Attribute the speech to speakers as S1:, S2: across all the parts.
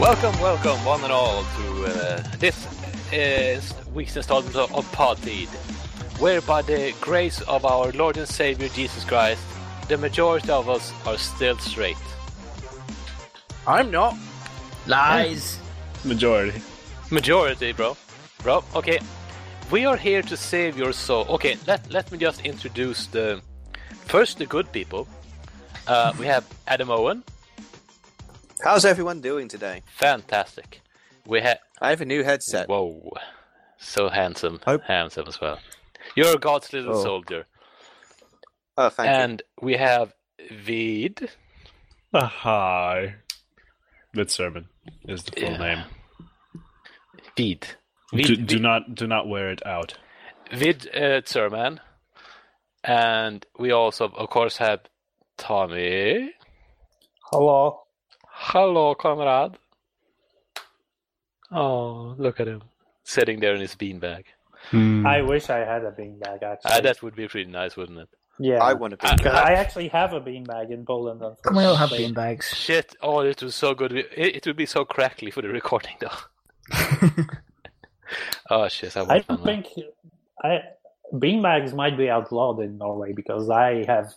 S1: welcome one and all to uh, this uh, week's installment of of Podfeed, where by the grace of our Lord and Savior Jesus Christ, the majority of us are still straight.
S2: I'm not.
S3: Lies.
S4: Majority.
S1: Majority, bro. Bro, okay. We are here to save your soul. Okay, let, let me just introduce the first the good people. Uh, we have Adam Owen,
S2: How's everyone doing today?
S1: fantastic. We have
S2: I have a new headset.
S1: Whoa. So handsome.
S2: Hope-
S1: Handsome as well. You're God's little
S2: Oh,
S1: soldier.
S2: Oh, thank
S1: and we have Vid.
S4: Ah, hi. Good sermon is the full
S1: Yeah.
S4: name.
S1: Vid.
S4: do,
S1: Vid,
S4: do not do not wear it out.
S1: Vid uh, Zerman. And we also, of course, have Tommy.
S5: Hello.
S1: Hello, comrade. Oh, look at him. Sitting there in his beanbag. Hmm.
S5: I wish I had a beanbag actually.
S1: Ah, that would be pretty nice, wouldn't it?
S5: yeah.
S2: you. I
S1: uh,
S5: I,
S2: want to be.
S5: I actually have a beanbag in Poland.
S3: We all have
S5: unfortunately.
S3: beanbags.
S1: Shit. Oh, it was so good. It, it would be so crackly for the recording, though. oh, shit. I,
S5: I
S1: would've done
S5: don't
S1: that.
S5: think I beanbags might be outlawed in Norway because I have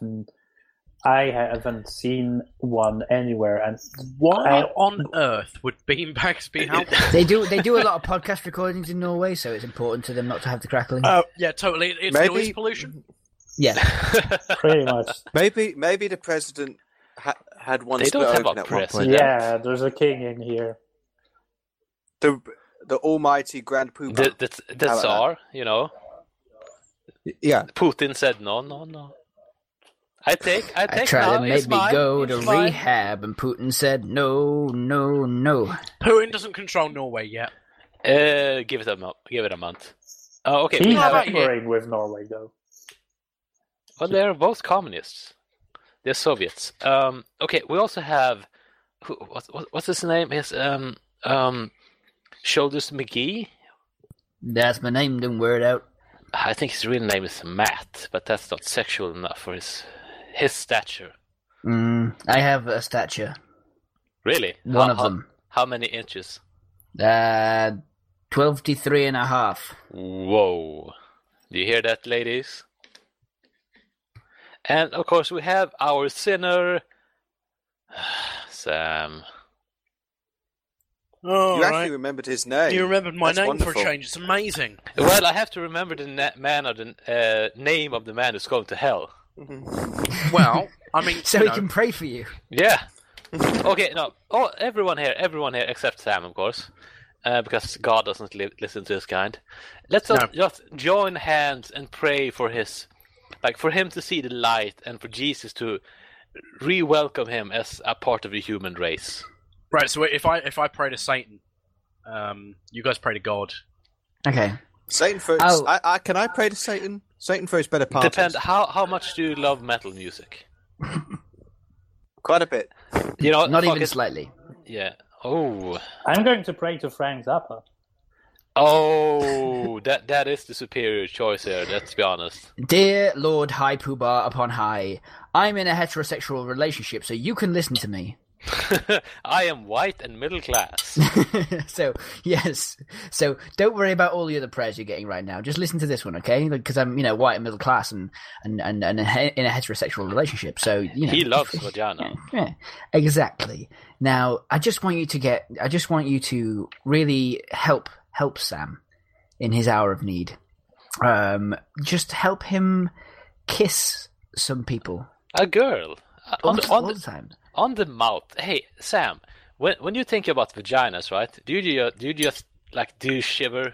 S5: I haven't seen one anywhere and
S2: Why
S6: Uh,
S5: I-
S2: on earth would beanbags be out?
S3: They do. They do a lot of podcast recordings in Norway, so it's important to them not to have the crackling.
S6: Oh yeah, totally. It's
S2: Maybe-
S6: noise pollution.
S3: yeah,
S5: pretty much
S2: maybe maybe the president ha- had one
S1: They don't
S2: split
S1: have a
S2: open at one point.
S1: president.
S5: yeah, there's a king in here.
S2: The the almighty grand poobah.
S1: the the, the
S2: How about
S1: Tsar, you know,
S2: yeah,
S1: Putin said no, no, no. I take, I
S3: I
S1: take
S3: tried
S1: now.
S3: to
S1: it's
S3: make me
S6: mine,
S3: go
S6: it's
S3: to
S6: mine.
S3: rehab, and Putin said no, no, no.
S6: Putin doesn't control Norway yet.
S1: Uh, give it a month. Give it a month. Oh, okay. we
S5: He's
S1: have-
S6: about you?
S5: partnering with Norway though.
S1: well, they're both communists. They're Soviets. Um, okay. We also have who, what, what, what's his name? His um um, Shoulders McGee.
S3: That's my name. Don't wear it out.
S1: I think his real name is Matt, but that's not sexual enough for his his stature.
S3: Mm, I have a stature.
S1: Really,
S3: One
S1: How-
S3: of
S1: how-
S3: them.
S1: How many inches?
S3: Uh, 23 and a half.
S1: Whoa. Do you hear that, ladies? And of course, we have our sinner, Sam.
S6: Oh,
S2: you actually remembered his name.
S6: you remembered my
S2: That's
S6: name for
S2: wonderful.
S6: a change. It's amazing.
S1: Well, I have to remember the na- man or the uh, name of the man who's going to hell.
S6: Well, I mean,
S3: So
S6: you
S3: he
S6: know,
S3: can pray for you.
S1: Yeah. okay, no. Oh, everyone here, everyone here except Sam, of course, uh, because God doesn't li- listen to this kind. Let's all
S6: No.
S1: just join hands and pray for his, like, for him to see the light and for Jesus to re-welcome him as a part of the human race.
S6: right. So if I if I pray to Satan, um, you guys pray to God.
S3: Okay.
S2: Satan throws.
S3: Oh.
S2: I, I, can I pray to Satan? Satan throws better parties.
S1: Depend how how much do you love metal music?
S2: Quite a bit.
S1: You know,
S3: Not
S1: fuck
S3: even
S1: it.
S3: slightly.
S1: yeah. Oh,
S5: I'm going to pray to Frank Zappa.
S1: oh, that that is the superior choice here. Let's be honest.
S3: Dear Lord High Poobah upon high, I'm in a heterosexual relationship, so you can listen to me.
S1: I am white and middle class.
S3: so, yes. So, don't worry about all the other prayers you're getting right now. Just listen to this one, okay? Because I'm, you know, white and middle class and, and, and, and in a heterosexual relationship. So, you know.
S1: He loves vagina.
S3: Yeah, exactly. Now, I just want you to get. I just want you to really help help Sam in his hour of need. Um, just help him kiss some people
S1: A girl Uh,
S3: all,
S1: on the, on
S3: all
S1: the,
S3: the time.
S1: on the mouth. Hey Sam, when when you think about vaginas, right? Do you ju- do you just like do you shiver?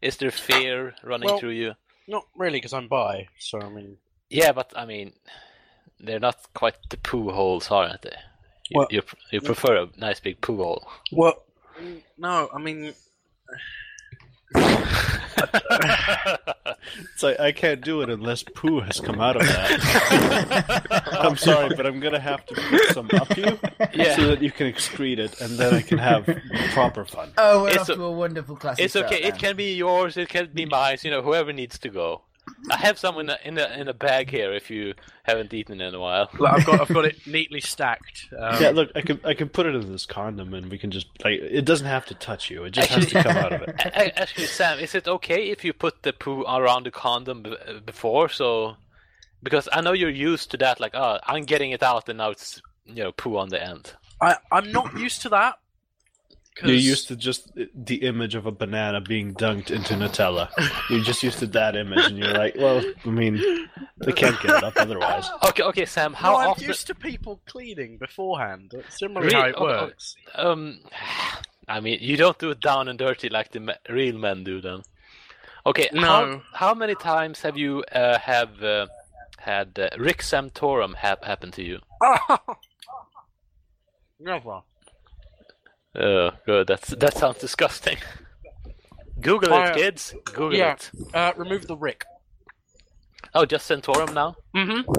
S1: Is there fear running
S6: Well-
S1: through you?
S6: Not really, because I'm bi. So I mean,
S1: Yeah, but I mean, they're not quite the poo holes, aren't they? You
S6: Well-
S1: you, you prefer a nice big poo hole.
S6: well, Mm, no, I mean,
S4: It's like I can't do it unless poo has come out of that. I'm sorry, but I'm gonna have to put some up you
S1: Yeah.
S4: so that you can excrete it, and then I can have proper fun.
S3: Oh, we're
S1: It's
S3: off
S1: o-
S3: to a wonderful class.
S1: it's okay. It can be yours. It can be mine. You know, whoever needs to go. I have some in a, in a in a bag here. If you haven't eaten in a while,
S6: Look, I've got I've got it neatly stacked. Um,
S4: yeah, look, I can I can put it in this condom, and we can just like it doesn't have to touch you. It just has to come out of it.
S1: A- a- actually, Sam, is it okay if you put the poo around the condom b- before? So, because I know you're used to that. Like, oh, I'm getting it out, and now it's you know poo on the end.
S6: I I'm not used to that. 'cause-
S4: You're used to just the image of a banana being dunked into Nutella. You're just used to that image, and you're like, well, I mean, they can't get it up otherwise.
S1: Okay, okay, Sam. How
S6: No, I'm
S1: often?
S6: used to people cleaning beforehand. That's similarly how
S1: Really?
S6: it
S1: Oh, oh.
S6: works.
S1: Um, I mean, you don't do it down and dirty like the me- real men do, then. Okay, how,
S6: No.
S1: how many times have you uh, have uh, had uh, Rick Santorum hap happen to you?
S6: Never.
S1: Oh, good. That's that sounds disgusting. Google
S6: Why-
S1: it, kids. Google
S6: Yeah.
S1: it.
S6: Uh, remove the Rick.
S1: Oh, just Santorum now.
S6: Mm-hmm.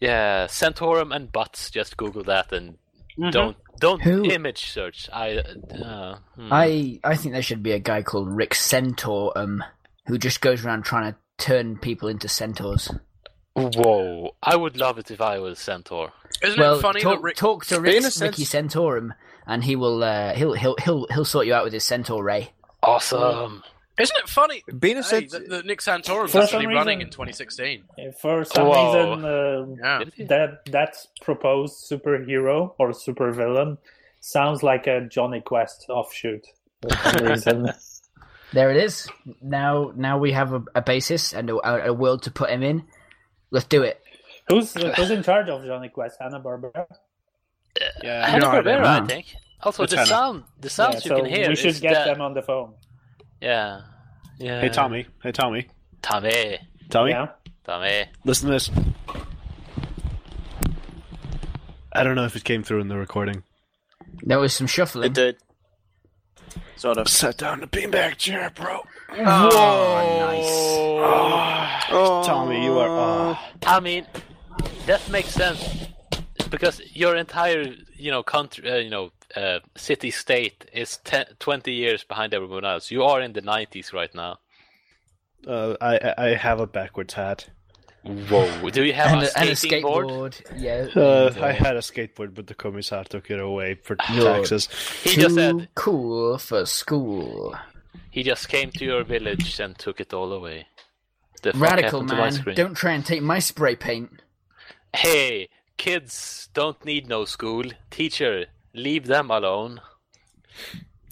S1: Yeah, Santorum and butts. Just Google that and
S6: Mm-hmm.
S5: Mm-hmm.
S1: don't don't
S3: Who-
S1: image search. I uh, hmm.
S3: I I think there should be a guy called Rick Centaur um who just goes around trying to turn people into centaurs.
S1: whoa. I would love it if I was Centaur.
S6: Isn't
S3: well,
S6: it funny
S3: talk,
S6: that Rick?
S3: talk to Rick,
S2: Being a
S3: Ricky
S2: cent-
S3: Centaurum, and he will uh, he'll he'll he'll he'll sort you out with his centaur ray.
S1: Awesome.
S6: Isn't it funny?
S2: Being a
S6: Hey,
S2: cent-
S6: that, that Nick Santorum's
S5: For some
S6: actually running
S5: reason-
S6: in 2016.
S5: For some
S1: Whoa.
S5: reason, um,
S6: Yeah.
S1: Did he?
S5: that that's proposed superhero or supervillain sounds like a Johnny Quest offshoot. For some reason.
S3: There it is. Now now we have a, a basis and a, a world to put him in. Let's do it.
S5: who's who's in charge of Johnny Quest? Hanna Barbera.
S4: Yeah,
S1: Hanna Barbera, I
S3: know.
S1: think. Also,
S4: It's
S1: the
S4: Hanna.
S1: sound, the sounds you
S5: so
S1: can hear.
S5: we should
S1: is
S5: get
S1: that-
S5: them on the phone.
S1: Yeah. Yeah.
S4: Hey Tommy, hey Tommy,
S1: Tommy.
S4: Tommy,
S5: Yeah.
S1: Tommy.
S4: listen to this. I don't know if it came through in the recording.
S3: There was some shuffling.
S2: It did. Sort of.
S4: Set down the beanbag chair, bro.
S3: Oh,
S2: Oh,
S4: Tommy, you are. Oh.
S1: I mean, that makes sense because your entire, you know, country, uh, you know, uh, city state is te- 20 years behind everyone else. You are in the 90s right now.
S4: Uh, I- I I have a backwards hat.
S1: Whoa. Do you have
S3: And,
S1: a
S3: a- and a
S1: skating board?
S3: skateboard. Yeah.
S4: Uh,
S3: and,
S4: I had a skateboard, but the commissar took it away for
S3: No.
S4: taxes.
S1: He
S3: too
S1: just said
S3: cool for school.
S1: he just came to your village and took it all away. The fuck
S3: Radical
S1: happened to my
S3: man,
S1: screen?
S3: don't try and take my spray paint.
S1: Hey, kids don't need no school. Teacher, leave them alone.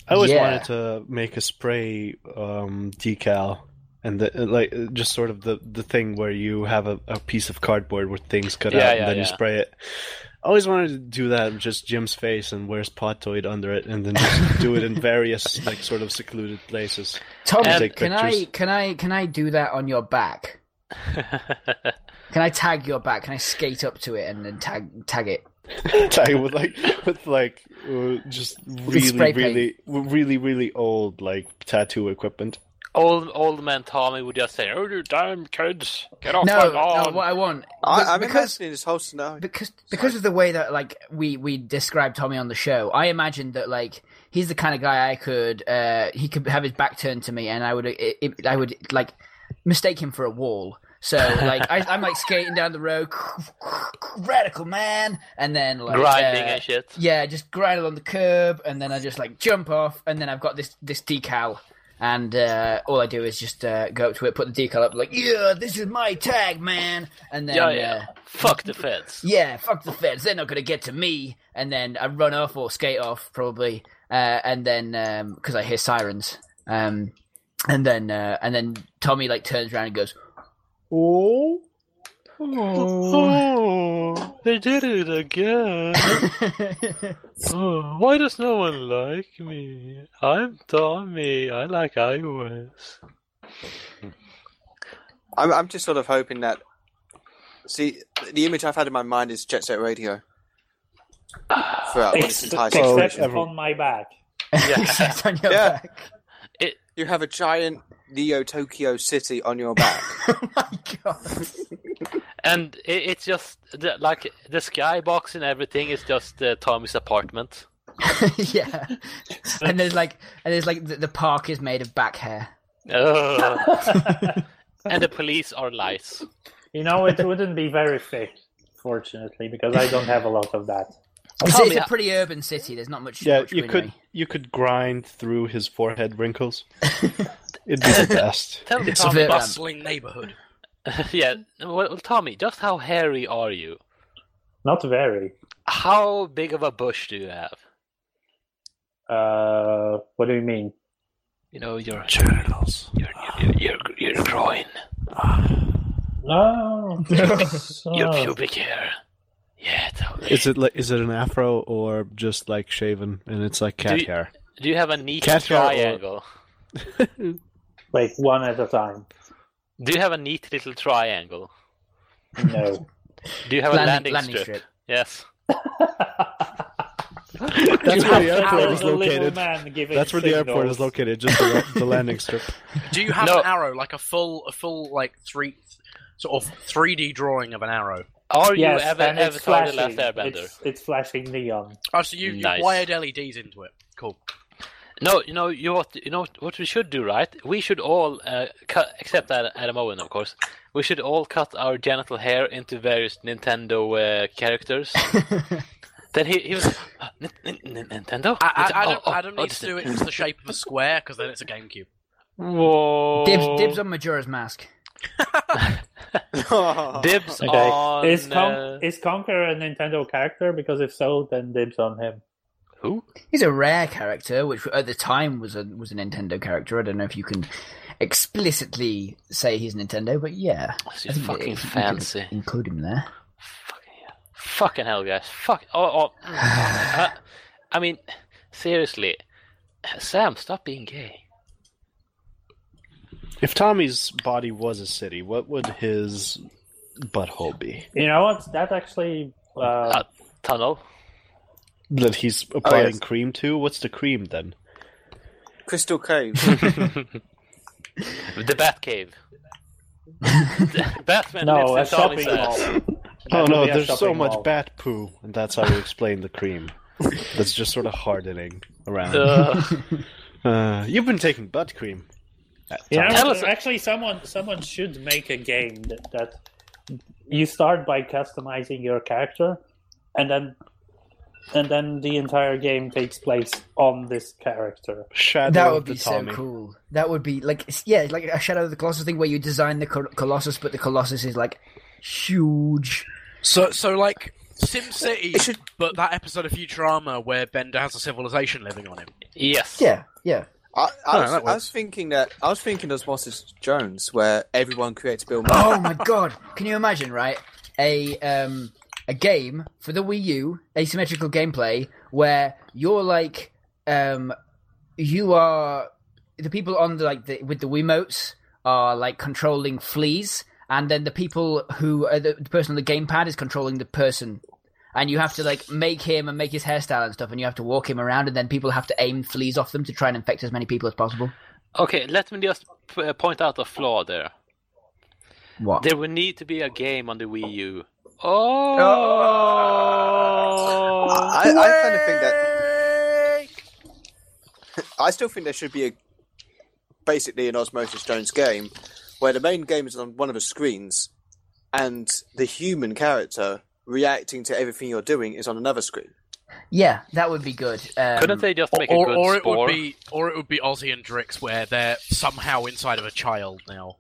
S4: I always
S3: Yeah.
S4: wanted to make a spray um, decal, and the, like uh, just sort of the, the thing where you have a, a piece of cardboard with things cut
S1: Yeah,
S4: out,
S1: yeah,
S4: and then you
S1: yeah.
S4: spray it. I always wanted to do that, with just Jim's face and where's Potoid under it, and then just do it in various like sort of secluded places.
S3: Tom,
S4: And
S3: can
S4: take
S3: I
S4: pictures.
S3: can I can I do that on your back? Can I tag your back? Can I skate up to it and then tag tag it?
S4: Tie with like with like uh, just
S3: spray
S4: really
S3: paint.
S4: really really really old like tattoo equipment.
S1: old old man Tommy would just say, "Oh, you damn kids, get off Oh my
S3: no,
S1: lawn!"
S3: no. What I want,
S2: I, I'm
S3: because
S2: imagining this whole scenario.
S3: because because of the way that like we we described Tommy on the show, I imagined that like he's the kind of guy I could uh he could have his back turned to me and I would uh, it, it, I would like mistake him for a wall. So like I, I'm like skating down the road, radical man, and then like
S1: Grinding
S3: uh,
S1: and shit.
S3: Yeah, just grind along the curb, and then I just like jump off, and then I've got this this decal, and uh, all I do is just uh, go up to it, put the decal up, like yeah, this is my tag, man, and then
S1: Yeah,
S3: yeah,
S1: yeah.
S3: yeah.
S1: Fuck the feds.
S3: fuck the feds, they're not gonna get to me, and then I run off or skate off probably, uh, and then because I hear sirens, um, and then uh, and then Tommy like turns around and goes, oh.
S1: Oh, they did it again. oh, why does no one like me? I'm Tommy. I like iOS.
S2: I'm, I'm just sort of hoping that. See, the image I've had in my mind is Jet Set Radio. Throughout Oh, this
S5: Except,
S2: entire
S5: except
S2: situation,
S4: every-
S5: on my back.
S3: Except on your
S2: Yeah.
S3: back.
S2: you have a giant Neo Tokyo city on your back.
S3: oh my god.
S1: And it, it's just the, like the skybox and everything is just uh, Tommy's apartment.
S3: yeah, and there's like, and there's like the, the park is made of back hair.
S1: Ugh. and the police are lies.
S5: You know, it wouldn't be very fit, fortunately, because I don't have a lot of that.
S3: It's,
S1: tell
S3: it's
S1: me-
S3: a pretty urban city. There's not much.
S4: Oh, Yeah,
S3: much
S4: you could
S3: greenery.
S4: you could grind through his forehead wrinkles. It'd be the best.
S6: Tell me
S3: It's
S6: about
S3: very-
S6: a bustling neighborhood.
S1: yeah, well, Tommy, just how hairy are you?
S5: Not very.
S1: How big of a bush do you have?
S5: Uh, what do you mean?
S1: You know, your journals, your your your, your groin,
S5: No. so-
S1: your pubic hair. Yeah, Tommy.
S4: Is it like is it an afro or just like shaven and it's like cat
S1: Do you-
S4: hair?
S1: Do you have a neat
S4: Catch your-
S1: triangle?
S5: Like one at a time.
S1: Do you have a neat little triangle?
S5: No.
S1: Do you have a landing,
S3: Landing- landing
S1: strip?
S3: strip.
S1: Yes.
S4: That's where the airport
S5: Arrow
S4: is
S5: the little
S4: located.
S5: man giving
S4: That's where the airport is
S5: signals.
S4: located. Just the, the landing strip.
S6: Do you have
S1: No.
S6: an arrow, like a full, a full, like three, sort of three D drawing of an arrow?
S1: Are
S5: Yes,
S1: you ever
S5: and it's
S1: Avatar the
S5: flashing.
S1: Last Airbender?
S5: It's, it's flashing neon.
S6: Oh, so you,
S1: Nice.
S6: you wired LEDs into it. Cool.
S1: No, you know, you what, you know what we should do, right? We should all uh, cut, except Ad- Adam Owen, of course. We should all cut our genital hair into various Nintendo uh, characters. then he, he was "N- N- N- Nintendo.
S6: I, I, I
S1: Nintendo?
S6: don't,
S1: Oh,
S6: I don't
S1: oh,
S6: need
S1: this
S6: to
S1: is-
S6: do it. It's the shape of a square because then it's a GameCube.
S1: Whoa.
S3: Dibs, dibs on Majora's Mask.
S1: Dibs
S5: Okay.
S1: on.
S5: is, Con-
S1: uh,
S5: is Conqueror a Nintendo character? Because if so, then dibs on him.
S1: who?
S3: He's a rare character, which at the time was a was a Nintendo character. I don't know if you can explicitly say he's Nintendo, but yeah, I
S1: She's
S3: think
S1: fucking
S3: you can
S1: fancy.
S3: Include him there.
S1: Fucking, fucking hell, guys. Fuck. Oh, oh. uh, I mean, seriously. Sam, stop being gay.
S4: If Tommy's body was a city, what would his butthole be?
S5: You know what? That actually. Uh,
S1: Uh, Tunnel.
S4: That he's applying
S2: yes.
S4: cream to? What's the cream then?
S2: Crystal Cave.
S1: The Batcave. Batman
S5: no, a
S1: lives in Tommy's
S5: shopping
S1: ass.
S5: mall.
S4: Oh
S5: That would
S4: no,
S5: be a
S4: there's so
S5: shopping
S4: much
S5: mall.
S4: bat poo, and that's how we explain the cream. That's just sort of hardening around.
S1: Uh,
S4: Uh, you've been taking butt cream.
S5: You know,
S1: Tell us-
S5: actually, someone someone should make a game that, that you start by customizing your character, and then and then the entire game takes place on this character.
S4: Shadow
S3: That
S4: of
S3: would
S4: the
S3: be so
S4: Tommy.
S3: cool. That would be like it's- yeah, like a Shadow of the Colossus thing where you design the Col- Colossus, but the Colossus is like huge.
S6: So, so like Sim
S2: It
S6: City,
S2: should-
S6: but that episode of Futurama where Bender has a civilization living on him.
S1: yes.
S3: Yeah, yeah.
S2: I, I,
S6: No,
S2: was,
S6: that
S2: I was thinking that I was thinking Osmosis Jones, where everyone creates Bill Murray.
S3: Oh my god! Can you imagine, right? A um a game for the Wii U, asymmetrical gameplay where you're like um you are the people on the like the, with the Wiimotes are like controlling fleas, and then the people who are the, the person on the gamepad is controlling the person. And you have to like make him and make his hairstyle and stuff, and you have to walk him around, and then people have to aim fleas off them to try and infect as many people as possible.
S1: Okay, let me just p- uh, point out a flaw there.
S3: What?
S1: There would need to be a game on the Wii U. Oh.
S2: I, I kind of think that. I still think there should be a basically an Osmosis Jones game where the main game is on one of the screens, and the human character reacting to everything you're doing is on another screen.
S3: Yeah, that would be good. Um,
S1: Couldn't they just make a
S6: Or,
S1: good
S6: or it
S1: spore?
S6: would be, or it would be Ozzy and Drix where they're somehow inside of a child now,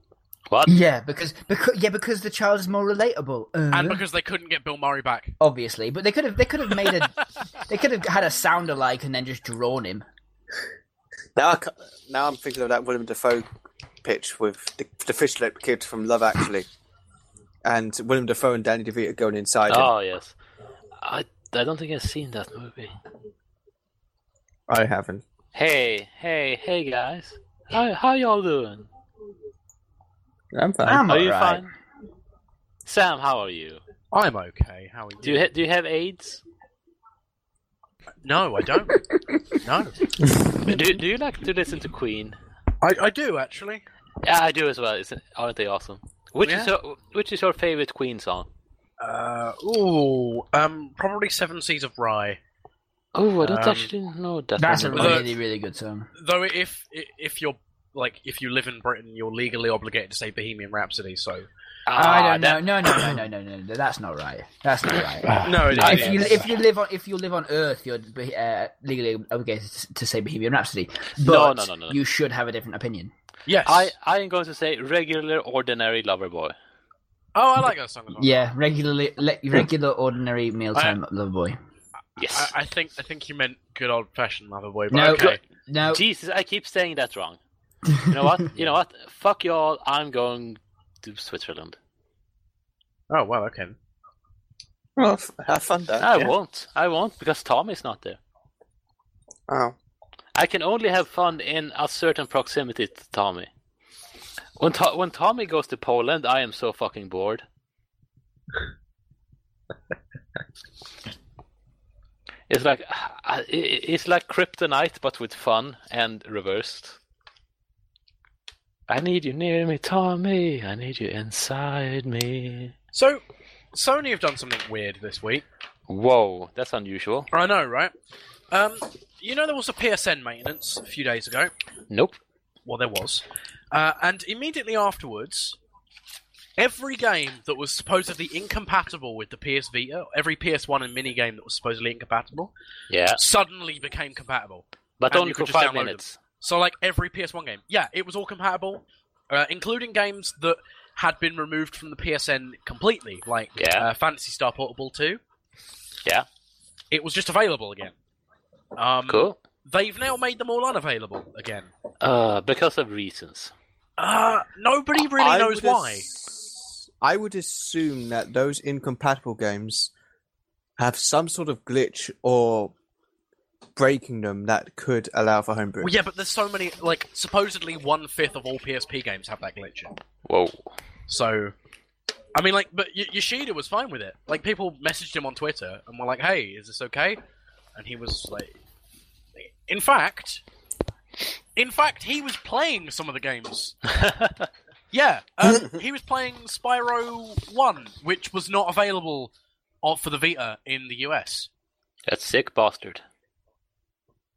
S1: What?
S3: Yeah, because because yeah, because the child is more relatable. Uh,
S6: and because they couldn't get Bill Murray back.
S3: obviously, but they could have they could have made a they could have had a sound alike and then just drawn him.
S2: Now, I, ca- now I'm thinking of that William Defoe pitch with the, the fish lip kid from Love Actually, and William Defoe and Danny DeVito going inside. him.
S1: Oh, yes. I, I don't think I've seen that movie.
S2: I haven't.
S1: Hey, hey, hey, guys. How, how y'all doing?
S2: I'm fine.
S3: I'm
S1: are you
S3: alright.
S1: fine? Sam, how are you?
S6: I'm okay. How are you?
S1: Do you ha- do you have AIDS?
S6: no, I don't. no,
S1: do, do you like to listen to Queen?
S6: I, I do actually.
S1: Yeah, I do as well. Isn't, aren't they awesome? Which is
S6: Yeah.
S1: your which is your favorite Queen song?
S6: Uh, ooh, um, probably Seven Seas of Rye.
S1: Oh, I don't
S6: Um,
S1: actually know that.
S3: That's a
S1: one.
S6: Look.
S3: really really good song.
S6: Though if if you're like if you live in Britain, you're legally obligated to say Bohemian Rhapsody. So
S3: I
S1: Ah,
S3: don't
S1: that-
S3: know. No, no, no, no, no, no, no. That's not right. That's not right.
S6: no, it,
S3: if
S6: it-
S3: you if you live on if you live on Earth, you're be- uh, legally obligated to- to say Bohemian Rhapsody. But
S1: No, no, no, no, no.
S3: You should have a different opinion.
S6: yes,
S1: I, I am going to say regular, ordinary lover boy.
S6: oh, I like that song. As well.
S3: Yeah, regularly, le- regular, ordinary mealtime lover boy.
S1: Yes.
S6: I, I think I think you meant good old fashioned lover boy, but
S3: No,
S6: okay.
S3: No,
S1: Jesus, I keep saying that wrong. You know what? You know what? Fuck y'all. I'm going to Switzerland.
S6: Oh wow, okay.
S2: Well, f- have fun, Dad.
S1: I
S2: yeah.
S1: won't. I won't because Tom is not there.
S2: Oh.
S1: I can only have fun in a certain proximity to Tommy. When, to- when Tommy goes to Poland, I am so fucking bored. it's like I- i- it's like kryptonite, but with fun and reversed. I need you near me, Tommy. I need you inside me.
S6: So Sony have done something weird this week.
S1: Whoa, that's unusual.
S6: I know, right? Um, you know there was a PSN maintenance a few days ago.
S1: Nope.
S6: Well, there was, uh, and immediately afterwards. Every game that was supposedly incompatible with the PS Vita, every PS1 and mini game that was supposedly incompatible,
S1: Yeah,
S6: suddenly became compatible.
S1: but
S6: And
S1: only
S6: you
S1: for
S6: could just
S1: five
S6: download them.
S1: minutes.
S6: So like every PS1 game, yeah, it was all compatible, uh, including games that had been removed from the PSN completely, like
S1: Yeah.
S6: uh, Fantasy Star Portable 2.
S1: Yeah.
S6: It was just available again. Um,
S1: Cool.
S6: They've now made them all unavailable again.
S1: Uh, because of reasons.
S6: Uh, nobody really
S2: I
S6: knows
S2: would
S6: why.
S2: ass- I would assume that those incompatible games have some sort of glitch or breaking them that could allow for homebrew.
S6: Well, yeah, but there's so many. Like, supposedly one fifth of all PSP games have that glitch. in.
S1: Whoa.
S6: So, I mean, like, but y- Yoshida was fine with it. Like, people messaged him on Twitter and were like, "Hey, is this okay?" And he was like, "In fact, in fact, he was playing some of the games. yeah, um, he was playing Spyro One, which was not available on- for the Vita in the US.
S1: That sick bastard.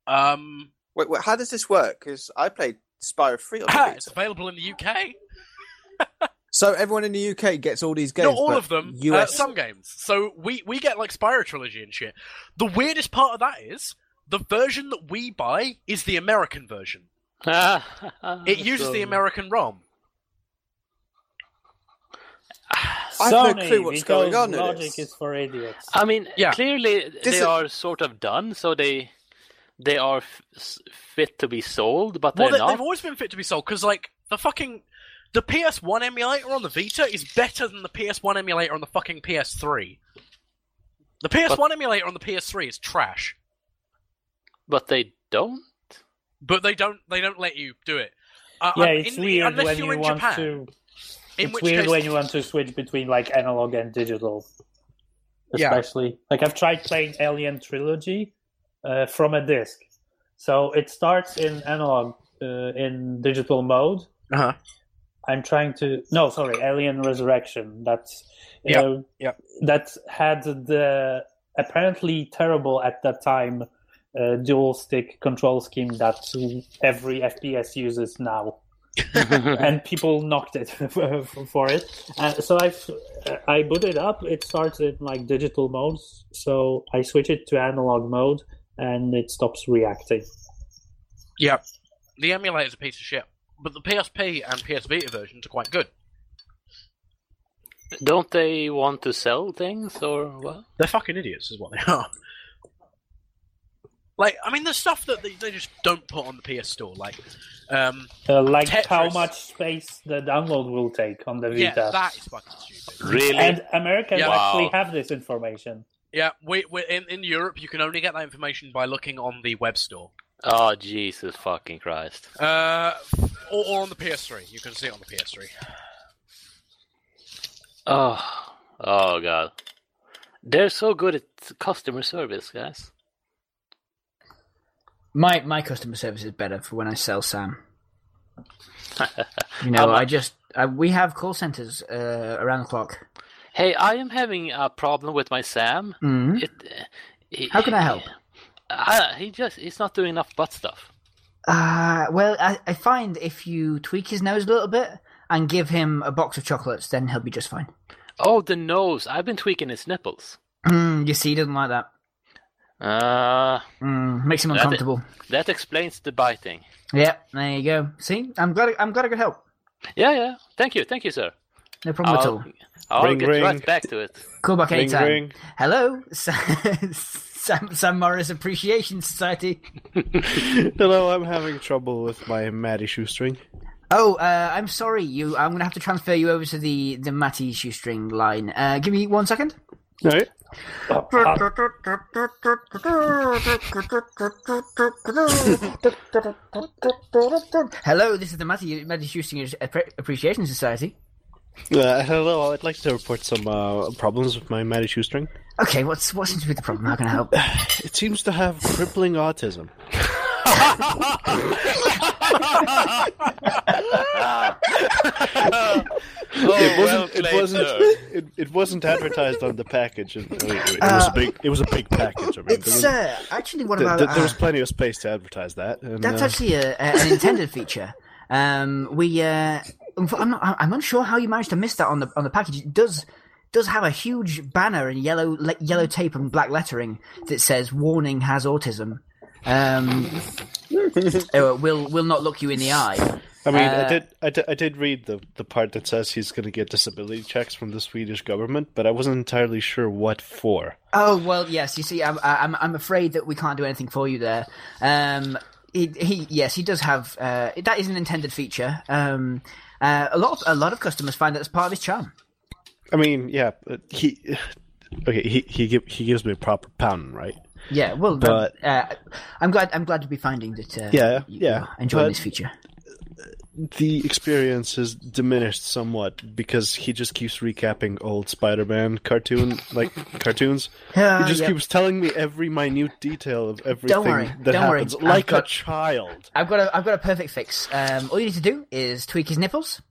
S6: Um,
S2: Wait, wait, how does this work? Because I played Spyro 3 on the
S6: it's
S2: Vita.
S6: available in the UK.
S2: So everyone in the UK gets all these games.
S6: Not all
S2: but
S6: of them. uh,
S2: US.
S6: some games. So we we get like Spyro trilogy and shit. The weirdest part of that is the version that we buy is the American version. It uses the American ROM.
S2: I
S5: Sony,
S2: have no clue what's
S5: because
S2: going on. in
S5: Logic
S2: this.
S5: is for idiots.
S6: Uh,
S1: I mean,
S6: Yeah.
S1: clearly they
S2: is-
S1: are sort of done, so they they are f- s- fit to be sold, but
S6: Well,
S1: they're
S6: they,
S1: not.
S6: have always been fit to be sold because like the fucking the PS1 emulator on the Vita is better than the PS1 emulator on the fucking PS3. The PS1 emulator on the PS3 is trash,
S1: But they don't.
S6: but they don't they don't let you do it. Uh,
S5: yeah,
S6: un-
S5: it's
S6: in-
S5: weird
S6: unless
S5: when
S6: you're
S5: you
S6: in
S5: want
S6: Japan,
S5: to.
S6: in
S5: it's
S6: which
S5: weird
S6: case
S5: when you want to switch between like analog and digital,
S6: Yeah.
S5: especially. Like I've tried playing Alien Trilogy uh, from a disc, so it starts in analog uh, in digital mode.
S6: Uh-huh.
S5: I'm trying to no, sorry, Alien Resurrection. That's
S6: Yeah,
S5: uh,
S6: yeah.
S5: that had the apparently terrible at that time uh, dual stick control scheme that every FPS uses now and people knocked it for it. Uh, so I I boot it up. It starts in like digital modes. So I switch it to analog mode, and it stops reacting.
S6: Yeah. The emulator's a piece of shit. But the PSP and PS Vita versions are quite good.
S1: Don't they want to sell things or what?
S6: They're fucking idiots, is what they are. Like, I mean, there's stuff that they, they just don't put on the PS Store. Like, um,
S5: Uh, like
S6: Tetris.
S5: how much space the download will take on the Vita.
S6: yeah, that is fucking stupid.
S1: Really?
S5: and Americans
S6: Yeah.
S5: actually
S1: Wow.
S5: have this information.
S6: Yeah, we, we in, in Europe, you can only get that information by looking on the web store.
S1: oh Jesus fucking Christ!
S6: Uh, or, or on the PS3. You can see it on the PS3.
S1: Oh, oh God! They're so good at customer service, guys.
S3: my my customer service is better for when I sell Sam. you know, I just I, we have call centers uh, around the clock.
S1: Hey, I am having a problem with my Sam.
S3: Mm.
S1: It, uh, he-
S3: How can I help?
S1: Uh, he just he's not doing enough butt stuff.
S3: Uh, well, I, I find if you tweak his nose a little bit and give him a box of chocolates, then he'll be just fine.
S1: Oh, the nose. I've been tweaking his nipples.
S3: Mm, you see, he doesn't like that.
S1: Uh,
S3: Mm, makes him
S1: That is-
S3: uncomfortable.
S1: that explains the biting.
S3: Yeah, there you go. See, I'm glad. I'm glad I could help.
S1: Yeah, yeah. Thank you, thank you, sir.
S3: No problem at
S1: I'll-
S3: all.
S1: I'll
S4: Ring,
S1: get
S4: ring.
S1: right back to it.
S3: Call back
S4: Ring,
S3: anytime.
S4: ring.
S3: Hello, Sam, Sam, Sam Morris Appreciation Society.
S4: Hello, I'm having trouble with my Matty shoestring.
S3: Oh, uh, I'm sorry. You, I'm gonna have to transfer you over to the the Matty shoestring line. Uh, give me one second.
S4: All right.
S3: Hello, this is the Matty Matty Shoestring Appre- Appreciation Society.
S4: Uh, hello, I'd like to report some uh, problems with my Matty shoestring.
S3: Okay, what's what seems to be the problem? How can I help?
S4: It seems to have crippling autism.
S1: Oh,
S4: it
S1: well
S4: wasn't.
S1: played,
S4: it wasn't.
S1: sir.
S4: It, it wasn't advertised on the package. It, I mean, it was a big. It was a big package. I mean, there
S3: Uh, It's
S4: was,
S3: uh, actually one of
S4: th-
S3: our.
S4: th- there
S3: uh,
S4: was plenty of space to advertise that. and,
S3: That's
S4: uh,
S3: actually a, a, an intended feature. Um, we, uh, unf- I'm not, I'm unsure how you managed to miss that on the on the package. It does does have a huge banner in yellow le- yellow tape and black lettering that says "Warning has autism." Um, uh, will will not look you in the eye.
S4: I mean,
S3: uh,
S4: I did. I did. I did read the the part that says he's going to get disability checks from the Swedish government, but I wasn't entirely sure what for.
S3: Oh well, yes. You see, I'm I'm, I'm afraid that we can't do anything for you there. Um, he, he yes, he does have uh, that is an intended feature. Um, uh, a lot of a lot of customers find that's part of his charm.
S4: I mean, yeah, but he. Okay, he he give, he gives me a proper pounding, right?
S3: Yeah, well,
S4: But-
S3: uh, I'm glad. I'm glad to be finding that. Uh,
S4: Yeah,
S3: you
S4: yeah,
S3: are enjoying
S4: but-
S3: this feature.
S4: the experience is diminished somewhat because he just keeps recapping old Spider-Man cartoon like cartoons.
S3: Uh,
S4: he just
S3: yeah.
S4: keeps telling me every minute detail of everything
S3: worry,
S4: that
S3: don't worry,
S4: happens,
S3: I've
S4: like
S3: got-
S4: a child.
S3: I've got a. I've got a perfect fix. Um, all you need to do is tweak his nipples,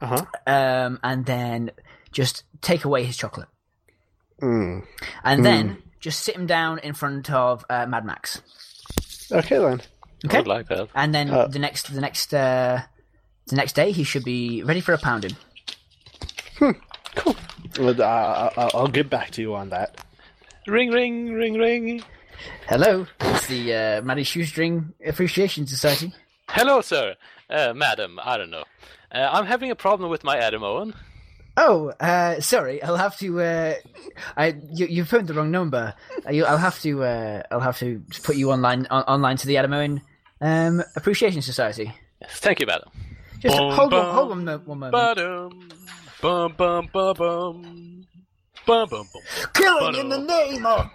S4: Uh huh.
S3: um, and then just take away his chocolate,
S4: Mm.
S3: and then just sit him down in front of uh, Mad Max,
S4: Okay then.
S1: I
S3: Okay.
S1: would like that.
S3: and then
S4: Uh,
S3: the next. The next. Uh, the next day, he should be ready for a pounding.
S4: Well, I, I, I'll get back to you on that.
S1: Ring, ring, ring, ring.
S3: Hello, it's the uh, Matty Shoestring Appreciation Society.
S1: Hello, sir. Uh, madam, I don't know. Uh, I'm having a problem with my Adam Owen.
S3: Oh, uh, sorry. I'll have to. Uh, I you, you phoned the wrong number. Uh, You, I'll have to. Uh, I'll have to put you online on, online to the Adam Owen um, Appreciation Society.
S1: Yes, thank you, madam.
S3: Just
S6: Bum,
S3: hold on,
S6: bum,
S3: hold on mo- one moment.
S6: Ba-dum. Bum bum bum bum. Bum bum bum.
S3: Killing in the name of.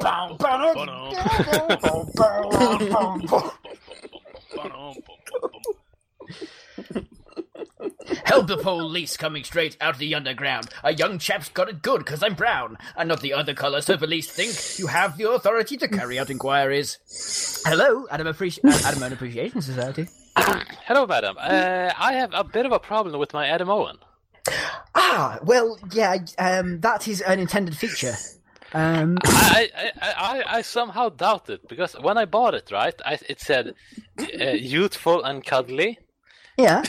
S3: Help the police coming straight out of the underground. A young chap's got it good because I'm brown and not the other colour, so police think you have the authority to carry out inquiries. Hello, Adam, Appreci- Adam Owen Appreciation Society.
S1: Hello, madam. Uh, I have a bit of a problem with my Adam Owen.
S3: Ah, well, yeah, um, that is an intended feature. Um,
S1: I, I, I, I- I somehow doubt it because when I bought it, right, I, it said uh, youthful and cuddly,
S3: yeah.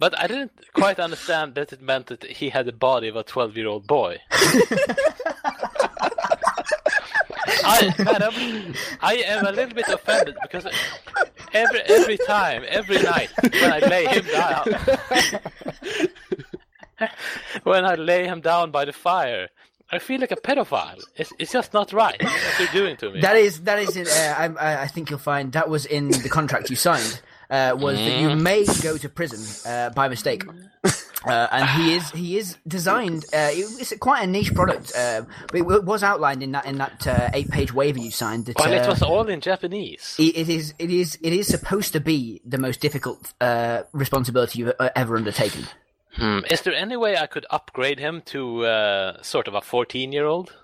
S1: but I didn't quite understand that it meant that he had the body of a 12 year old boy. I, madam, I am a little bit offended because every every time, every night when I lay him down, when I lay him down by the fire, I feel like a pedophile. It's, it's just not right what you're doing to me.
S3: That is that is. In, uh, I'm- I, I think you'll find that was in the contract you signed. Uh, was that you may go to prison uh, by mistake. Uh, and he is he is designed. Uh, it- it's quite a niche product, uh, but it w- was outlined in that in that uh, eight page waiver you signed. That,
S1: but it
S3: uh,
S1: was all in Japanese.
S3: it- it is it is it is supposed to be the most difficult uh, responsibility you've uh, ever undertaken.
S1: Hmm, Is there any way I could upgrade him to uh, sort of a 14 year old?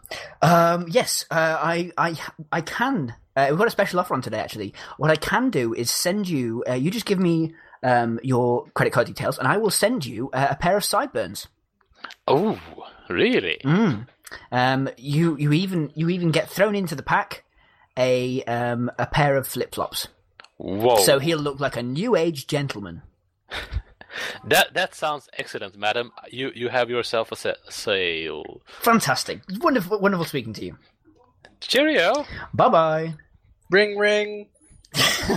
S3: Um, yes, uh, I, I, I can. Uh, we've got a special offer on today, actually. What I can do is send you. Uh, you just give me um, your credit card details, and I will send you uh, a pair of sideburns.
S1: Oh, really?
S3: Um, you, you even, you even get thrown into the pack a um, a pair of flip flops.
S1: Whoa.
S3: So he'll look like a new age gentleman.
S1: that that sounds excellent, madam. You you have yourself a sa- sale.
S3: Fantastic. Wonderful, wonderful speaking to you.
S1: Cheerio.
S3: Bye bye.
S6: Ring, ring,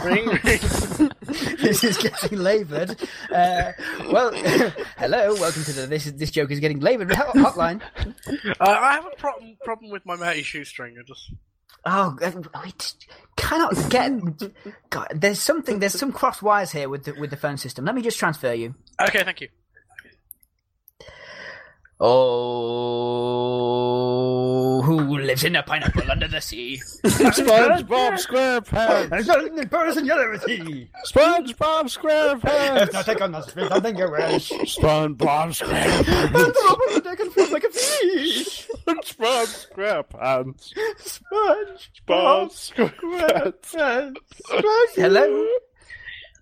S6: ring, ring.
S3: this is getting laboured. Uh, well, hello, welcome to the this is- this joke is getting laboured hot- hotline.
S6: Uh, I have a problem problem with my matty shoestring. I just
S3: Oh, uh, we just cannot get. God, there's something. There's some cross wires here with the, with the phone system. Let me just transfer you.
S6: okay. Thank you.
S3: Oh, who lives in a pineapple under the sea?
S4: SpongeBob SquarePants.
S3: There's not in personality.
S4: SpongeBob SquarePants.
S3: nothing on the street, nothing else.
S4: SpongeBob SquarePants.
S3: I can feel like a fish.
S4: SpongeBob SquarePants.
S3: Sponge.
S4: SpongeBob SquarePants.
S3: Hello.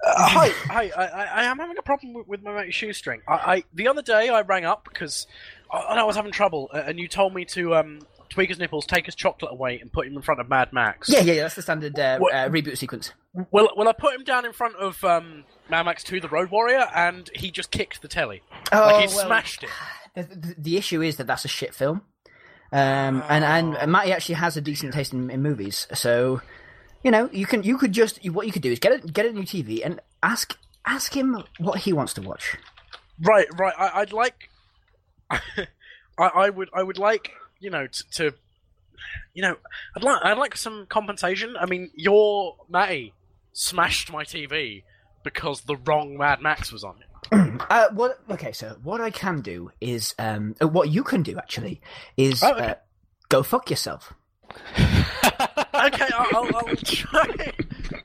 S6: Uh, hi, hi. I, I, I am having a problem with, with my matty shoestring. I, I the other day I rang up because I, and I was having trouble, uh, and you told me to um tweak his nipples, take his chocolate away, and put him in front of Mad Max.
S3: Yeah, yeah, yeah. That's the standard uh,
S6: What-
S3: uh, reboot sequence.
S6: Well, well, I put him down in front of um Mad Max to the Road Warrior, and he just kicked the telly.
S3: Oh,
S6: like he
S3: well,
S6: smashed it.
S3: The, the, the issue is that that's a shit film, um, and, and
S6: Oh.
S3: and Matty actually has a decent taste in, in movies. So, you know, you can you could just you, what you could do is get a get a new TV and ask ask him what he wants to watch.
S6: Right, right. I, I'd like. I, I would. I would like. You know, t- to. You know, I'd like. I'd like some compensation. I mean, your Matty smashed my TV because the wrong Mad Max was on it.
S3: Uh, what? Okay, so what I can do is um, uh, what you can do actually is
S6: Oh, okay.
S3: uh, go fuck yourself.
S6: Okay, I'll, I'll, I'll try.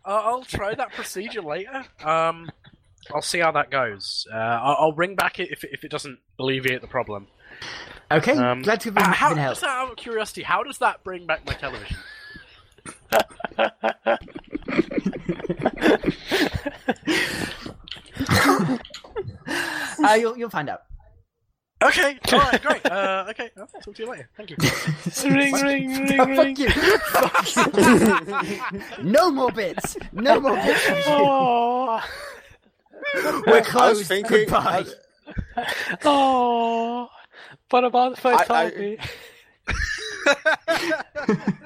S6: I'll, I'll try that procedure later. Um, I'll see how that goes. Uh, I'll, I'll ring back i- if it- if it doesn't alleviate the problem.
S3: Okay,
S6: Um,
S3: glad to have
S6: Uh,
S3: been,
S6: how,
S3: been help.
S6: just out of curiosity, how does that bring back my television?
S3: Uh, you'll you'll find out.
S6: Okay, all right, great. Uh, okay, I'll talk to you later. Thank you.
S4: Ring, ring,
S3: Oh,
S4: ring,
S3: fuck
S4: ring.
S3: you. Fuck you. no more bits. No more bits. from you.
S4: Oh,
S3: We're
S2: I was
S3: closed.
S2: thinking. I
S3: Goodbye.
S2: was-
S1: Oh, what about if I,
S2: I-
S1: told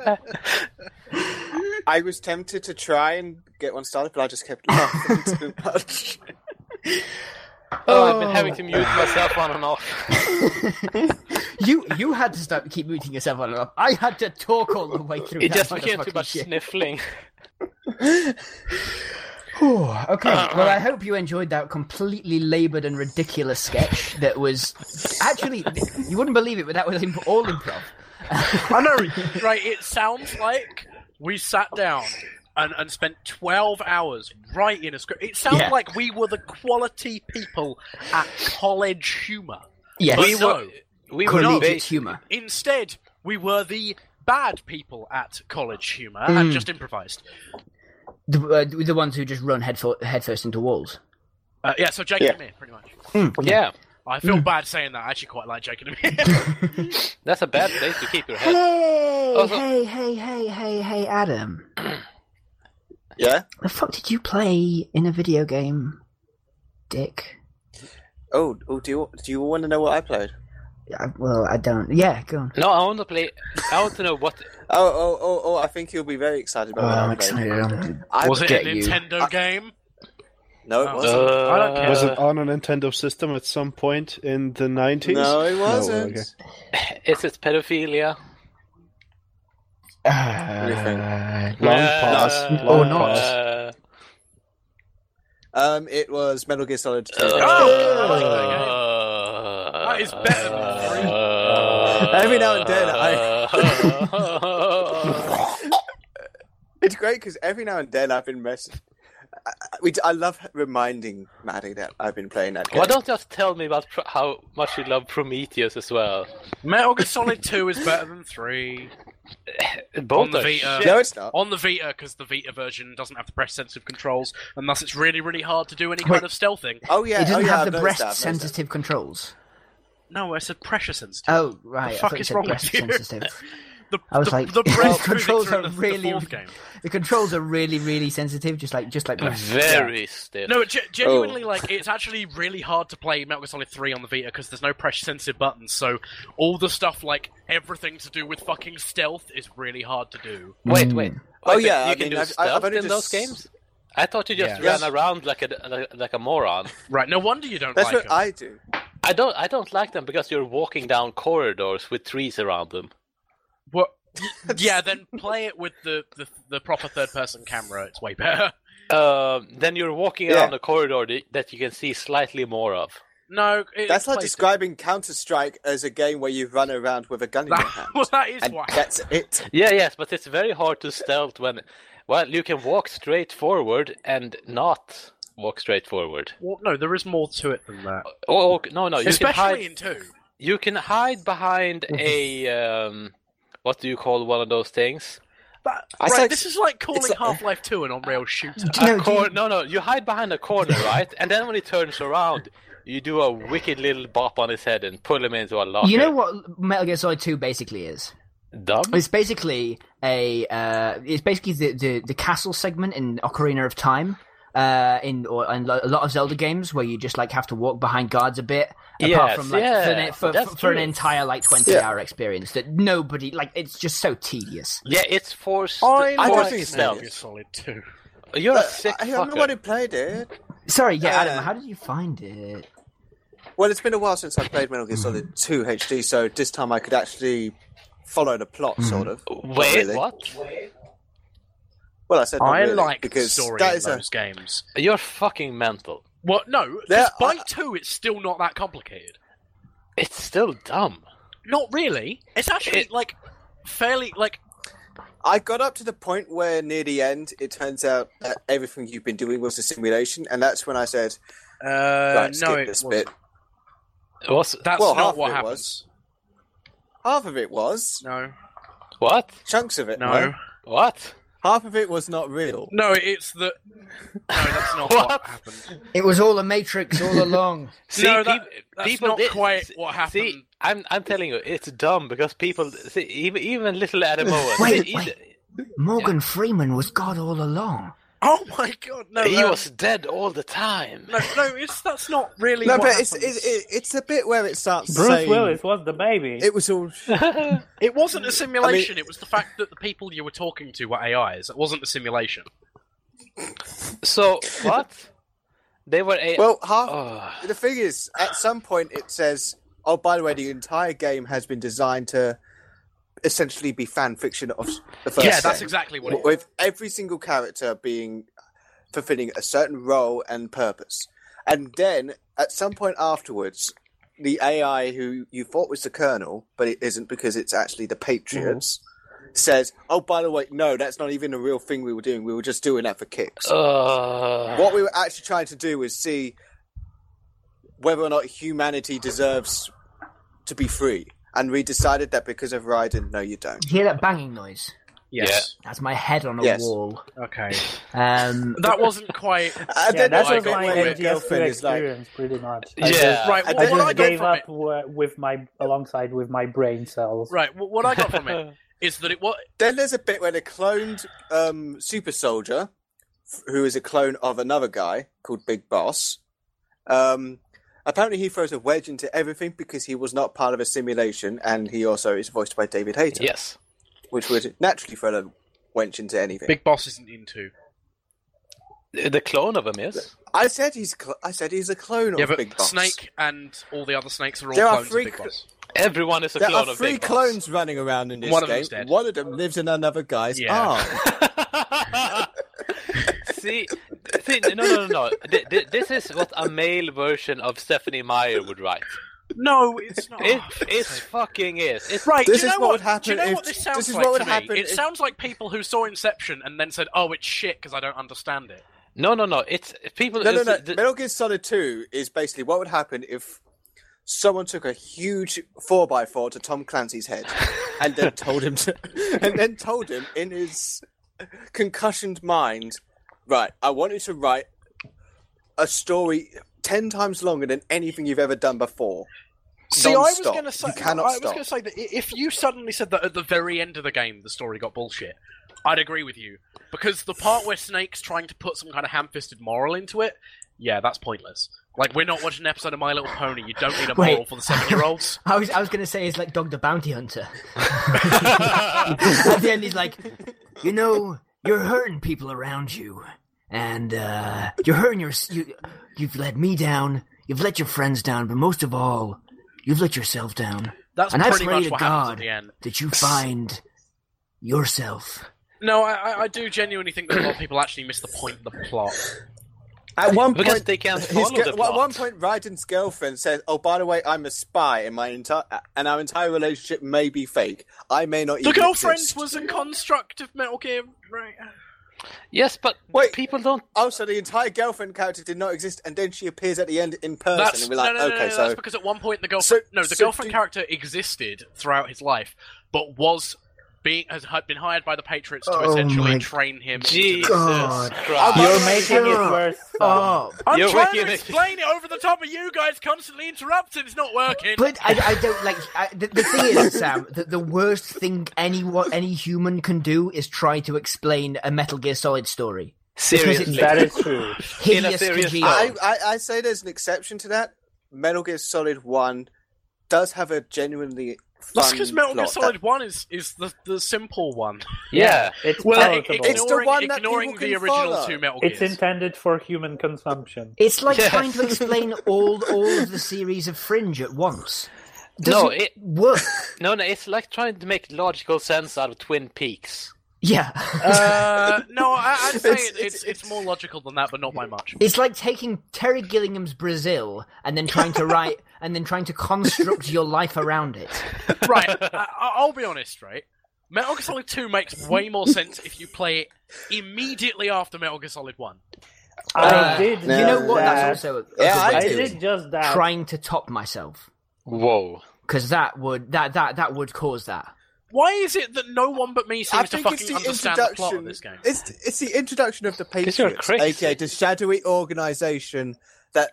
S2: I-
S1: me?
S2: I was tempted to try and get one started, but I just kept laughing too much.
S1: Oh, I've been having to mute myself on and off.
S3: you you had to stop keep muting yourself on and off. I had to talk all the way through.
S1: It
S3: that
S1: just became too
S3: motherfucking
S1: much
S3: shit.
S1: sniffling.
S3: Whew, okay.
S1: Uh,
S3: Well, I hope you enjoyed that completely laboured and ridiculous sketch. That was actually you wouldn't believe it, but that was imp- all improv.
S6: I know, right? It sounds like we sat down and, and spent 12 hours writing a script. It sounds
S3: Yeah.
S6: like we were the quality people at College Humor.
S3: Yes,
S6: We
S1: We
S6: were-
S1: were, we were
S3: collegiate
S1: basi-
S3: humour.
S6: Instead, we were the bad people at College Humor and just improvised.
S3: The, uh, the ones who just run head, for- head first into walls.
S6: Uh, yeah, so Jake
S2: Yeah.
S6: and me, pretty much.
S1: Yeah,
S6: I feel bad saying that. I actually quite like Jake and me.
S1: that's a bad place to keep your head.
S3: Hey,
S1: Also-
S3: hey, hey, hey, hey, hey, Adam.
S2: Yeah.
S3: The fuck did you play in a video game, Dick?
S2: Oh, oh. Do you do you want to know what I played?
S3: I, well, I don't. Yeah, go on.
S1: No, I want to play. I want to know what.
S2: Oh, oh, oh, oh! I think you'll be very excited about
S3: Oh,
S2: what
S3: I'm
S2: I played.
S3: excited. I'm-
S2: I,
S6: was it
S3: get
S6: a
S3: you.
S6: Nintendo
S2: I-
S6: game?
S2: No,
S6: Oh.
S2: it wasn't.
S1: Uh,
S6: I don't care.
S4: Was it on a Nintendo system at some point in the 90s?
S2: no, it wasn't.
S4: okay.
S1: Is it pedophilia?
S3: Uh,
S2: Anything.
S4: Long
S1: Uh,
S4: pause.
S1: uh,
S4: long
S3: Or not.
S4: pause.
S1: Uh,
S2: Um, it was Metal Gear Solid Oh! 2.
S1: Oh! uh,
S6: That is better than three.
S1: uh,
S2: Every now and then,
S1: I.
S2: It's great because every now and then I've been messaged. I, I- we, I love reminding Maddie that I've been playing that game.
S1: Why don't just tell me about pro- how much you love Prometheus as well?
S6: Metal Gear Solid 2 is better than 3.
S1: Both
S6: the
S1: are
S6: Vita.
S1: shit.
S2: no, it's not.
S6: on the Vita because the Vita version doesn't have the breast sensitive controls, and thus it's really, really hard to do any kind
S3: Wait.
S6: of stealthing.
S2: Oh yeah,
S3: it doesn't
S2: oh, yeah, I've
S3: have the
S2: noticed
S3: breast
S2: that, I've noticed that.
S3: sensitive controls.
S6: No, I said pressure sensitive.
S3: Oh right,
S6: The
S3: I
S6: fuck
S3: thought you
S6: is
S3: said
S6: wrong with
S3: breast
S6: you?
S3: sensitive.
S6: The,
S3: I was
S6: the,
S3: like,
S6: the breakthrough
S3: controls
S6: victory
S3: are
S6: of
S3: really-
S6: the fourth game.
S3: The controls are really, really sensitive, just like just like
S1: Very stiff.
S6: No, ge- genuinely,
S2: Oh.
S6: like it's actually really hard to play Metal Gear Solid Three on the Vita because there's no pressure-sensitive buttons. So all the stuff, like everything to do with fucking stealth, is really hard to do.
S1: Wait, wait.
S3: Mm.
S2: Oh,
S1: Wait,
S2: yeah,
S1: you
S2: I
S1: can do
S2: mean, I've- I've
S1: stealth in
S2: only
S1: those
S2: just-
S1: games. I thought you just
S2: Yeah.
S1: ran around like a like, like a moron.
S6: Right? No wonder you don't
S2: That's
S6: like
S2: what
S6: them.
S2: I do.
S1: I don't I don't like them because you're walking down corridors with trees around them.
S6: What? yeah, then play it with the, the the proper third-person camera. It's way better.
S1: Um, then you're walking
S2: Yeah.
S1: around a corridor th- that you can see slightly more of.
S6: No, it,
S2: That's
S6: it
S2: like
S6: plays
S2: describing Counter Strike as a game where you run around with a gun in
S6: That-
S2: your hand.
S6: well, that is
S2: And
S6: why.
S2: that's it.
S1: Yeah, yes, but it's very hard to stealth when well you can walk straight forward and not walk straight forward.
S6: Well, no, there is more to it than that.
S1: Oh oh, no no you
S6: Especially
S1: can hide
S6: in two.
S1: you can hide behind a um, what do you call one of those things?
S6: That,
S2: I
S6: right,
S2: said-
S6: this is like calling
S2: like-
S6: Half-Life Two an on-rail shooter.
S3: Do you
S1: A
S3: know- do you-
S1: cor- no, no, you hide behind a corner, right? And then when he turns around, you do a wicked little bop on his head and pull him into a locker.
S3: You know what Metal Gear Solid Two basically is?
S1: Dumb.
S3: It's basically a uh, it's basically the, the the castle segment in Ocarina of Time. Uh, in or in lo- a lot of Zelda games where you just like have to walk behind guards a bit, apart
S1: Yes,
S3: from like for, an,
S1: yeah,
S3: for,
S1: that's
S3: for, for an
S1: true.
S3: entire like twenty
S2: Yeah.
S3: hour experience that nobody like it's just so tedious.
S1: Yeah, it's forced.
S6: I
S1: forced
S2: like think it's
S1: stealth.
S2: stealth.
S6: Metal Solid Two.
S1: You're a
S2: But
S1: sick
S2: I, I'm
S1: fucker.
S2: the one who played it.
S3: Sorry, yeah,
S2: Uh,
S3: Adam, how did you find it?
S2: Well, it's been a while since I played Metal Gear Solid 2 HD, so this time I could actually follow the
S5: Hmm.
S2: plot, sort of. Not
S1: Wait,
S2: really.
S1: what?
S2: Well, I said not
S6: I
S2: really,
S6: like the
S2: because
S6: story
S2: that
S6: in
S2: is a
S6: those games.
S1: You're fucking mental.
S6: Well, no, 'cause
S2: There
S6: by
S2: are-
S6: two, it's still not that complicated.
S1: It's still dumb.
S6: Not really. It's actually
S1: It-
S6: like fairly like
S2: I got up to the point where near the end, it turns out that everything you've been doing was a simulation, and that's when I said,
S6: uh,
S2: "Right, skip
S6: no. It
S2: this
S6: wasn't.
S2: bit."
S1: It was
S6: That's
S2: Well, half
S6: not
S2: of
S6: what
S2: it
S6: happens.
S2: Half of it was
S6: No,
S1: what?
S2: chunks of it.
S6: no,
S2: were.
S1: What?
S2: half of it was not real.
S6: no. It's the no. That's not
S1: What?
S6: what happened.
S3: It was all a matrix all along.
S1: See,
S6: no, that,
S1: peop-
S6: that's
S1: people
S6: not
S1: did-
S6: quite what happened.
S1: See, I'm I'm telling you, it's dumb because people see, even even little Adam Owen.
S3: Wait,
S1: he,
S3: wait. Morgan Freeman was God all along.
S6: oh my god, no,
S1: he
S6: um,
S1: was dead all the time.
S6: no, no. It's that's not really.
S2: No,
S6: what
S2: but it's
S6: happens.
S2: it, it, it's a bit where it starts
S5: Bruce
S2: saying
S5: Willis was the baby.
S2: it was all.
S6: It wasn't a simulation. it was the fact that the people you were talking to were AIs. It wasn't a simulation.
S1: So what? They were a
S2: Well, half.
S1: Oh.
S2: The thing is, at some point, it says, "Oh, by the way, the entire game has been designed to essentially be fan fiction of the first
S6: yeah, that's
S2: game."
S6: exactly what it was.
S2: with every single character being fulfilling a certain role and purpose. And then at some point afterwards, the AI who you thought was the Colonel, but it isn't because it's actually the Patriots,
S6: Mm.
S2: says, Oh, by the way, no, that's not even a real thing we were doing. We were just doing that for kicks.
S1: Uh,
S2: what
S6: Ah.
S2: we were actually trying to do was see whether or not humanity deserves to be free. And we decided that because of Raiden, no, you don't.
S3: You hear that banging noise?
S6: Yes.
S3: That's my head on a
S2: Yes.
S3: wall.
S6: Okay.
S3: Um,
S6: That wasn't
S2: And
S6: quite.
S5: yeah,
S2: then
S5: that
S2: that's
S6: why I
S5: was
S2: the bit
S5: my
S6: got
S2: where your
S5: MGS2
S2: girlfriend
S5: experience,
S2: is like,
S5: pretty much. I just-
S1: yeah.
S6: Right.
S5: I
S6: Well,
S5: just,
S6: what I got
S5: gave
S6: from
S5: up
S6: it.
S5: w- with my alongside with my brain cells.
S6: Right. wh- What I got from it is that it was.
S2: Then there's a bit where the cloned um, super soldier, f- who is a clone of another guy called Big Boss, um, apparently he throws a wedge into everything because he was not part of a simulation, and he also is voiced by David Hayter,
S1: yes.
S2: which would naturally throw a wench into anything.
S6: Big Boss isn't into.
S1: The clone of him is.
S2: I said he's, cl- I said he's a clone
S6: Yeah,
S2: of Big
S6: but
S2: Boss.
S6: Snake and all the other snakes are all
S2: There are
S6: clones
S2: three
S6: of Big
S2: cl-
S6: Boss.
S1: Everyone is a
S2: There
S1: clone
S2: are
S1: of
S2: three
S1: Big Boss.
S2: clones running around in this
S6: One of
S2: game.
S6: them's dead.
S2: One of them lives in another guy's
S6: Yeah.
S2: arm.
S1: see, see, no, no, no, no. Th- th- This is what a male version of Stephanie Meyer would write.
S6: No, Oh, it's not.
S1: It, it's fucking is. It's
S6: Right,
S2: This
S6: do you
S2: is
S6: know
S2: what
S6: what,
S2: would happen
S6: do you know
S2: if-
S6: what this
S2: this
S6: sounds
S2: is
S6: like
S2: what would
S6: to me?
S2: happen
S6: It
S2: if-
S6: sounds like people who saw Inception and then said, "Oh, it's shit" because I don't understand it.
S1: No, no, no. It's people.
S2: No, no,
S1: it's-
S2: no.
S1: the-
S2: Metal Gear Solid 2 is basically what would happen if someone took a huge 4x4 to Tom Clancy's head and then told him to, and then told him in his concussioned mind, right, I want you to write a story 10 times longer than anything you've ever done before.
S6: See, I was
S2: Non-stop.
S6: going to say,
S2: you cannot
S6: I was
S2: stop.
S6: going to say that i- if you suddenly said that at the very end of the game the story got bullshit, I'd agree with you because the part where Snake's trying to put some kind of ham-fisted moral into it, yeah, that's pointless. Like we're not watching an episode of My Little Pony. You don't need a
S3: Wait.
S6: moral for the seven-year-olds.
S3: I was, I was going to say it's like Dog the Bounty Hunter. At the end, he's like, you know, you're hurting people around you, and uh, you're hurting your. You, you've let me down. You've let your friends down, but most of all, you've let yourself down.
S6: That's
S3: And I
S6: pretty
S3: pray
S6: much
S3: to
S6: what happens
S3: God.
S6: at the end.
S3: That you find yourself.
S6: No, I, I, I do genuinely think that a lot of people actually miss the point of the plot.
S2: At one
S1: because
S2: point,
S1: they can't
S2: his
S1: follow
S2: gi-
S1: the
S2: at
S1: plot.
S2: one point, Ryden's girlfriend says, "Oh, by the way, I'm a spy, and my entire and our entire relationship may be fake. I may not."
S6: The
S2: even
S6: girlfriend
S2: exist.
S6: was a construct of Metal Gear. Right?
S1: Yes, but
S2: Wait.
S1: people don't.
S2: Oh, so the entire girlfriend character did not exist, and then she appears at the end in person,
S6: That's
S2: and we're like,
S6: no, no, no,
S2: "Okay,
S6: no,
S2: so."
S6: that's because at one point the
S2: so-
S6: girlfriend, no, the
S2: so
S6: girlfriend
S2: do-
S6: character existed throughout his life, but was being has hi- been hired by the Patriots to
S3: Oh my
S6: essentially train him. into
S1: Jesus
S6: this.
S3: God.
S1: Christ.
S5: You're making it
S3: Fuck
S5: worse.
S3: Oh,
S6: I'm
S1: You're
S6: trying
S1: making
S6: to
S1: it-
S6: explain it over the top of you guys constantly interrupting. It's not working.
S3: But I, I don't like I, the, the thing is, Sam. The, the worst thing anyone, any human can do is try to explain a Metal Gear Solid story.
S1: Seriously.
S5: That is true.
S1: In a
S3: Hideous
S1: serious-
S3: Kojima.
S2: I, I, I say there's an exception to that. Metal Gear Solid One does have a genuinely fun
S6: That's because Metal Gear
S2: plot.
S6: Solid One is is the, the simple one.
S1: Yeah.
S5: It's
S6: Well,
S5: palatable.
S6: ignoring,
S2: It's the one that
S6: ignoring
S2: people
S6: the
S2: can
S6: original
S2: follow.
S6: two Metal
S5: It's
S6: Gears.
S5: intended for human consumption.
S3: It's like
S1: Yeah.
S3: trying to explain all all of the series of Fringe at once. Doesn't
S1: No, it-
S3: work.
S1: No, no, it's like trying to make logical sense out of Twin Peaks.
S3: Yeah,
S6: Uh, no, I, I'd say
S2: It's-
S6: it's, it's, it's, more logical than that, but not by much.
S3: it's like taking Terry Gillingham's Brazil and then trying to write and then trying to construct your life around it.
S6: right, I, I- I'll be honest, right? Metal Gear Solid 2 makes way more sense if you play it immediately after Metal Gear Solid 1.
S5: I did.
S2: no,
S3: you know what?
S5: Uh, That.
S3: That's also a, a
S2: Yeah,
S3: good
S2: I
S3: way
S5: I
S3: of doing it.
S5: did just that.
S3: trying to top myself
S1: Whoa.
S3: because that would that that that would cause that.
S6: Why is it that no one but me
S2: I
S6: seems to
S2: think it's
S6: fucking
S2: the
S6: understand the plot of
S2: introduction.
S6: this game?
S2: It's it's the introduction of the
S1: you're
S2: Patriots,
S1: crazy.
S2: aka the shadowy organization that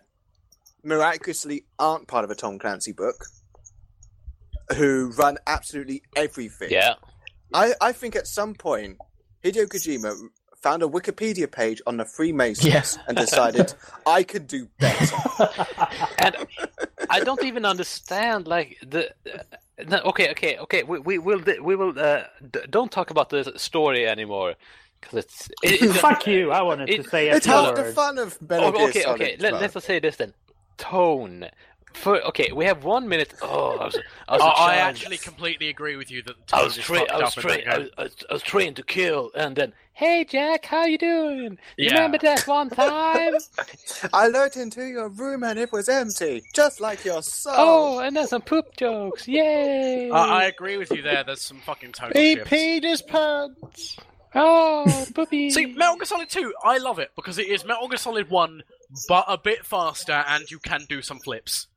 S2: miraculously aren't part of a Tom Clancy book, who run absolutely everything.
S1: Yeah.
S2: I, I think at some point Hideo Kojima found a Wikipedia page on the Freemasons
S3: Yes.
S2: and decided I could do better.
S1: and I don't even understand like the. Uh, no, okay, okay, okay. We we will di- we will uh, d- don't talk about the story anymore because it's it, it's-
S5: Fuck you! I wanted
S1: It-
S5: to say a
S2: it's
S5: few
S2: half the
S5: words.
S2: fun of Metal
S1: Oh,
S2: Gear
S1: okay,
S2: Solid.
S1: okay. Let,
S2: but-
S1: let's just say this then. Tone. For, okay, we have one minute. Oh, I was, I was a
S6: I, I
S1: child.
S6: actually completely agree with you that the
S1: I
S6: tone
S1: was,
S6: is
S1: tra-
S6: fucked
S1: I, was
S6: up in that
S1: tra- I,
S6: game.
S1: was, I, was, I was trained to kill, and then, hey Jack, how you doing? You
S6: Yeah.
S1: Remember that one time?
S2: I looked into your room and it was empty, just like your soul.
S1: oh, Uh, and then some poop jokes. Yay!
S6: I, I agree with you there. There's some fucking tone
S4: He
S6: shifts.
S4: peed his pants.
S1: Oh, poopy.
S6: See, Metal Gear Solid 2, I love it because it is Metal Gear Solid 1, but a bit faster, and you can do some flips.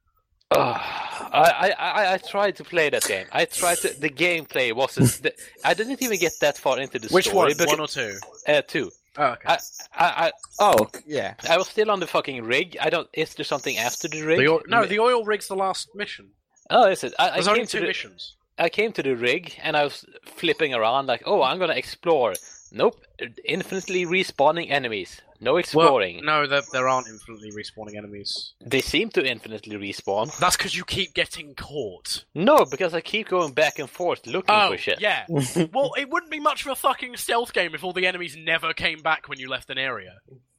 S1: Ugh. I, I, I, I tried to play that game. I tried to, the gameplay wasn't. The, I didn't even get that far into the
S6: Which
S1: story.
S6: one? One or two?
S1: or- uh, two.
S6: Oh, okay.
S1: I, I,
S2: oh, yeah.
S1: I, I was still on the fucking rig. I don't. Is there something after the rig?
S6: The oil, no, the oil rig's the last mission.
S1: Oh, is it? I, I
S6: There's
S1: came
S6: only
S1: to
S6: two
S1: the,
S6: missions.
S1: I came to the rig and I was flipping around like, oh, I'm gonna explore. Nope, infinitely respawning enemies. No exploring.
S6: Well, no, there, there aren't infinitely respawning enemies.
S1: They seem to infinitely respawn.
S6: That's because you keep getting caught.
S1: No, because I keep going back and forth looking for shit.
S6: Oh, yeah. well, it wouldn't be much of a fucking stealth game if all the enemies never came back when you left an area.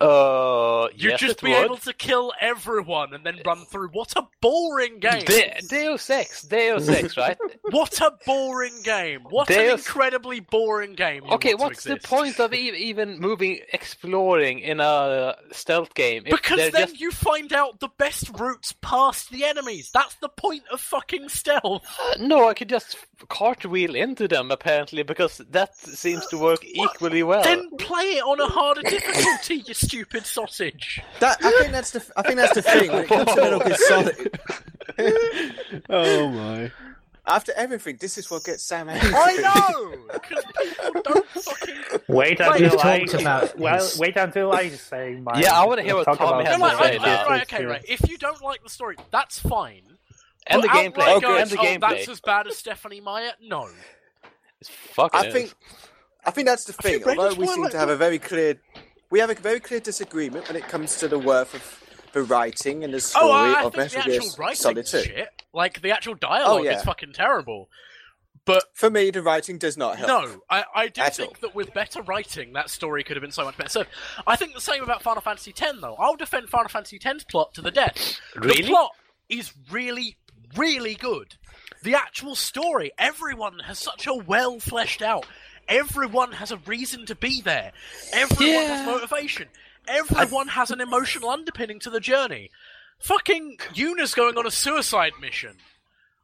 S1: Uh,
S6: You'd
S1: yes,
S6: just
S1: it
S6: be
S1: would.
S6: able to kill everyone and then run through. What a boring game!
S1: De- Deus Ex, Deus Ex, right?
S6: What a boring game! What an
S1: Deus-
S6: incredibly boring game! you
S1: okay,
S6: want to
S1: what's the
S6: exist.
S1: point of e- even moving, exploring in a stealth game? if
S6: Because
S1: they're
S6: then
S1: just-
S6: you find out the best routes past the enemies. That's the point of fucking stealth.
S1: Uh, no, I could just cartwheel into them apparently because that seems to work equally well.
S6: Then play it on a harder difficulty, you stupid sausage.
S2: That, I think that's the I think that's the thing when it comes to Metal Gear Solid.
S4: Oh my!
S2: After everything, this is what gets Sam angry.
S6: I know! Because people don't fucking.
S5: Wait
S6: Like,
S5: until
S3: we've
S5: I
S3: talked about
S5: well,
S3: this.
S5: wait until I say mine.
S1: Yeah, I wanna hear what
S5: Talk
S1: Tom
S5: about
S1: has
S6: No,
S1: to
S5: my
S1: say
S6: like, I,
S1: now.
S6: I, right, okay, right. If you don't like the story, that's fine.
S1: And the
S6: But outright
S1: gameplay.
S6: going,
S1: and the
S6: "Oh,
S1: gameplay.
S6: That's as bad as Stephanie Meyer. No,
S1: It's fucking.
S2: I think, I think that's the thing.
S6: read
S2: Although
S6: the
S2: we seem
S6: Twilight
S2: to have a very clear, we have a very clear disagreement when it comes to the worth of the writing and the story
S6: oh, I, I
S2: of
S6: think the
S2: Metal Gear
S6: actual writing
S2: Solid Two.
S6: shit, like the
S1: Oh,
S6: actual dialogue,
S2: yeah.
S6: is fucking terrible. But
S2: For me, the writing does not help.
S6: no, I, I do
S2: At
S6: think that with better writing, that story could have been so much better. So I think the same about Final Fantasy X, though. I'll defend Final Fantasy X's plot to the death. The
S1: Really?
S6: plot is really, really good. The actual story, everyone has such a well fleshed out. Everyone has a reason to be there. Everyone has motivation. Everyone has an emotional underpinning to the journey. Fucking Yuna's going on a suicide mission.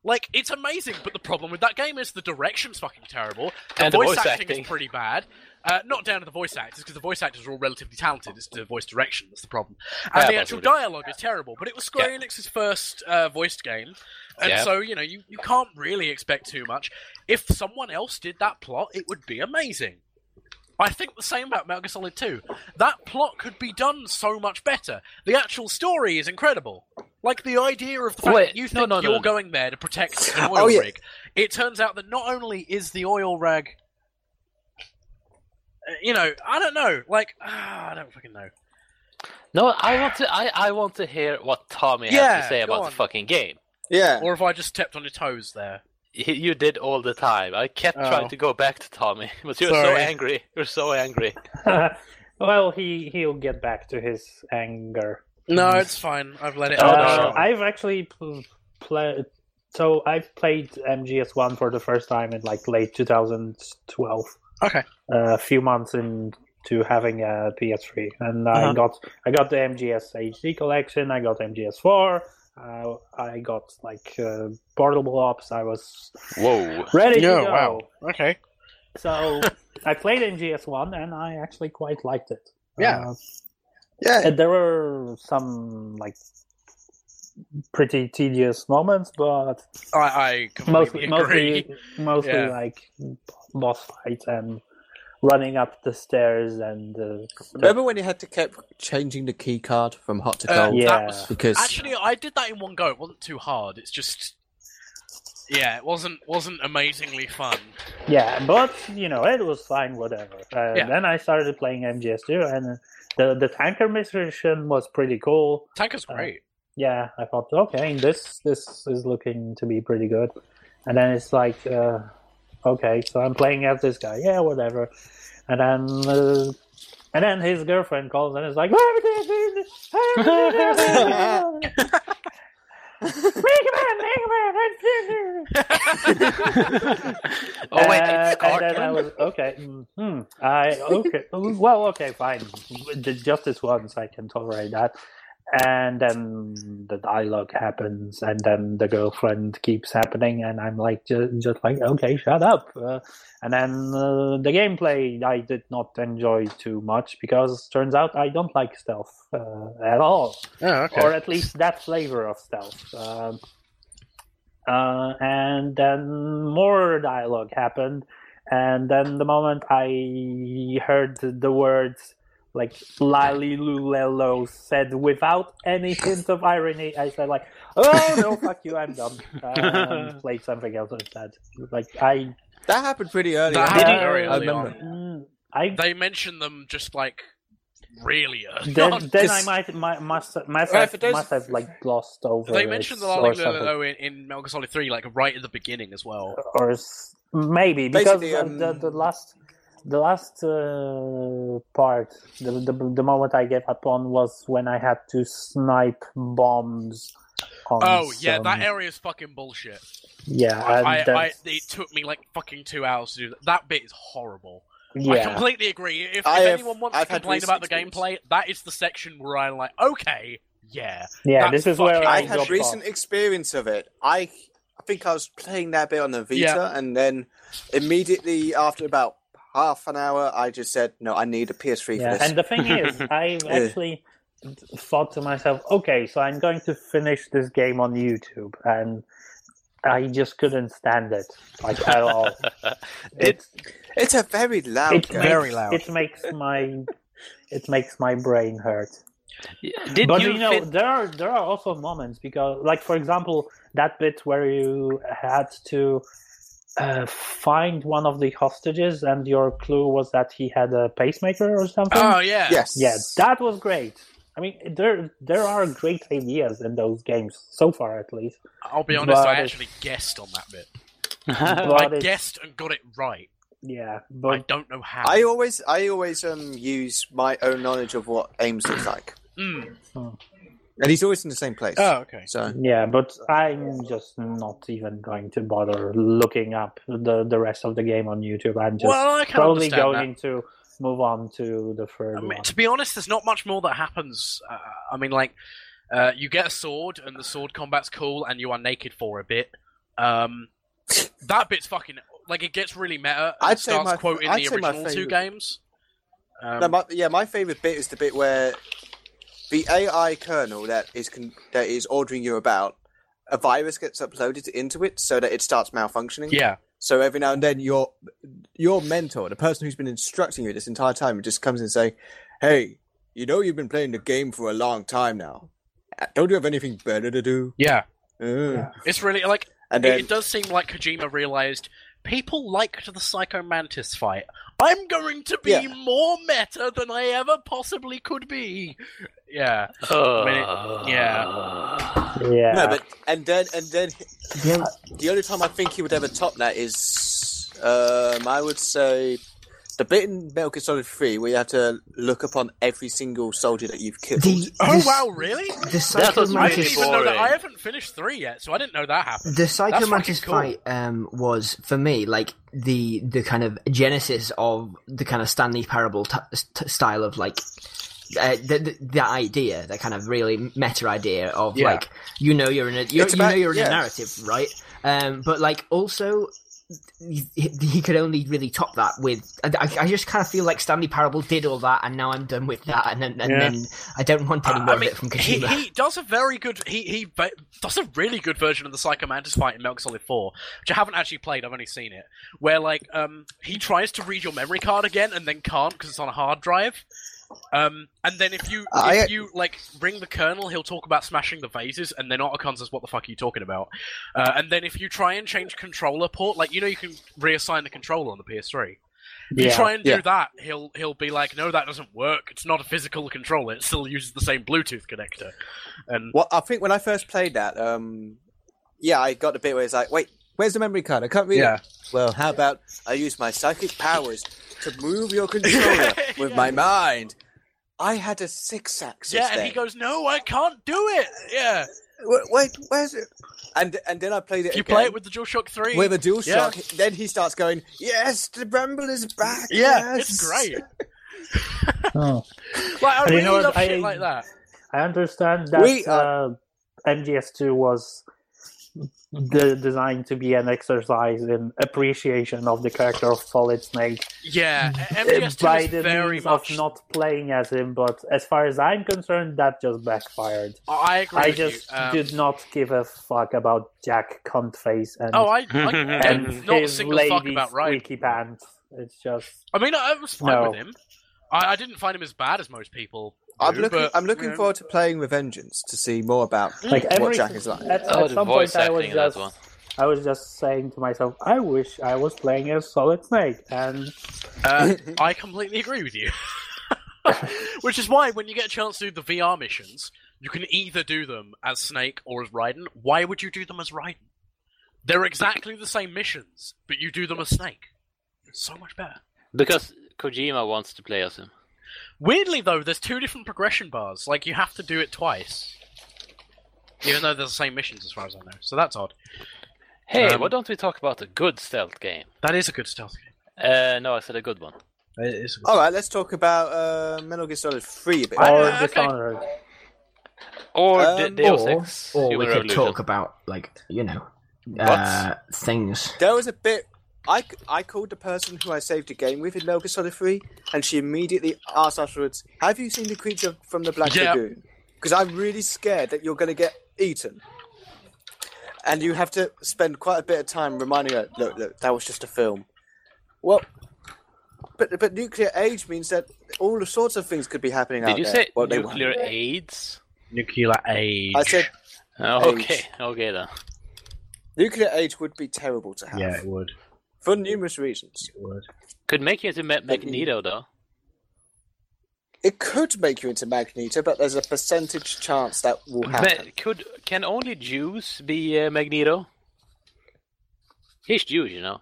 S6: Like, it's amazing, but the problem with that game is the direction's fucking terrible. The
S1: And the
S6: voice,
S1: voice
S6: acting,
S1: acting.
S6: is pretty bad. Uh, not down to the voice actors, because the voice actors are all relatively talented. It's the voice direction that's the problem. And
S1: Yeah,
S6: the actual
S1: possibly.
S6: dialogue is terrible, but it was Square
S1: Yeah.
S6: Enix's first uh, voiced game. And
S1: Yeah.
S6: so, you know, you, you can't really expect too much. If someone else did that plot, it would be amazing. I think the same about Metal Gear Solid 2. That plot could be done so much better. The actual story is incredible. Like the idea of the fact
S1: Wait,
S6: that you
S1: no,
S6: think
S1: no, no,
S6: you're
S1: no.
S6: going there to protect an oil
S2: Oh, yeah.
S6: rig. It turns out that not only is the oil rag, Uh, you know, I don't know, like ah, I don't fucking know.
S1: No, I want to. I, I want to hear what Tommy has
S6: Yeah,
S1: to say
S6: go
S1: about
S6: on.
S1: the fucking game.
S2: Yeah.
S6: Or if I just stepped on your toes there.
S1: He, you did all the time. I kept
S6: Oh.
S1: trying to go back to Tommy, but you're so
S6: Sorry.
S1: angry. You're so angry.
S5: well, he he'll get back to his anger.
S6: No, it's fine. I've let it.
S1: Oh,
S6: out.
S1: no.
S5: Uh, I've actually p- played. So I've played MGS One for the first time in like late 2012.
S6: Okay.
S5: a few months into having a PS3, and I
S6: Uh-huh.
S5: got I got the MGS HD collection. I got MGS Four. Uh, I got like uh, portable ops. I was
S1: Whoa.
S5: ready
S6: Yeah,
S5: to go.
S6: wow. Okay.
S5: So I played MGS One, and I actually quite liked it.
S6: Yeah.
S5: Uh,
S2: Yeah.
S5: and there were some like pretty tedious moments, but
S6: I, I completely
S5: mostly
S6: agree.
S5: mostly mostly
S6: Yeah.
S5: like boss fights and running up the stairs and uh,
S2: Remember when you had to keep changing the key card from hot to
S6: Uh,
S2: cold
S5: yeah.
S6: That was
S2: because
S6: Actually, I did that in one go. It wasn't too hard. It's just, yeah, it wasn't wasn't amazingly fun.
S5: Yeah, but you know it was fine, whatever. Uh,
S6: Yeah.
S5: Then I started playing MGS2, and the the tanker mission was pretty cool.
S6: Tanker's great.
S5: Yeah, I thought, okay, this this is looking to be pretty good. And then it's like, uh, okay, so I'm playing as this guy. Yeah, whatever. And then uh, and then his girlfriend calls and is like, Mega Man, Mega Man,
S1: Oh wait,
S5: Uh,
S1: it's
S5: and then I
S1: Scorpion.
S5: was okay. mm, Hmm. I okay. well, okay, fine. Ju- Just this once, I can tolerate that. And then the dialogue happens, and then the girlfriend keeps happening, and I'm like, just, just like, okay, shut up. Uh, and then uh, the gameplay I did not enjoy too much because turns out I don't like stealth uh, at all
S6: Oh,
S5: or at least that flavor of stealth. Um, uh, and then more dialogue happened, and then the moment I heard the words like "lali lulelo" said without any hint of irony, I said like, "Oh no, fuck you, I'm done." Uh, and played something else instead. Like I,
S2: that happened pretty early.
S6: That
S2: on.
S6: happened
S5: Uh,
S6: very
S2: I
S6: early
S2: remember.
S5: mm,
S6: on.
S5: I
S6: They mentioned them just like really early.
S5: then,
S6: on.
S5: then I
S2: just-
S5: might, might must must
S2: Right,
S5: have,
S2: for those-
S5: must have like glossed over.
S6: they
S5: it
S6: mentioned the
S5: or
S6: Lali
S5: something.
S6: Lulalo in, in Metal Gear Solid 3 like right at the beginning as well.
S5: or s- maybe because
S2: Basically, um,
S5: the, the last the last uh, part the, the the moment I gave up on was when I had to snipe bombs. On
S6: Oh yeah,
S5: some-
S6: that area's fucking bullshit.
S5: yeah, and
S6: I, I,
S5: that's-
S6: it took me like fucking two hours to do that. That bit is horrible. I
S5: yeah.
S6: completely agree. If, if
S2: I have-
S6: anyone wants
S2: I've
S6: to
S2: had
S6: complain about the
S2: recent
S6: gameplay, that is the section where I'm like, okay, yeah,
S5: yeah,
S6: that's
S5: this is where
S6: fucking-
S5: I,
S2: I
S6: Oh,
S2: had
S5: dropped
S2: recent
S5: off.
S2: experience of it. I I think I was playing that bit on the Vita,
S6: Yeah.
S2: and then immediately after about half an hour, I just said, "No, I need a PS3
S5: Yeah,
S2: for this."
S5: and the thing is, I
S2: Yeah.
S5: actually thought to myself, okay, so I'm going to finish this game on YouTube, and I just couldn't stand it like at all.
S1: Did-
S5: It's-
S2: It's a very loud
S5: it
S2: game.
S5: makes, It makes my it makes my brain hurt.
S1: Did
S5: but
S1: you,
S5: you, know,
S1: fin-
S5: there are there are also moments because, like for example, that bit where you had to uh, find one of the hostages, and your clue was that he had a pacemaker or
S2: Um,
S5: something.
S6: Oh yeah.
S2: Yes.
S5: yeah, that was great. I mean, there there are great ideas in those games so far, at least.
S6: I'll be honest.
S5: But
S6: I
S5: it's-
S6: actually guessed on that bit.
S5: But
S6: I
S5: it's-
S6: guessed and got it right.
S5: Yeah,
S6: I
S5: but
S6: don't know how.
S2: I always, I always um, use my own knowledge of what Ames looks like,
S6: Mm.
S5: hmm.
S2: and he's always in the same place.
S6: Oh okay.
S2: So
S5: yeah, but I'm just not even going to bother looking up the the rest of the game on YouTube. I'm just
S6: well, I can
S5: probably
S6: understand that.
S5: going to move on to the third
S6: I mean,
S5: one.
S6: to be honest, there's not much more that happens. Uh, I mean, like, uh, you get a sword, and the sword combat's cool, and you are naked for a bit. Um, that bit's fucking like it gets really meta. And
S2: I'd
S6: it
S2: say
S6: starts
S2: my-
S6: quoting
S2: I'd
S6: the
S2: say my
S6: original two
S2: favourite-
S6: games. Um,
S2: No, my, yeah, my favorite bit is the bit where the AI kernel that is con- that is ordering you about a virus gets uploaded into it so that it starts malfunctioning.
S6: yeah,
S2: So every now and then your your mentor, the person who's been instructing you this entire time, just comes and say, "Hey, you know you've been playing the game for a long time now. Uh, Don't you have anything better to do?"
S6: yeah,
S2: Uh."
S6: it's really like
S2: And
S6: it,
S2: then
S6: it does seem like Kojima realized people liked the Psycho Mantis fight. I'm going to be
S2: Yeah.
S6: more meta than I ever possibly could be. Yeah,
S1: Uh,
S6: yeah.
S5: yeah,
S2: no, but and then and then
S3: Yeah,
S2: The only time I think he would ever top that is, um, I would say, the bit in Metal Gear Solid 3 where you have to look upon every single soldier that you've killed.
S3: the,
S6: Oh
S3: this-
S6: wow, really?
S3: The
S1: was
S6: I
S1: really
S6: didn't
S3: psychomantis,
S6: even know that.
S1: boring.
S6: I haven't finished three yet, so I didn't know that happened.
S3: the psychomantis
S6: fucking cool.
S3: fight um, was for me like the the kind of genesis of the kind of Stanley Parable t- t- style of like. Uh, the, the the idea, that kind of really meta idea of
S6: Yeah.
S3: like you know you're in a you're,
S2: It's
S3: you
S2: about-
S3: know you're in a
S2: yeah.
S3: narrative, right? Um, but like also he, he could only really top that with. I, I just kind of feel like Stanley Parable did all that, and now I'm done with that, and then and
S5: Yeah.
S3: then I don't want any
S6: Uh,
S3: more
S6: I mean,
S3: of it from
S6: he,
S3: Kojima.
S6: he does a very good he he ba- does a really good version of the Psycho Mantis fight in Metal Gear Solid Four, which I haven't actually played. I've only seen it. Where like um he tries to read your memory card again and then can't because it's on a hard drive. Um and then if you
S2: I-
S6: if you like ring the colonel, he'll talk about smashing the vases, and then Otacon says, "What the fuck are you talking about?" Uh, and then if you try and change controller port, like you know you can reassign the controller on the PS3. If you
S5: Yeah.
S6: try and do
S2: Yeah.
S6: that, he'll he'll be like, "No, that doesn't work. It's not a physical controller. It still uses the same Bluetooth connector." And
S2: Well, I think when I first played that, um, yeah, I got the bit where it's like, wait, where's the memory card? I can't read
S6: Yeah.
S2: it. Well, how about I use my psychic powers to move your controller with my mind? I had a six axis.
S6: yeah, and he goes, "No, I can't do it." Yeah,
S2: wait, where's it? And and then I played it.
S6: if you
S2: again.
S6: play it with the DualShock Three.
S2: with a dual shock. Then he starts going, "Yes, the Bramble is back."
S6: yeah,
S2: yes."
S6: it's great.
S5: Oh.
S6: Like I
S5: And you
S6: really
S5: know what?
S6: love
S5: I-
S6: shit like that.
S5: I understand that
S2: We
S5: uh, MGS2 was the, designed to be an exercise in appreciation of the character of Solid Snake eh,
S6: Yeah, MGS2
S5: by
S6: is
S5: the
S6: very
S5: means
S6: much.
S5: of not playing as him. But as far as I'm concerned, that just backfired.
S6: I agree.
S5: I
S6: with you.
S5: just
S6: Um,
S5: did not give a fuck about Jack Cuntface and
S6: Oh, I, I
S5: and
S6: and not a
S5: his
S6: single fuck
S5: lady
S6: about right.
S5: squeaky pants. It's just
S6: I mean, I I was fine
S5: No.
S6: with him. I, I didn't find him as bad as most people.
S2: I'm
S6: do,
S2: looking.
S6: but,
S2: I'm
S6: you
S2: looking
S6: know.
S2: forward to playing with Vengeance to see more about
S5: like
S2: what
S5: every,
S2: Jack is like.
S5: At, at
S1: Oh, the
S5: some point,
S1: voice
S5: I was
S1: acting in that
S5: just
S1: one.
S5: I was just saying to myself, I wish I was playing as Solid Snake, and
S6: Uh, I completely agree with you. Which is why, when you get a chance to do the VR missions, you can either do them as Snake or as Raiden. Why would you do them as Raiden? They're exactly the same missions, but you do them as Snake. It's so much better.
S1: Because Kojima wants to play as him.
S6: Weirdly, though, there's two different progression bars. Like, you have to do it twice. Even though they're the same missions, as far as I know. So that's odd.
S1: Hey,
S6: Um,
S1: why don't we talk about a good stealth game?
S6: That is a good stealth game.
S1: Uh, no, I said a good one.
S6: It is a good
S2: All right, let's talk about uh, Metal Gear Solid Three a bit.
S5: or
S6: okay.
S5: Dishonored.
S1: Or
S2: Um,
S1: De- Deus
S3: or,
S1: Ex.
S3: or we
S1: Human
S3: could
S1: Revolution.
S3: talk about like you know uh, things.
S2: There was a bit. I, c- I called the person who I saved a game with in Metal Gear Solid 3, and she immediately asked afterwards, Have you seen the creature from the Black
S6: Yeah.
S2: Lagoon? Because I'm really scared that you're going to get eaten. And you have to spend quite a bit of time reminding her, Look, look, that was just a film. Well, but, but nuclear age means that all sorts of things could be happening out
S1: Did you
S2: there.
S1: say
S2: Well, they won't.
S1: nuclear aids?
S6: Nuclear age.
S2: I said
S1: Oh,
S2: Aids.
S1: okay, okay then.
S2: nuclear age would be terrible to have
S6: Yeah, it would.
S2: for numerous reasons.
S6: It would.
S1: Could make you into Ma- Magneto though.
S2: It could make you into Magneto, but there's a percentage chance that will happen.
S1: Ma- could can only Jews be uh, Magneto? He's Jewish, you know.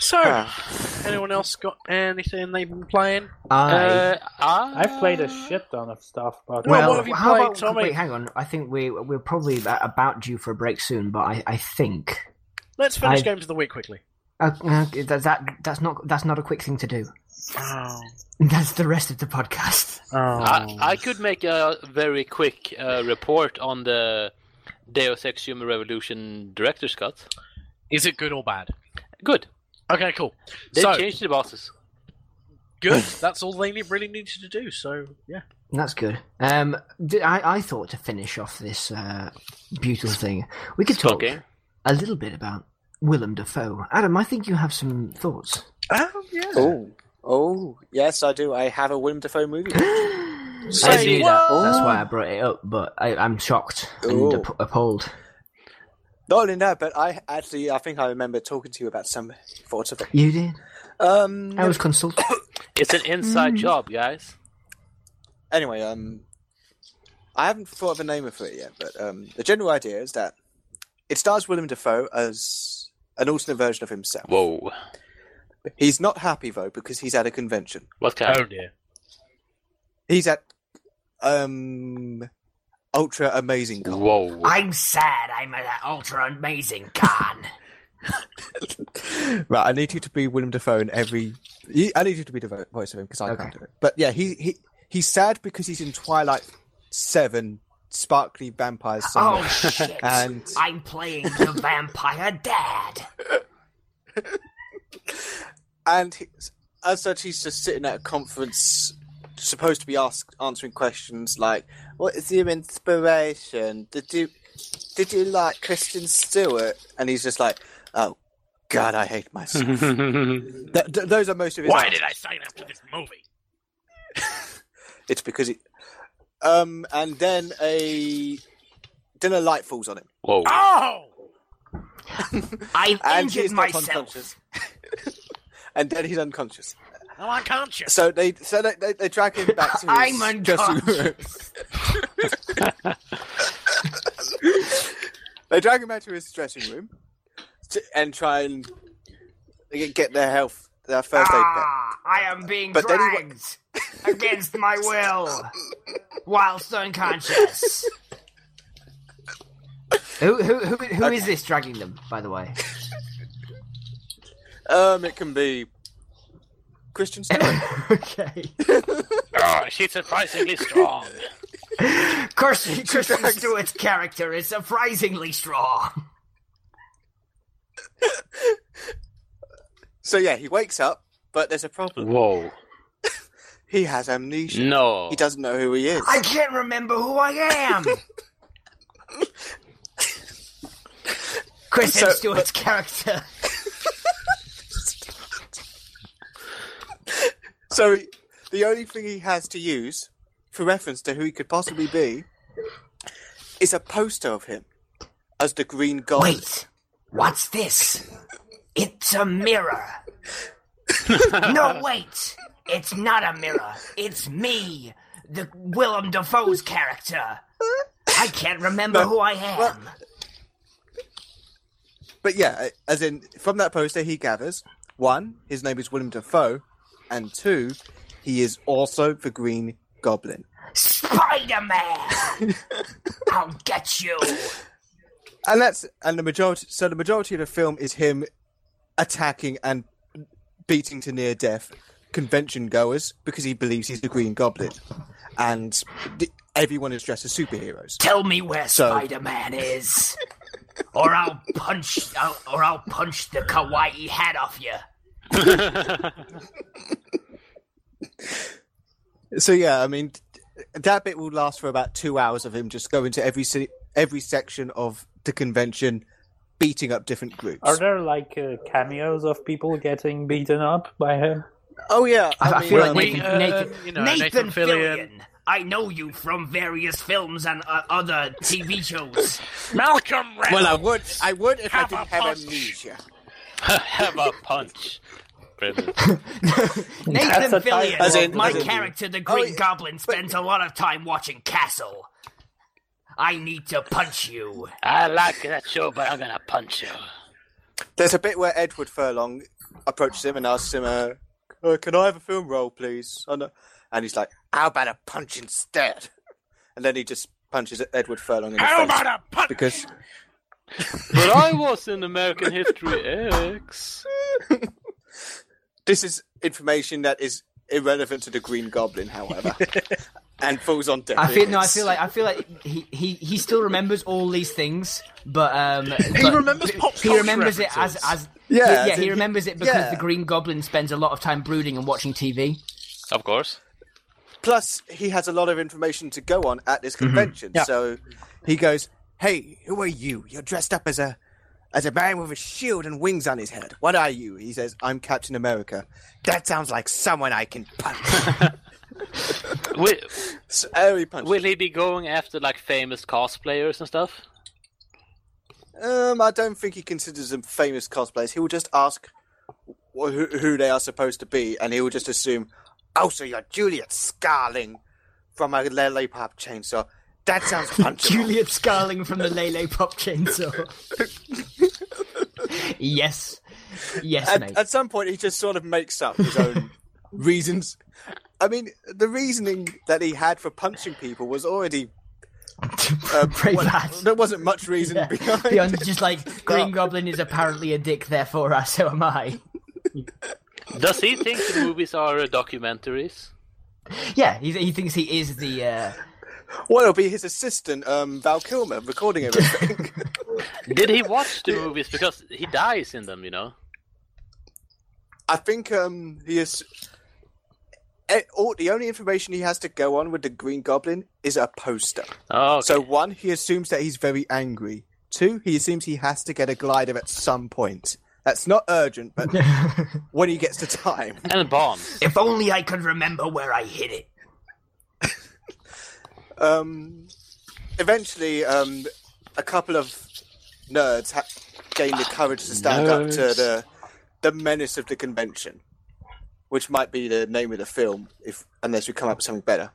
S6: So,
S2: Ah.
S6: anyone else got anything they've been playing?
S3: I.
S1: Uh, I...
S5: I've played a shit ton of stuff, but
S6: Well,
S3: well,
S6: what have you
S3: how
S6: played,
S3: about
S6: Tommy?
S3: wait? Hang on. I think we we're probably a- about due for a break soon, but I, I think
S6: Let's finish
S3: I-
S6: games of the week quickly.
S3: uh, uh, that, that that's not that's not a quick thing to do.
S6: Oh.
S3: That's the rest of the podcast.
S1: I, I could make a very quick uh, report on the Deus Ex Human Revolution director's cut.
S6: Is it good or bad?
S1: Good.
S6: Okay, cool.
S1: They
S6: so,
S1: changed the bosses.
S6: good. That's all they need, really needed to do. So, yeah.
S3: That's good. Um, d I I I thought to finish off this uh, beautiful thing, we could talk
S1: Okay.
S3: a little bit about Willem Dafoe. Adam, I think you have some thoughts.
S6: Oh, yeah.
S2: Oh, oh, yes, I do. I have a Willem Dafoe movie.
S3: I
S6: Say
S3: knew that.
S6: what?
S3: That's why I brought it up, but I, I'm shocked and
S2: Ooh.
S3: app- appalled.
S2: Not only that, but I actually, I think I remember talking to you about some thoughts of it.
S3: You did.
S2: Um,
S3: I was consulted.
S1: It's an inside job, guys.
S2: anyway, um, I haven't thought of a name for it yet, but um, the general idea is that it stars Willem Dafoe as an alternate version of himself.
S1: Whoa.
S2: He's not happy though because he's at a convention.
S1: What kind?
S6: Oh, dear.
S2: He's at um ultra amazing con.
S1: Whoa.
S3: I'm sad. I'm an ultra amazing con.
S2: right, I need you to be Willem Dafoe in every. you- I need you to be the vo- voice of him because I
S3: Okay.
S2: can't do it. But yeah, he he he's sad because he's in Twilight Seven, sparkly vampires.
S3: Oh
S2: somewhere.
S3: shit!
S2: And-
S3: I'm playing the vampire dad.
S2: and he, as such, he's just sitting at a conference, supposed to be asked answering questions like, "What is your inspiration? Did you did you like Kristen Stewart?" And he's just like, "Oh God, I hate myself." Th- th- those are most of his.
S6: Why
S2: answers.
S6: did I sign up for this movie?
S2: It's because it. Um, and then a then a light falls on him.
S1: Whoa.
S6: Oh!
S3: I've
S2: And
S3: injured
S2: he's not
S3: myself.
S2: unconscious. and then he's unconscious.
S6: I'm unconscious.
S2: So they so they, they, they drag him back to his
S3: I'm
S2: dressing room.
S3: unconscious.
S2: They drag him back to his dressing room to, and try and get- get their health their first aid back.
S3: ah, I am being
S2: But then he wa-
S3: dragged against my will, whilst unconscious. who who who, who is this dragging them? By the way,
S2: Um, it can be Christian Stewart.
S3: okay.
S1: Oh, she's surprisingly strong.
S3: Kirsten, Kristen Stewart's character is surprisingly strong.
S2: so yeah, he wakes up, but there's a problem.
S1: Whoa.
S2: He has amnesia.
S1: No.
S2: He doesn't know who he is.
S3: I can't remember who I am. Kristen
S2: So-
S3: Stewart's character.
S2: So he- the only thing he has to use for reference to who he could possibly be is a poster of him as the Green Goblin.
S3: Wait, what's this? It's a mirror. no, wait, it's not a mirror. It's me, the Willem Dafoe's character. I can't remember
S2: No,
S3: who I am.
S2: well- But yeah, as in from that poster, he gathers one, his name is William Defoe, and two, he is also the Green Goblin.
S3: Spider Man. I'll get you.
S2: And that's and the majority. So the majority of the film is him attacking and beating to near death convention goers because he believes he's the Green Goblin, and th- everyone is dressed as superheroes.
S3: Tell me where
S2: So-
S3: Spider Man is, or I'll punch, I'll, or I'll punch the kawaii hat off you.
S2: So yeah, I mean, that bit will last for about two hours of him just going to every ci- every section of the convention, beating up different groups.
S5: Are there like uh, cameos of people getting beaten up by him?
S2: Oh yeah,
S7: I, I
S2: mean,
S7: feel
S6: well,
S7: like
S6: we,
S7: Nathan,
S6: uh,
S7: Nathan,
S6: you know,
S8: Nathan,
S6: Nathan
S8: Fillion.
S6: Fillion.
S8: I know you from various films and uh, other TV shows.
S6: Malcolm Reynolds.
S2: well, I would, I would if
S6: Have
S2: I
S6: a
S2: didn't have
S6: punch.
S2: amnesia.
S1: Have a punch. Brilliant.
S5: That's a
S8: Nathan
S5: title
S8: Fillion,
S2: As in-
S8: my
S2: as in-
S8: character, the Green
S2: yeah,
S8: Goblin, spends a lot of time watching Castle. I need to punch you.
S1: I like that show, but I'm gonna punch you.
S2: There's a bit where Edward Furlong approaches him and asks him, uh, uh, "Can I have a film role, please?" And, uh, and he's like, "How about a punch instead?" And then he just punches Edward Furlong in the
S6: How
S2: face
S6: about a punch?
S2: because
S1: But I was in American History X.
S2: this is information that is irrelevant to the Green Goblin, however, and falls on deaf.
S3: I feel no. I
S2: ears.
S3: feel like I feel like he, he, he still remembers all these things, but um, he
S6: remembers pop
S3: He
S6: culture
S3: remembers it as
S6: references.
S3: as
S2: Yeah,
S3: yeah.
S2: as
S3: he
S2: in-
S3: remembers it because
S2: yeah.
S3: the Green Goblin spends a lot of time brooding and watching TV.
S1: Of course.
S2: Plus, he has a lot of information to go on at this convention. So he goes, "Hey, who are you? You're dressed up as a as a man with a shield and wings on his head. What are you?" He says, "I'm Captain America." That sounds like someone I can punch.
S1: Will,
S2: so, uh, he punches.
S1: will he be going after like famous cosplayers and stuff?
S2: Um, I don't think he considers them famous cosplayers. He will just ask wh- who, who they are supposed to be, and he will just assume, "Oh, so you're Juliet Scarling from a lollipop chainsaw." That sounds punchable.
S3: Juliet Scarling from the Lele Pop Chainsaw. yes, yes, mate.
S2: at, at some point, he just sort of makes up his own reasons. I mean, the reasoning that he had for punching people was already uh,
S3: Pretty
S2: well,
S3: bad.
S2: There wasn't much reason
S3: Yeah.
S2: behind.
S3: Beyond
S2: it.
S3: just like Green Goblin is apparently a dick, therefore uh, so am I.
S1: Does he think the movies are uh, documentaries?
S3: Yeah, he, he thinks he is the. Uh,
S2: Well, it'll be his assistant, um, Val Kilmer, recording everything.
S1: Did he watch the movies? Because he dies in them, you know.
S2: I think um, he is. eh, All, the only information he has to go on with the Green Goblin is a poster.
S1: Oh, okay.
S2: So one, he assumes that he's very angry. Two, he assumes he has to get a glider at some point. That's not urgent, but when he gets to time.
S1: and bombs.
S8: If only I could remember where I hid it.
S2: Um, eventually, um, a couple of nerds ha- gain the courage to stand up to the the menace of the convention, which might be the name of the film, if unless we come up with something better.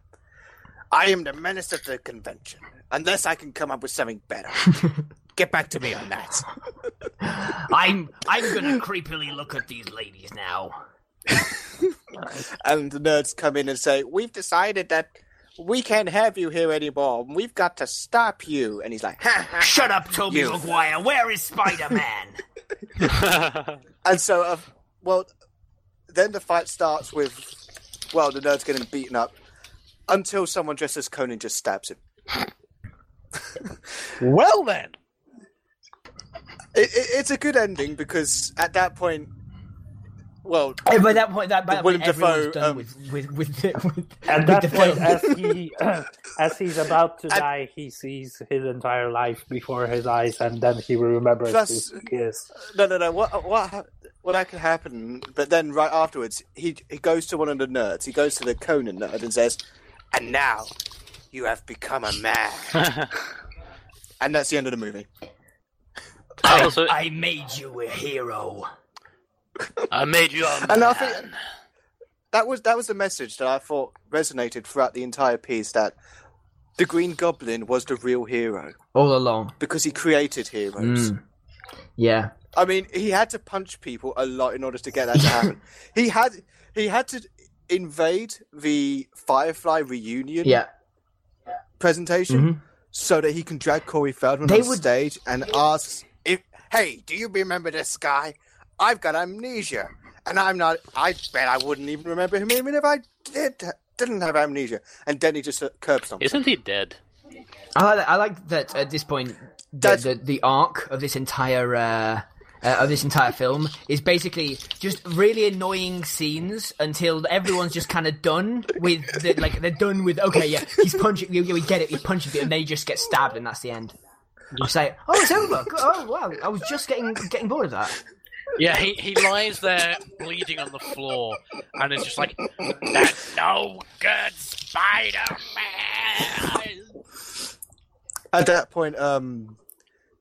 S2: I am the menace of the convention. Unless I can come up with something better, get back to me on that.
S8: I'm I'm gonna creepily look at these ladies now.
S2: And the nerds come in and say, "We've decided that." We can't have you here anymore. We've got to stop you. And he's like, ha, ha,
S8: Shut up, Toby
S2: You-
S8: Maguire. Where is Spider Man?
S1: Oh,
S2: And so, uh, well, then the fight starts with, well, the nerd's getting beaten up until someone dressed as Conan just stabs him.
S6: well then.
S2: It, it, it's a good ending because at that point, well,
S3: eh, by that point, that, by that
S2: Willem
S3: point, everyone's
S2: Dafoe,
S3: done
S2: um,
S3: with with with the, with,
S5: At
S3: with
S5: that
S3: the
S5: point,
S3: film.
S5: as he as he's about to
S2: At-
S5: die, he sees his entire life before his eyes, and then he remembers
S2: Plus-
S5: who he is.
S2: no, no, no. What, what, hap- what that could happen? But then right afterwards, he he goes to one of the nerds. He goes to the Conan nerd and says, "And now, you have become a man." and that's the end of the movie.
S1: I, also,
S8: I made you a hero.
S1: I made you um, a
S2: And I think that was that was the message that I thought resonated throughout the entire piece that the Green Goblin was the real hero
S3: all along.
S2: because he created heroes.
S3: Mm. Yeah,
S2: I mean, he had to punch people a lot in order to get that to happen. he had he had to invade the Firefly reunion
S3: yeah. Mm-hmm.
S2: presentation so that he can drag Corey Feldman
S3: They
S2: on
S3: would-
S2: stage and asks if, "Hey, do you remember this guy? I've got amnesia, and I'm not. I bet I wouldn't even remember him even if I did didn't have amnesia." And then he just uh, curbs him.
S1: Isn't he dead?
S3: I like that, I like that at this point the,
S2: That's-
S3: the the arc of this entire uh, uh, of this entire film is basically just really annoying scenes until everyone's just kind of done with the, like they're done with okay yeah he's punching you, you- we get it he punches it and they just get stabbed and that's the end I say, "Oh, it's over." Go- oh wow, I was just getting getting bored of that.
S6: Yeah, he, he lies there bleeding on the floor and is just like, That's no good, Spider Man!
S2: At that point, um,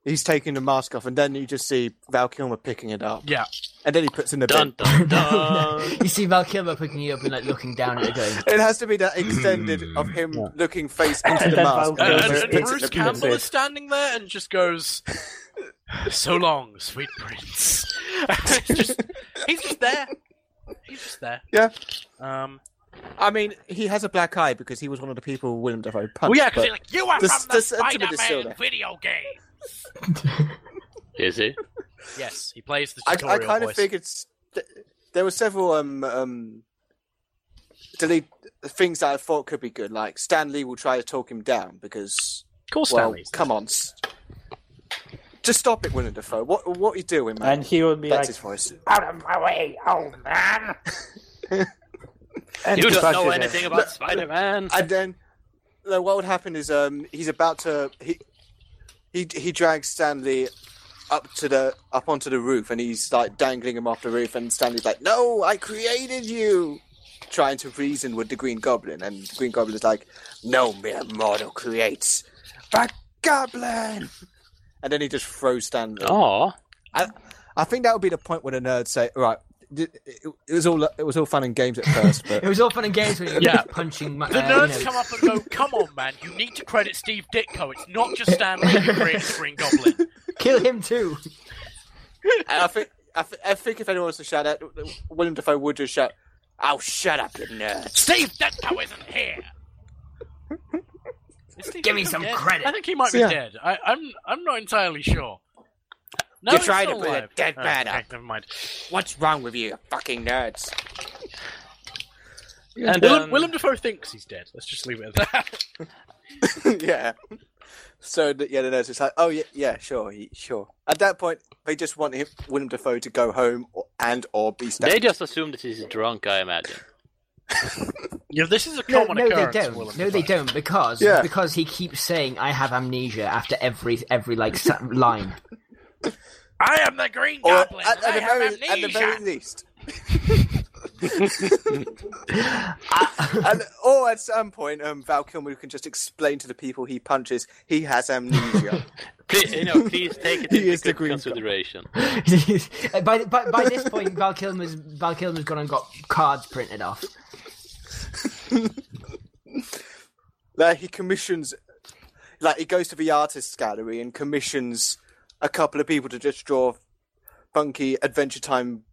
S2: he's taking the mask off, and then you just see Val Kilmer picking it up,
S6: Yeah.
S2: and then he puts in the
S1: Dun dun
S2: bin.
S1: dun.
S3: You see Val Kilmer picking you up and like looking down at it, going,
S2: It has to be that extended of him looking face into
S5: And
S2: the
S5: then
S2: mask.
S5: Val
S6: And,
S2: and then
S5: Kilmer
S6: and,
S2: puts it
S6: and
S2: in
S6: Bruce
S2: the bin.
S6: Campbell is standing there and just goes, So long, sweet prince. It's just, he's just there. He's just there.
S2: Yeah.
S6: Um,
S2: I mean, he has a black eye because he was one of the people William Defoe punched.
S6: well, yeah, because
S2: but-
S6: like, You are
S2: the-
S6: from the,
S2: the
S6: Spider
S2: sentiment is still
S6: Man
S2: there.
S6: video game!
S1: Is he?
S6: Yes, he plays the
S2: I, I
S6: tutorial
S2: kind of
S6: voice.
S2: figured s- th- there were several um, um, delete things that I thought could be good, like Stan Lee will try to talk him down because,
S6: Of course,
S2: well,
S6: Stanley's.
S2: come on, s- just stop it, Willem Dafoe. What what are you doing, man?
S5: And he would be
S2: That's
S5: like,
S2: his voice.
S5: "Out of my way, old man!" And
S1: You don't
S5: punches
S1: know
S5: him.
S2: uh,
S1: anything about Spider Man.
S2: And then, no, what would happen is um, he's about to he he he drags Stanley up to the up onto the roof, and he's like dangling him off the roof, and Stanley's like, "No, I created you." Trying to reason with the Green Goblin, and the Green Goblin is like, "No mere mortal creates, but Goblin." And then he just throws Stanley.
S1: Aw.
S2: I think that would be the point when the nerds say, "Right, it, it, it was all it was all fun and games at first, but
S3: "It was all fun and games when you were
S6: Yeah.
S3: punching." ma-
S6: The
S3: uh,
S6: nerds
S3: you know,
S6: come up and go, "Come on, man! You need to credit Steve Ditko. It's not just Stan Lee who created the Green Goblin."
S3: kill him too.
S2: And I think I, th- I think if anyone wants to shout out, William Defoe would just shout, "Oh, shut up, you nerd!"
S6: Steve Ditko isn't here. Is Steve
S9: Give me
S6: Ditko
S9: some
S6: dead?
S9: credit.
S6: I think he might be
S2: Yeah.
S6: dead. I, I'm I'm not entirely sure. No,
S2: You're
S6: he's
S2: trying
S6: still
S2: to bring a
S6: alive.
S2: dead
S6: Oh,
S2: man
S6: okay,
S2: up.
S6: Never mind.
S2: What's wrong with you, you fucking nerds?
S1: And
S6: Willem,
S1: um,
S6: Willem Dafoe thinks he's dead. Let's just leave it at that.
S2: yeah. So the, yeah, the nerds is like, "Oh yeah, yeah, sure, he, sure." At that point, they just want him, William Defoe to go home or, and or be
S1: they
S2: stabbed.
S1: just assume that he's drunk, I imagine.
S6: yeah, this is a
S3: No,
S6: common
S3: no, they
S6: occurrence.
S3: don't.
S6: Willem
S3: No, they
S6: Dafoe.
S3: don't because
S2: Yeah.
S3: because he keeps saying, "I have amnesia" after every every like sa- line.
S6: I am the Green
S2: Or at,
S6: Goblin.
S2: at
S6: I
S2: the
S6: have
S2: very, at the
S6: amnesia.
S2: very least. and, or at some point, um, Val Kilmer can just explain to the people he punches he has amnesia.
S1: Please, you know, please take it
S2: He is
S1: into
S2: the
S1: good
S2: Green Goblin.
S1: consideration.
S3: by, by by this point, Val Kilmer's Val Kilmer's gone and got cards printed off.
S2: Like he commissions, like he goes to the artist's gallery and commissions a couple of people to just draw funky Adventure Time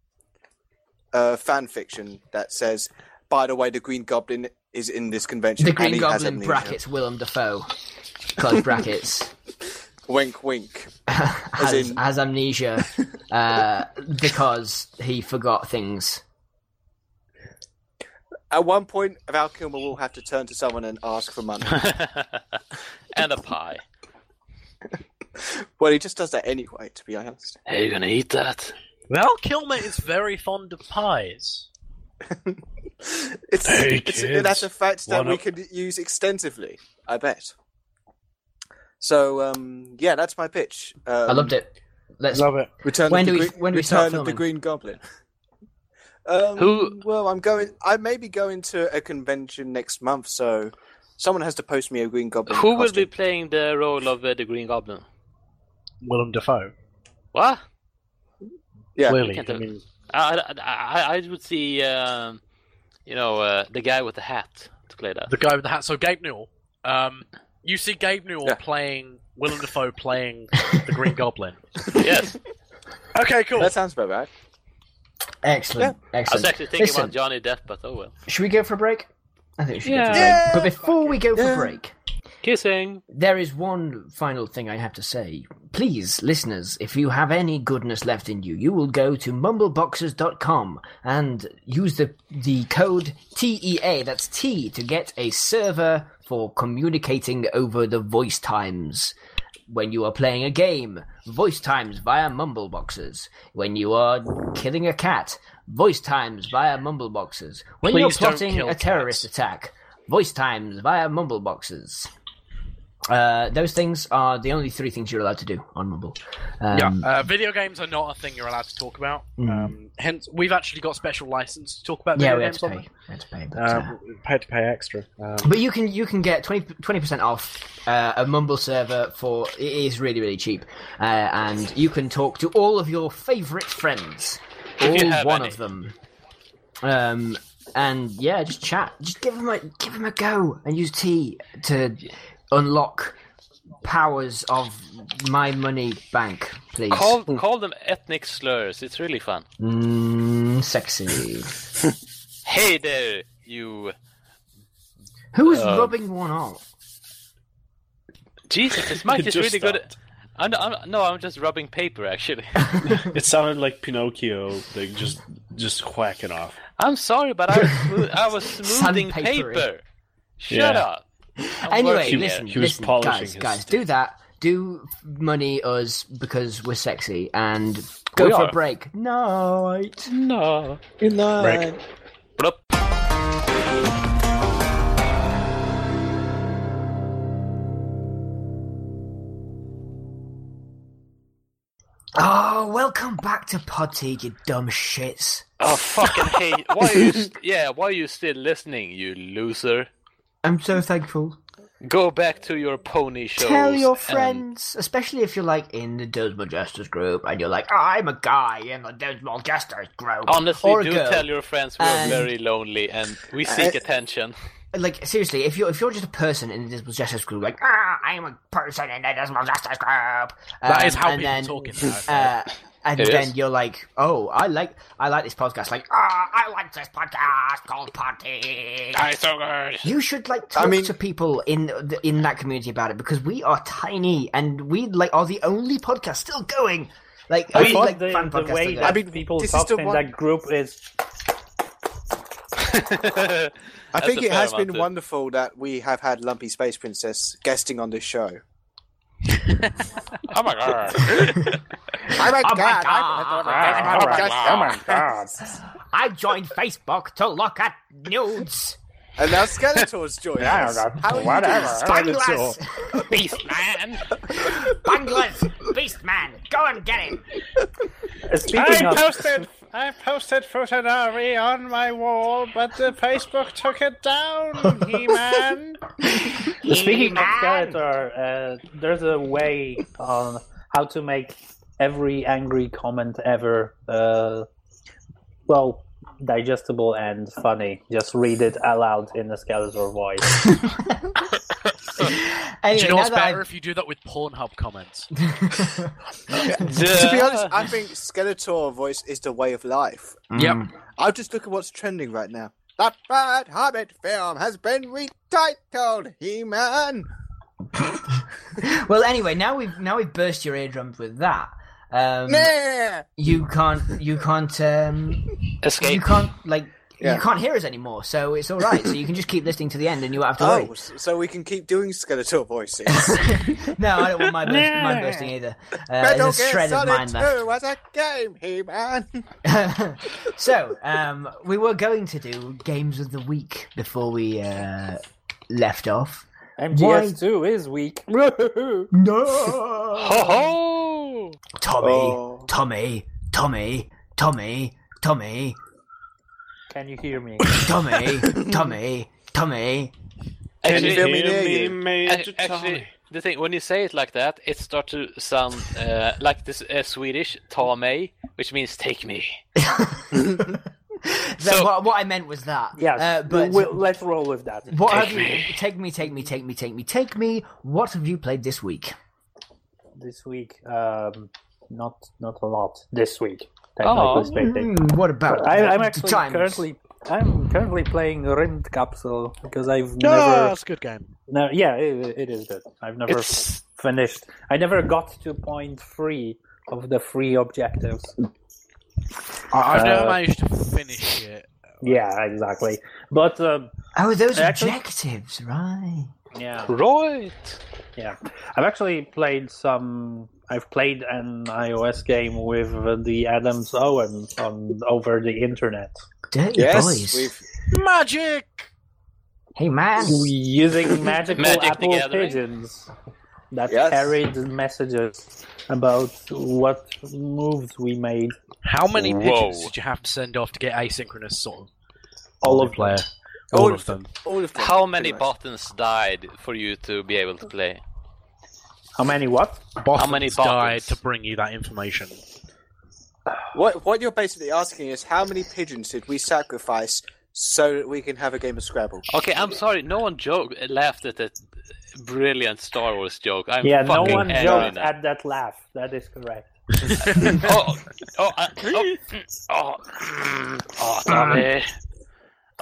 S2: uh, fan fiction that says, "By the way, the Green Goblin is in this convention."
S3: The
S2: and
S3: Green
S2: he has
S3: Goblin
S2: amnesia."
S3: brackets Willem Dafoe close brackets
S2: Wink, wink.
S3: has,
S2: in-
S3: has amnesia uh, because he forgot things.
S2: At one point, Val Kilmer will have to turn to someone and ask for money.
S1: and a pie.
S2: well, he just does that anyway, to be honest.
S1: Are you gonna eat that?
S6: Val Kilmer is very fond of pies.
S2: It's,
S10: Hey,
S2: it's
S10: kids.
S2: that's a fact that
S10: Wanna-
S2: we could use extensively. I bet. So um, yeah, that's my pitch. Um,
S3: I loved it. Let's
S5: Love it.
S2: Return of
S3: When do
S2: the
S3: we-
S2: Green,
S3: when do we
S2: Return
S3: start
S2: of the
S3: filming?
S2: Green Goblin. Um,
S1: Who-
S2: Well, I'm going. I may be going to a convention next month, so someone has to post me a Green Goblin.
S1: Who will be
S2: costume.
S1: playing the role of uh, the Green Goblin?
S6: Willem Dafoe.
S1: What?
S2: Yeah.
S6: Clearly,
S1: Can't
S6: I
S1: do-
S6: mean,
S1: I, I, I- I would see, um, you know, uh, the guy with the hat to play that.
S6: the guy with the hat. So Gabe Newell. Um, you see Gabe Newell
S2: Yeah.
S6: playing Willem Dafoe playing the Green Goblin.
S1: yes,
S6: Okay, cool.
S2: That sounds about right.
S3: excellent,
S1: I was
S3: excellent.
S1: actually thinking
S3: Listen.
S1: about Johnny Depp, but oh well.
S3: Should we go for a break? I think we should go for
S2: Yeah.
S3: a break. But before we go for
S2: Yeah.
S3: break,
S1: Kissing.
S3: there is one final thing I have to say. Please, listeners, if you have any goodness left in you, you will go to mumbleboxers.com and use the the code TEA, that's T, to get a server for communicating over the voice times. When you are playing a game, voice times via mumbleboxes. When you are killing a cat, voice times via mumbleboxes. When
S6: Please
S3: you're
S6: don't
S3: plotting
S6: kill
S3: a terrorist
S6: cats.
S3: attack, voice times via mumbleboxes.
S11: Uh, those things are the only three things you're allowed to do on Mumble. Um,
S6: yeah, uh, video games are not a thing you're allowed to talk about. Um, hence, we've actually got special license to talk about
S11: yeah,
S6: video
S11: we had
S6: games.
S11: to
S6: on Um,
S11: pay. We had to pay, but,
S4: Uh,
S11: uh,
S4: we had to pay extra. Um,
S11: but you can you can get 20 percent off uh, a Mumble server for it is really really cheap, uh, and you can talk to all of your favorite friends, all
S1: you have
S11: one
S1: any.
S11: of them. Um, and yeah, just chat. Just give them a give them a go and use T to unlock powers of my money bank, please.
S1: Call call them ethnic slurs. It's really fun.
S3: Hmm,
S11: Mm, sexy.
S1: Hey there, you.
S11: Who was
S4: Um,
S1: Uh,
S11: rubbing one out?
S1: Jesus, this mic
S4: It
S1: is
S4: just
S1: really good. at- I'm, I'm, no, I'm just rubbing paper actually.
S4: It sounded like Pinocchio, like just just whacking off.
S1: I'm sorry, but I was, smooth, I was smoothing
S11: Sandpapery.
S1: paper. Shut
S4: Yeah.
S1: up. I'm
S11: Anyway,
S1: working
S11: listen,
S1: here.
S4: He was
S11: listen,
S4: polishing
S11: guys,
S4: his
S11: guys,
S4: stick.
S11: do that. Do money us because we're sexy and go
S4: We
S11: for a
S4: are.
S11: break. Night.
S1: No.
S2: Good night.
S4: Break.
S1: Blup.
S3: Oh, welcome back to Podteed, you dumb shits.
S1: Oh fucking hey! Why are you? St- yeah, why are you still listening, you loser?
S3: I'm so thankful.
S1: Go back to your pony shows.
S3: Tell your
S1: and-
S3: friends, especially if you're like in the Dosmo Jesters group and you're like, "Oh, I'm a guy in the Dosmo Jesters group.
S1: honestly,
S3: or a
S1: do
S3: girl.
S1: tell your friends we're
S3: And-
S1: very lonely and we seek
S2: I-
S1: attention.
S3: Like seriously, if you're if you're just a person in the Dosmo Jesters group, like ah, I'm a person in the Dosmo Jesters group.
S6: That is
S3: um,
S6: how
S3: and
S6: people
S3: then,
S6: talking now.
S3: Uh, and
S1: It
S3: then
S1: is.
S3: you're like, oh, I like I like this podcast. Like ah, I like this podcast called Podteed. You should like talk
S2: I mean-
S3: to people in the, in that community about it because we are tiny and we like are the only podcast still going. Like,
S5: I
S3: only,
S5: mean,
S3: like
S5: the,
S3: fan
S5: the
S3: podcast
S5: way
S3: still
S5: that
S2: I mean,
S5: people
S2: this is
S5: talk
S2: the
S5: in
S2: one-
S5: that group is
S2: I
S1: That's
S2: think
S1: a
S2: it
S1: fair
S2: has
S1: amount
S2: been
S1: of-
S2: wonderful that we have had Lumpy Space Princess guesting on this show.
S1: Oh my god!
S2: Oh my god!
S3: going. I joined Facebook to look at nudes.
S2: And now Skeletor's joining us. How are you doing,
S3: Banglers,
S2: Skeletor?
S3: Beastman, Banglers, Beastman, go and get him.
S5: Uh, Speaking of,
S4: I posted Futanari on my wall, but the Facebook took it down. He man.
S5: speaking of
S3: He-Man.
S5: character, uh, there's a way on how to make every angry comment ever, uh, well, digestible and funny. Just read it aloud in a Skeletor voice.
S6: Do
S3: Anyway,
S6: you know
S3: now
S6: what's
S3: that
S6: better if you do that with Pornhub comments?
S2: to be honest, I think Skeletor voice is the way of life.
S6: Yep.
S2: I'll just look at what's trending right now. That bad habit film has been retitled He-Man.
S3: I've- well, anyway, now we've now we've burst your eardrums with that. Um,
S2: Nah.
S3: you can't you can't um, you
S1: Escape.
S3: can't like
S2: Yeah.
S3: you can't hear us anymore, so it's all right. so you can just keep listening to the end, and you won't have to worry.
S2: Oh, s- so we can keep doing Skeletor voices.
S3: No, I don't want my, burst, my bursting either. Uh,
S2: Metal
S3: there's a
S2: Gear
S3: shred of
S2: Solid
S3: mine
S2: 2
S3: left.
S2: was a game, He-Man.
S3: so um, we were going to do games of the week before we uh, left off.
S5: MGS2 is weak.
S3: No,
S1: Ho ho!
S3: Tommy,
S2: Oh.
S3: Tommy, Tommy, Tommy, Tommy,
S5: Can you hear
S3: Uh,
S5: me?
S3: Tommy, Tommy, Tommy.
S4: Can you
S1: Actually,
S4: hear
S2: me near
S4: me,
S2: you?
S4: Major
S1: act- actually,
S4: Tommy?
S1: the thing when you say it like that, it starts to sound uh, like this uh, Swedish "ta mig," which means "take me."
S3: So,
S1: So-
S3: what, what I meant was that.
S5: Yes,
S3: Uh, but
S5: we'll, let's roll with that.
S3: what have you? Take me, take me, take me, take me, take me. What have you played this week?
S5: This week, um, not not a lot. This week,
S1: Oh.
S5: technically speaking.
S3: Hmm, what about?
S5: I, I'm
S3: the
S5: actually
S3: times?
S5: currently I'm currently playing Rimmed Capsule because I've never,
S6: a good game.
S5: no, yeah, it, it is good. I've never
S1: It's
S5: finished. I never got to point three of the three objectives.
S6: I've never
S5: Uh,
S6: managed to finish it.
S5: Yeah, exactly. But um,
S3: Oh, those
S5: Actually-
S3: objectives, right?
S5: yeah,
S1: right.
S5: yeah, I've actually played some. I've played an iOS game with uh, the Adams Owen on over the internet.
S3: Dirty
S2: Yes,
S3: boys.
S2: we've
S6: Magic!
S11: Hey, man.
S5: using magical
S1: Magic the
S5: apple
S1: Gathering.
S5: pigeons that
S2: Yes.
S5: carried messages about what moves we made.
S6: How many
S1: Whoa.
S6: pigeons did you have to send off to get asynchronous sort of
S5: All of
S6: player?
S2: All
S6: All
S2: of
S6: of them.
S2: All of them.
S1: How many
S2: pretty much.
S1: buttons died for you to be able to play?
S5: How many what?
S1: How many
S6: Boffins died
S1: buttons?
S6: to bring you that information?
S2: What, what you're basically asking is how many pigeons did we sacrifice so that we can have a game of Scrabble?
S1: Okay, I'm sorry. No one joke uh, laughed at that brilliant Star Wars joke. I'm
S5: Yeah, no
S1: fucking
S5: one
S1: angry
S5: joked
S1: now.
S5: at that laugh. That is correct.
S1: oh, oh, uh, oh, mm, oh, mm, oh, Tommy.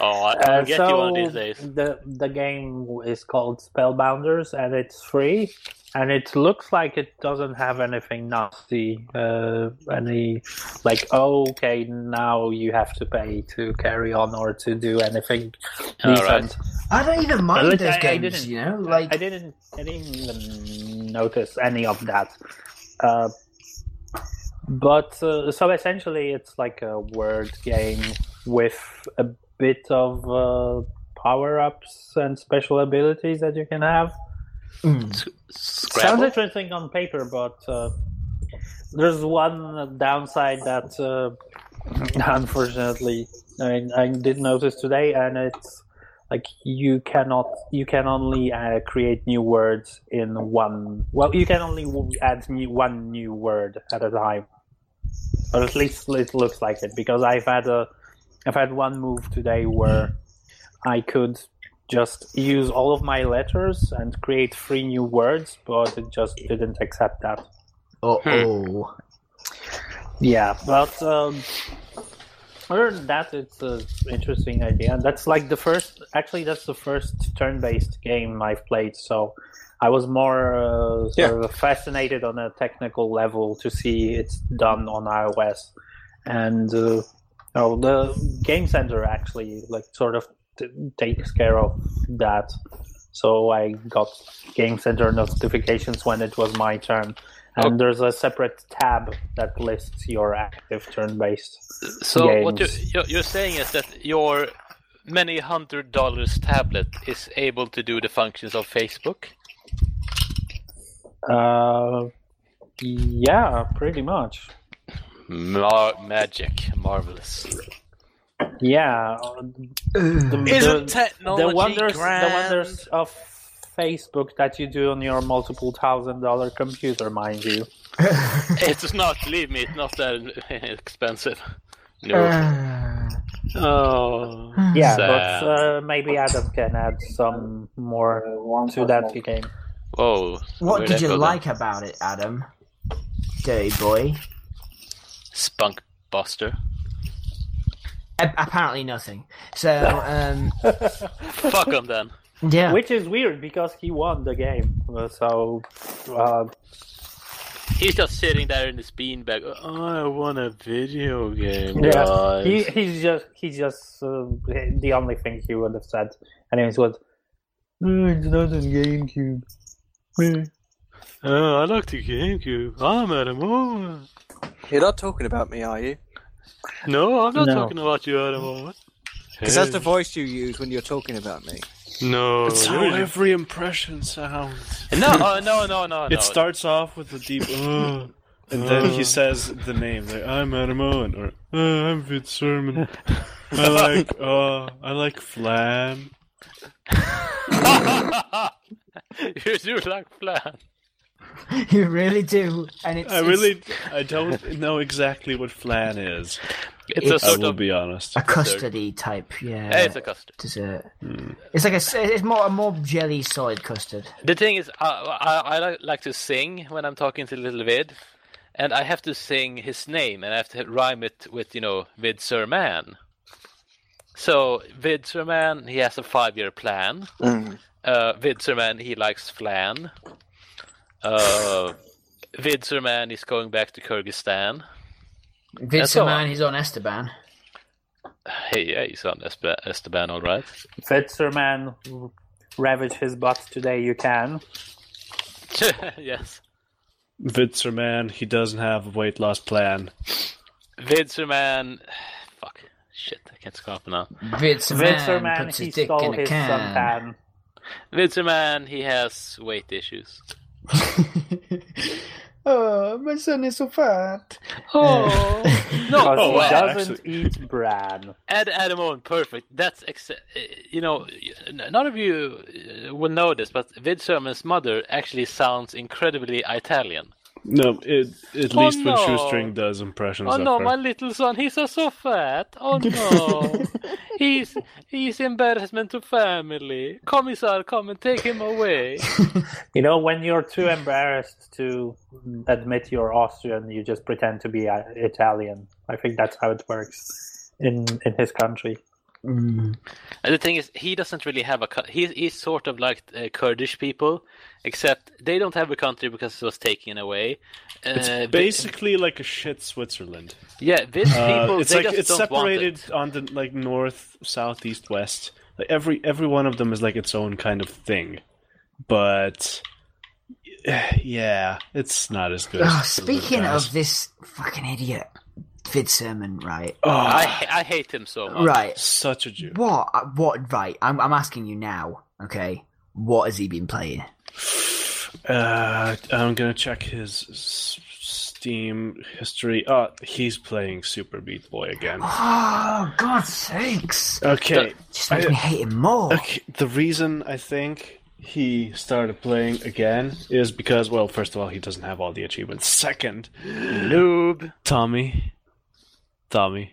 S1: Oh, I- I'll
S5: Uh,
S1: get
S5: so
S1: you one of these days.
S5: the the game is called Spellbounders, and it's free. And it looks like it doesn't have anything nasty, uh, any like oh, okay, now you have to pay to carry on or to do anything
S1: All
S5: decent.
S1: right.
S11: I don't even mind
S5: Unless
S11: those
S5: I- I
S11: games,
S5: didn't-
S11: you know?
S5: I
S11: Like,
S5: didn't, I didn't even notice any of that. Uh, but uh, so essentially, it's like a word game with a bit of uh, power ups and special abilities that you can have. Sounds
S1: Scrabble.
S5: interesting on paper, but uh, there's one downside that uh, unfortunately I, I did notice today, and it's like you cannot you can only uh, create new words in one. Well, you can only w- add new, one new word at a time, or at least it looks like it. Because I've had a I've had one move today where I could just use all of my letters and create three new words, but it just didn't accept that.
S11: oh, oh.
S5: Yeah, but um, other than that, it's an interesting idea. And that's like the first, actually, that's the first turn based game I've played. So I was more uh, sort of fascinated on a technical level to see it's done on iOS. And uh, oh, the Game Center actually like sort of t- takes care of that. So I got Game Center notifications when it was my turn. And there's a separate tab that lists your active turn-based.
S1: So what you,
S5: games.
S1: you're, you're saying is that your many hundred dollars tablet is able to do the functions of Facebook.
S5: Uh, yeah, pretty much.
S1: Mar- magic, marvelous.
S5: Yeah, the, the,
S6: Isn't technology
S5: the wonders
S6: grand?
S5: the wonders of Facebook that you do on your multiple thousand dollar computer, mind you.
S1: it's not. Believe me, it's not that expensive. No.
S11: Uh,
S1: oh.
S5: Yeah,
S1: Sad.
S5: but uh, maybe Adam can add some more to that game.
S1: Whoa.
S3: What
S1: Where'd
S3: did
S1: I
S3: you
S1: go then?
S3: like about it, Adam? Dirty boy.
S1: Spunk Buster.
S11: a- apparently nothing. So, um,
S1: Fuck him then.
S11: yeah.
S5: Which is weird because he won the game. So, uh,
S1: He's just sitting there in his beanbag. Oh, I want a video game.
S5: Yeah,
S1: guys."
S5: he, he's just he's just uh, the only thing he would have said. Anyways, was "Oh, it's not on GameCube.
S11: Hmm.
S5: Eh.
S4: Oh, I like the GameCube. I'm Adam Owen.
S2: You're not talking about me, are you?
S4: No, I'm not
S5: No.
S4: talking about you, Adam Owen.
S2: Because that's the voice you use when you're talking about me.
S4: No, it's how every impression sounds.
S1: No, uh, no, no, no, no.
S4: It starts off with a deep, "Uh," and then he says the name. Like, I'm Adam Owen, or "Uh, I'm Vid Sermon. I like, uh, I like flan.
S1: you do like plan.
S11: You really do. And it's,
S4: I
S11: it's
S4: really, I don't know exactly what flan is.
S1: It's,
S11: It's-
S1: a
S4: I
S1: sort
S4: will
S1: of.
S4: be honest.
S11: a custody type, yeah.
S1: Yeah, it's a custard.
S11: dessert.
S5: Hmm.
S11: It's like a, s- it's more a more jelly solid custard.
S1: The thing is, I, I, I li- like to sing when I'm talking to Little Vid, and I have to sing his name, and I have to rhyme it with, you know, Vid Sir Man. So, Vid Sir Man, he has a five year plan. Uh, Vid Sir Man, he likes flan. Uh, Vid Sir Man is going back to Kyrgyzstan.
S11: Vince
S1: all
S11: man,
S1: right.
S11: he's on Esteban.
S1: Hey, yeah, he's on Espe- Esteban, all right.
S5: Fitzerman ravage his butt today. You can.
S1: yes.
S4: Vitzer man, he doesn't have a weight loss plan.
S1: Vid Sir Man, fuck.
S12: Shit, I can't scoff now.
S11: Vince
S5: Vincer
S11: Man,
S5: Man,
S11: puts
S5: he
S11: his dick
S5: stole
S11: in a
S5: his
S11: can.
S5: suntan.
S12: Vince Man, he has weight issues.
S3: oh, my son is so fat. Eh.
S12: Oh no!
S5: Because
S4: Oh,
S5: he
S4: wow,
S5: doesn't
S4: actually-
S5: eat bran.
S12: Add Adam Owen, perfect. That's ex- uh, you know, n- none of you uh, will know this, but Vid Sermon's mother actually sounds incredibly Italian.
S4: No, it, at
S12: Oh,
S4: least when
S12: no.
S4: Shoestring does impressions
S12: Oh
S4: of
S12: no,
S4: her.
S12: my little son, he's so, so fat. Oh no, he's he's embarrassment to family. Commissar, come and take him away.
S5: You know, when you're too embarrassed to admit you're Austrian, you just pretend to be uh, Italian. I think that's how it works in in his country.
S3: Mm.
S12: And the thing is, he doesn't really have a. co- He's he's sort of like uh, Kurdish people, except they don't have a country because it was taken away. Uh,
S4: It's
S12: but-
S4: basically like a shit Switzerland.
S12: yeah, Vid's
S4: Uh,
S12: people
S4: it's
S12: they
S4: like
S12: just
S4: it's
S12: don't
S4: separated
S12: want it.
S4: on the like north, south, east, west. Like every every one of them is like its own kind of thing, but yeah, it's not as good.
S3: Oh,
S4: as the
S3: speaking
S4: guys.
S3: of this fucking idiot, Vid Sermon, right?
S4: oh,
S12: I ha- I hate him so much.
S3: Right.
S4: such a Jew.
S3: What? uh, What? Right. I'm, I'm asking you now, okay? What has he been playing?
S4: Uh, I'm gonna check his s- Steam history. Oh, he's playing Super Beat Boy again.
S3: Oh, God's sakes.
S4: Okay,
S3: Just makes me hate him more.
S4: Okay, the reason I think he started playing again is because, well, first of all, he doesn't have all the achievements. Second, noob Tommy, Tommy,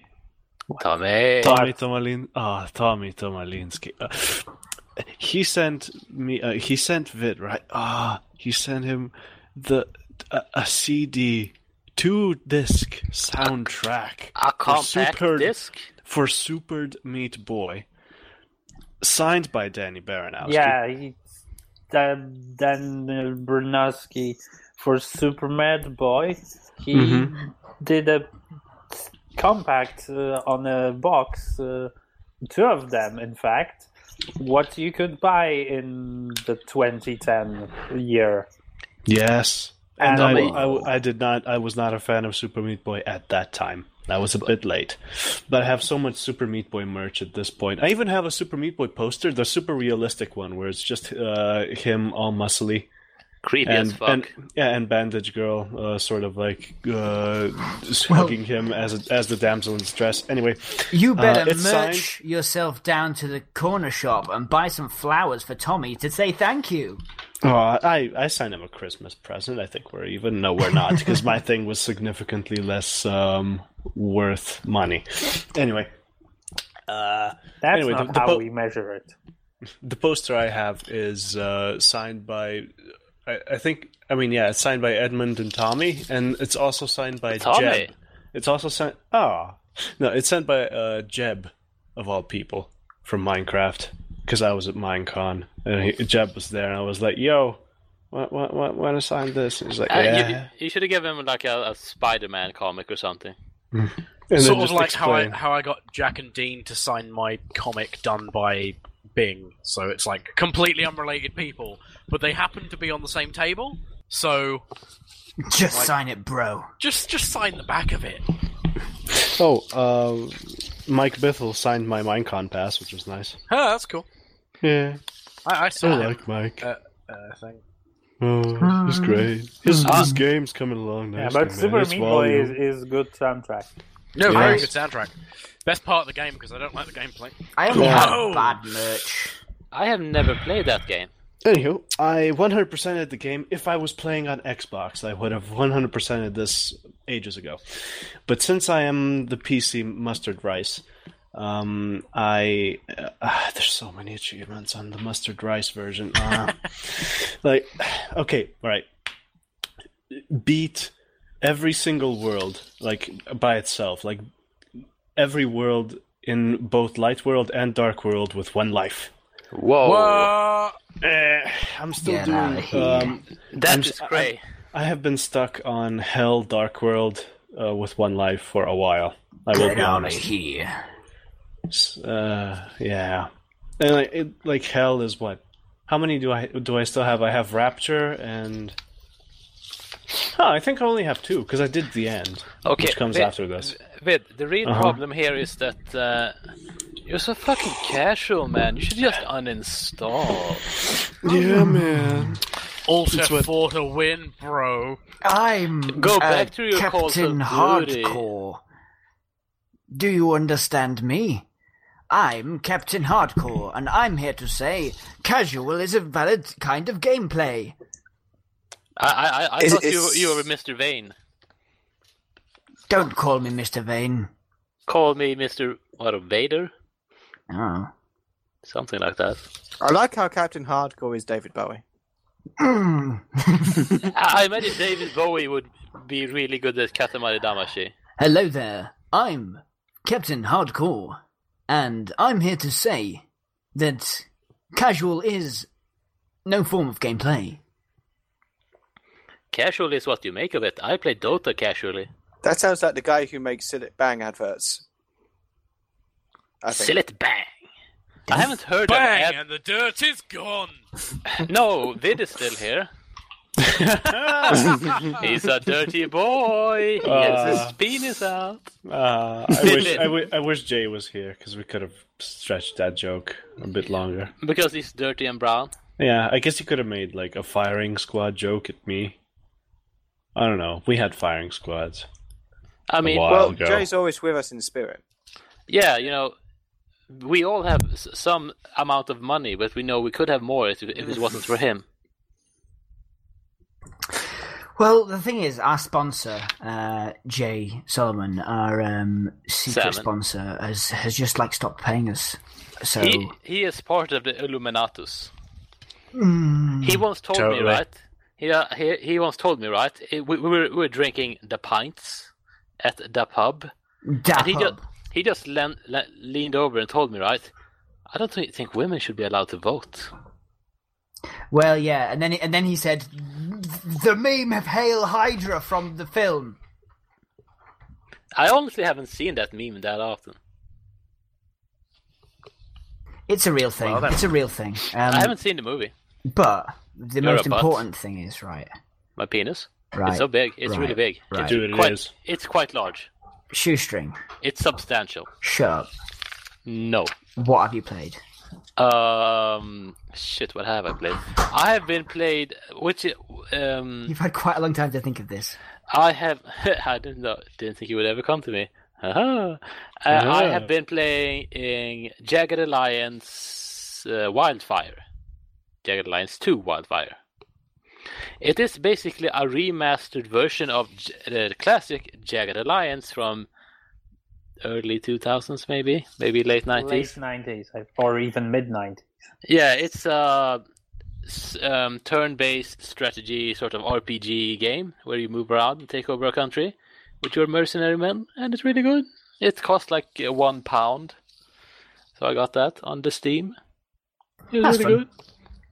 S12: Tommy.
S4: Tommy Tomalin, ah, Tommy Tomalinsky. Uh, he sent me. Uh, he sent Vid right. Ah, he sent him the a, a CD two disc soundtrack
S12: A
S4: for
S12: compact disc.
S4: for Supered Meat Boy, signed by Danny Baranowski.
S5: Yeah, he, Dan, Dan Brunowski for Supermad Boy. He
S4: Mhm.
S5: did a compact uh, on a box, uh, two of them, in fact. What you could buy in the 2010 year.
S4: Yes. And I,
S5: And-
S4: I, I did not. I was not a fan of Super Meat Boy at that time. I was a bit late, but I have so much Super Meat Boy merch at this point. I even have a Super Meat Boy poster, the super realistic one, where it's just uh, him all muscly
S12: Creepy
S4: and,
S12: as fuck.
S4: and yeah, and Bandage Girl, uh, sort of like uh, just hugging him as a, as the damsel in distress. Anyway,
S3: You better
S4: it's
S3: merch yourself down to the corner shop and buy some flowers for Tommy to say thank you.
S4: Uh, I I sent him a Christmas present. I think we're even. No, we're not, because my thing was significantly less um, worth money. Anyway, uh,
S5: That's
S4: Anyway,
S5: not
S4: the- the
S5: how
S4: po-
S5: we measure it.
S4: the poster I have is uh, signed by. I, I think. I mean, yeah, it's signed by Edmund and Tommy, and it's also signed by
S12: Tommy?
S4: Jeb. It's also signed. Ah, no, it's sent by uh, Jeb, of all people, from Minecraft, because I was at Minecon and he, Jeb was there, and I was like, "Yo." What, what, what, want to sign this? And he's like,
S12: Uh, you-
S4: yeah.
S12: you, should have given him like a, a Spider-Man comic or something.
S4: And
S6: sort of like how I, how I got Jack and Dean to sign my comic done by Bing. So it's like completely unrelated people, but they happen to be on the same table. So
S3: Just sign it, bro.
S6: just just sign the back of it.
S4: Oh, uh, Mike Biffle signed my Minecon pass, which was nice. Ah.
S6: Oh, that's cool.
S4: Yeah,
S6: I, I
S4: I
S6: saw him.
S4: like Mike.
S6: Uh, uh, thing.
S4: Oh, he's great. His, his game's coming along
S5: Uh, Yeah,
S4: nicely.
S5: but
S4: man.
S5: Super
S4: It's
S5: Meat Boy
S4: volume.
S5: is, is good soundtrack.
S6: No, very
S4: Yes.
S6: good soundtrack. Best part of the game because I don't like the gameplay.
S3: I only
S6: Wow.
S3: have bad merch.
S12: I have never played that game.
S4: Anywho, I 100%ed the game. If I was playing on Xbox, I would have 100%ed this ages ago. But since I am the PC mustard rice, um, I uh, ah, there's so many achievements on the mustard rice version. Uh, like, okay, right, beat every single world like by itself, like every world in both light world and dark world with one life.
S1: Oh.
S12: Whoa,
S6: Whoa.
S4: Eh, I'm still
S3: Get outta
S4: doing.
S3: here.
S4: Um, I'm
S12: that
S4: s-
S12: is great.
S4: I have been stuck on Hell Dark World uh, with one life for a while. I will
S3: Get
S4: be
S3: out of
S4: honest.
S3: here.
S4: Uh, yeah, and like, it, like Hell is what? How many do I do I still have? I have Rapture and Oh, I think I only have two because I did the end,
S1: Okay,
S4: which comes
S1: Vid-
S4: after this. Uh-huh.
S1: Vid, the real problem here is that uh, you're so fucking casual, man. You should just uninstall.
S4: Yeah, man.
S6: Alter
S4: It's what-
S6: for the win, bro.
S3: I'm
S1: Go
S3: uh,
S1: back to your Call of
S3: Captain
S1: Duty.
S3: Hardcore. Do you understand me? I'm Captain Hardcore, and I'm here to say casual is a valid kind of gameplay.
S1: I I, I- I
S2: It's-
S1: thought you
S2: it's-
S1: you were Mr. Vane.
S3: Don't call me Mr. Vane.
S1: Call me Mr. What Vader,
S3: Oh.
S1: something like that.
S2: I like how Captain Hardcore is David Bowie.
S3: Mm.
S1: I, I imagine David Bowie would be really good at Katamari Damacy.
S3: Hello there. I'm Captain Hardcore, and I'm here to say that casual is no form of gameplay.
S1: Casual is what you make of it. I play Dota casually.
S2: That sounds like the guy who makes Sillet Bang adverts. I think.
S1: Sillet bang. I haven't heard
S6: Bang!
S1: of
S6: and the dirt is gone.
S1: ad- No, Vid is still here. He's a dirty boy. He has his penis out.
S4: Uh, I, wish, I, w- I wish Jay was here because we could have stretched that joke a bit longer.
S1: Because he's dirty and brown.
S4: Yeah, I guess you could have made like a firing squad joke at me. I don't know. We had firing squads.
S1: I mean,
S4: Wow.
S2: Well,
S4: I'll go.
S2: Jay's always with us in spirit.
S1: yeah, you know, we all have s- some amount of money, but we know we could have more if if it wasn't for him.
S3: Well, the thing is, our sponsor, uh, Jay Solomon, our um,
S1: Salmon.
S3: secret sponsor, has has just like stopped paying us. So
S1: He he is part of the Illuminatus.
S3: Mm.
S1: He once told
S6: Totally.
S1: me right. He, uh, he he once told me right. eh, We, we were we were drinking the pints at the pub,
S3: that
S1: and he just
S3: pub.
S1: he just lean, le- leaned over and told me right. I don't thi- think women should be allowed to vote.
S3: Well, yeah, and then and then he said, "The meme of Hail Hydra from the film."
S1: I honestly haven't seen that meme that often.
S3: It's a real thing.
S6: Well, then.
S3: it's a real thing.
S1: I
S3: Um,
S1: haven't seen the movie.
S3: but the
S1: You're
S3: most
S1: a butt.
S3: important thing is right.
S1: My penis.
S3: Right,
S1: It's so big. It's really
S3: right,
S1: big.
S3: right.
S4: Dude, it
S1: quite,
S4: is.
S1: It's quite large.
S3: Shoestring,
S1: It's substantial.
S3: shut up.
S1: No.
S3: What have you played?
S1: Um. Shit. What have I played? I have been played. Which um.
S3: You've had quite a long time to think of this.
S1: I have. I didn't know. Didn't think it would ever come to me. Haha. uh, I
S4: Yeah.
S1: have been playing in Jagged Alliance uh, Wildfire. Jagged Alliance Two Wildfire. It is basically a remastered version of J- the classic Jagged Alliance from early 2000s, maybe, maybe late 90s.
S5: Late 90s, I- or even mid 90s.
S1: Yeah, it's a s- um, turn-based strategy sort of RPG game where you move around and take over a country with your mercenary men, and it's really good. It costs like uh, one pound, so I got that on the Steam. It's
S3: That's
S1: really
S3: fun.
S1: good.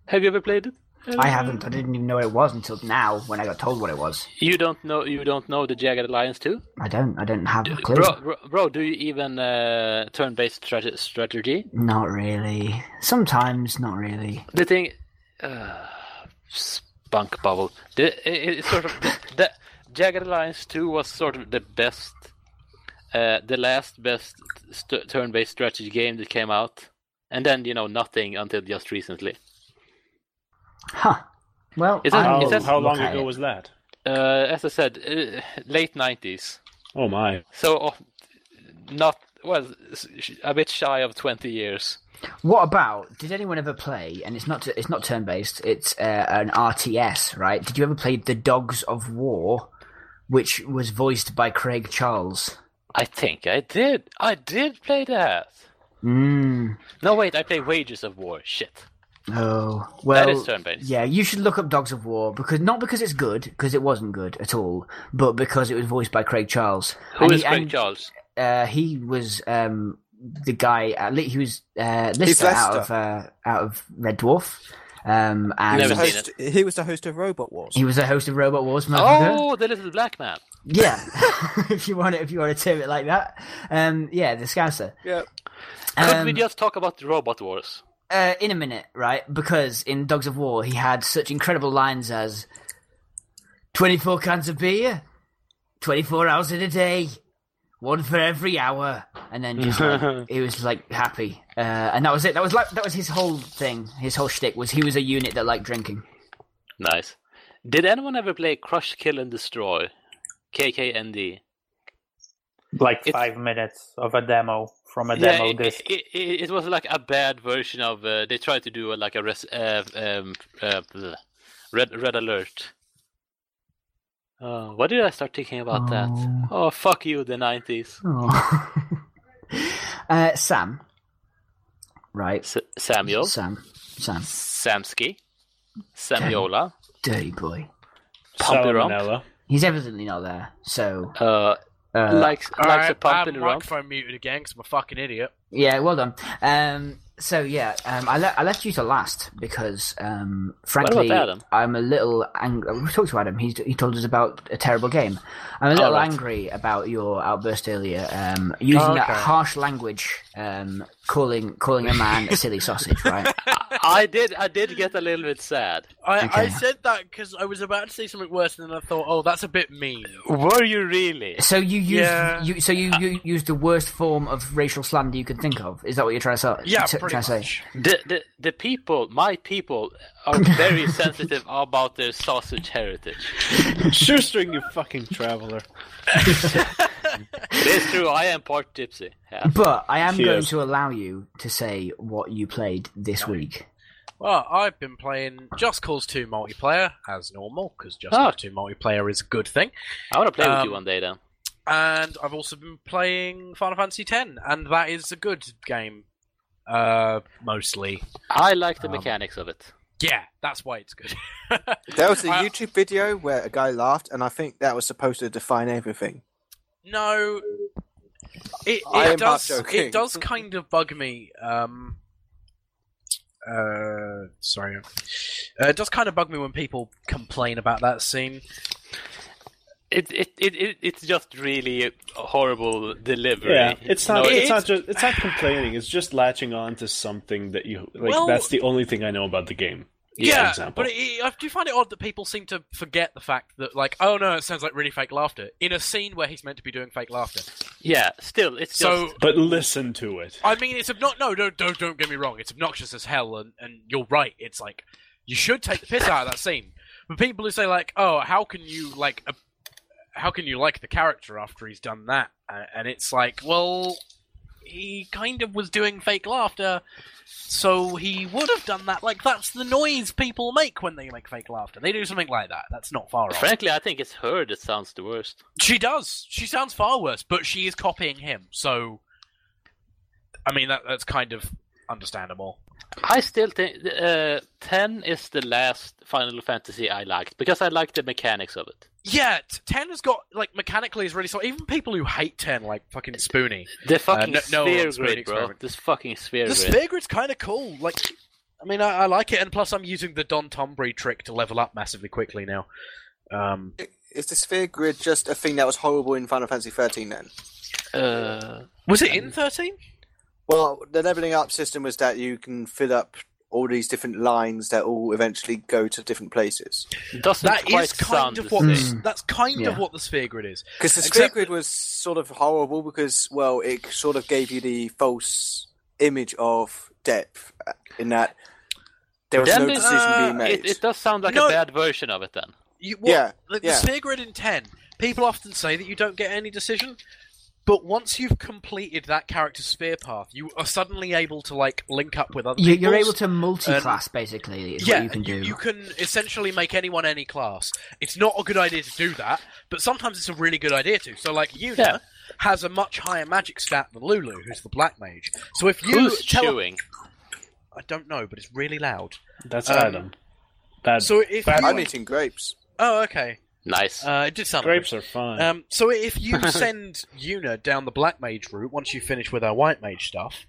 S1: Have you ever played it?
S3: I haven't. I didn't even know what it was until now when I got told what it was.
S1: You don't know. You don't know the Jagged Alliance too,
S3: I don't. I don't have a clue.
S1: bro, bro. Bro, do you even uh, turn-based strate- strategy?
S3: Not really. Sometimes, not really.
S1: the thing uh, spunk bubble the, it, it's sort of the jagged alliance 2 was sort of the best uh, the last best st- turn-based strategy game that came out and then you know nothing until just recently
S3: Huh. Well,
S1: Is that-
S3: I'll
S1: is
S4: How,
S1: that-
S4: how
S3: look
S4: long
S3: at
S4: ago
S3: it.
S4: was that?
S1: uh, as i said uh, late 90s
S4: Oh my.
S1: so of not well s- sh- a bit shy of 20 years
S3: What about? Did anyone ever play? And it's not. It's not turn based. It's uh, an RTS, right? Did you ever play The Dogs of War, which was voiced by Craig Charles?
S1: i think i did i did play that
S3: Mm.
S1: no wait i played wages of war shit
S3: Oh well,
S1: is turn-based.
S3: Yeah, you should look up Dogs of War because not because it's good, because it wasn't good at all, but because it was voiced by Craig Charles.
S1: Who is
S3: And he-
S1: craig
S3: and,
S1: charles
S3: Uh, he was um, the guy. Uh, li- he was uh, Lister
S2: Leicester.
S3: out of uh, out of Red Dwarf, um, and
S2: He was,
S1: Never
S2: the
S1: seen
S2: host, he was the host of Robot Wars.
S3: he was the host of Robot Wars. motherfucker.
S1: Oh, the little black man.
S3: Yeah, if you want it, if you want to term it like that, um, yeah, the Scouser.
S2: Yeah.
S1: Could
S3: Um,
S1: we just talk about Robot Wars?
S3: uh, in a minute, right? Because in Dogs of War, he had such incredible lines as
S13: 24 cans of beer, 24 hours in a day, one for every hour. And then just like, he was like happy. Uh, and that was it. That was like, that was his whole thing. His whole shtick was he was a unit that liked drinking.
S1: Nice. Did anyone ever play Crush, Kill, and Destroy? KKND.
S5: Like
S1: It's-
S5: five minutes of a demo from a
S1: Yeah,
S5: demo
S1: it,
S5: disc.
S1: It, it, it was like a bad version of. Uh, they tried to do uh, like a res, uh, um, uh, bleh, red red alert. Uh, why did I start thinking about that? Oh, fuck you, the nineties.
S3: Oh. uh, Sam. Right.
S1: S- Samuel,
S3: Sam. Sam.
S1: Samsky, Samiola,
S3: Dirty boy.
S1: Pump It Rump.
S12: Salmonella.
S3: He's evidently not there. So,
S1: Uh,
S3: uh,
S1: likes likes a
S6: Alright, I
S1: pump
S6: had
S1: in the
S6: my
S1: rump.
S6: microphone muted again because I'm a fucking idiot.
S3: yeah, well done. Um, so yeah, um, I, le- I left you to last because, um, frankly,
S1: Adam?
S3: I'm a little angry. We talked to Adam. He he told us about a terrible game. I'm a
S1: Oh,
S3: little
S1: right.
S3: angry about your outburst earlier, um, using that
S6: Okay.
S3: harsh language, um, calling calling a man a silly sausage. Right?
S1: I did I did get a little bit sad.
S6: I, I
S3: Okay.
S6: said that because I was about to say something worse, and then I thought, oh, that's a bit mean.
S1: Were you really?
S3: So you used
S6: Yeah.
S3: you so you, you used the worst form of racial slander you could think of. Is that what you're trying to say?
S6: Yeah,
S3: t-
S6: pretty
S3: trying to say?
S6: much.
S1: The, the the people, my people, are very sensitive about their sausage heritage.
S12: Shoestring, you fucking traveler.
S1: It is true. I am part gypsy. Yeah.
S3: But I am
S12: She
S3: going
S12: is.
S3: to allow you to say what you played this week.
S6: Well, I've been playing Just Cause 2 multiplayer as normal because Just
S1: Ah.
S6: Cause 2 multiplayer is a good thing.
S1: I want to play with
S6: Um,
S1: you one day, then.
S6: and I've also been playing Final Fantasy X, and that is a good game, uh, mostly.
S1: I like the
S6: um,
S1: mechanics of it.
S6: Yeah, that's why it's good.
S2: There was a
S6: I-
S2: YouTube video where a guy laughed, and I think that was supposed to define everything.
S6: No, it,
S2: I
S6: it
S2: am not
S6: does.
S2: joking.
S6: It does kind of bug me. Um, uh, sorry, uh, it does kind of bug me when people complain about that scene.
S1: It it, it, it it's just really a horrible delivery.
S12: Yeah, it's not.
S1: No,
S12: it's,
S1: it-
S12: not just. It's not complaining. It's just latching on to something that you like.
S6: Well-
S12: that's the only thing I know about the game. for example.
S6: but it, it- I do find it odd that people seem to forget the fact that, like, oh no, it sounds like really fake laughter in a scene where he's meant to be doing fake laughter.
S1: yeah. Still, it's
S6: So
S1: just
S12: But listen to it.
S6: I mean, it's obnoxious. No, no, don't, don't get me wrong. It's obnoxious as hell, and, and you're right. It's like you should take the piss out of that scene. But people who say like, "Oh, how can you like, a, how can you like the character after he's done that?" A- And it's like, well, he kind of was doing fake laughter, so he would have done that. Like that's the noise people make when they make fake laughter. They do something like that. That's not far off.
S1: frankly, I think it's her that sounds the worst.
S6: She does. She sounds far worse, but she is copying him. So, I mean, that, that's kind of understandable.
S1: I still think uh, ten is the last Final Fantasy I liked because I liked the mechanics of it.
S6: Yeah, t- Ten has got like mechanically is really solid. Even people who hate Ten like fucking Spoony.
S1: The fucking
S6: Uh, no- no,
S1: sphere
S6: it's really
S1: grid, bro.
S6: experiment.
S1: This fucking sphere
S6: The
S1: grid.
S6: Sphere Grid's kind of cool. Like, I mean, I, I like it, and plus I'm using the Don Tombury trick to level up massively quickly now. Um,
S2: Is the sphere grid just a thing that was horrible in Final Fantasy 13 then?
S1: uh,
S6: was it in thirteen?
S2: Well, the leveling up system was that you can fill up all these different lines that all eventually go to different places.
S1: doesn't
S6: That
S1: quite
S6: is
S1: sound
S6: kind
S1: the
S6: of what
S1: same.
S6: this, that's kind
S3: Yeah.
S6: of what the Sphere Grid is.
S2: Because the sphere
S6: Except-
S2: grid was sort of horrible because, well, it sort of gave you the false image of depth uh, in that there was
S1: Then
S2: no
S1: this-
S2: decision
S6: uh,
S2: being made.
S1: It, it does sound like
S6: No.
S1: a bad version of it then.
S6: You, what,
S2: Yeah,
S6: the, the
S2: yeah.
S6: sphere grid in 10, people often say that you don't get any decision, but once you've completed that character's sphere path, you are suddenly able to, like, link up with other
S3: You,
S6: people.
S3: you're able to multi-class basically. Is
S6: yeah,
S3: what you can do.
S6: you can essentially make anyone any class. It's not a good idea to do that, but sometimes it's a really good idea to. So, like, Yuna
S1: Yeah.
S6: has a much higher magic stat than Lulu, who's the black mage. So if you
S1: Who's
S6: tele-
S1: chewing?
S6: I don't know, but it's really loud.
S12: That's
S6: Um,
S12: Adam. Bad.
S6: So if
S12: bad
S6: you-
S2: I'm
S12: one.
S2: eating grapes.
S6: Oh, okay.
S1: Nice.
S6: Uh, it did sound like
S12: grapes are fine.
S6: Um, so if you send Yuna down the black mage route, once you finish with her white mage stuff,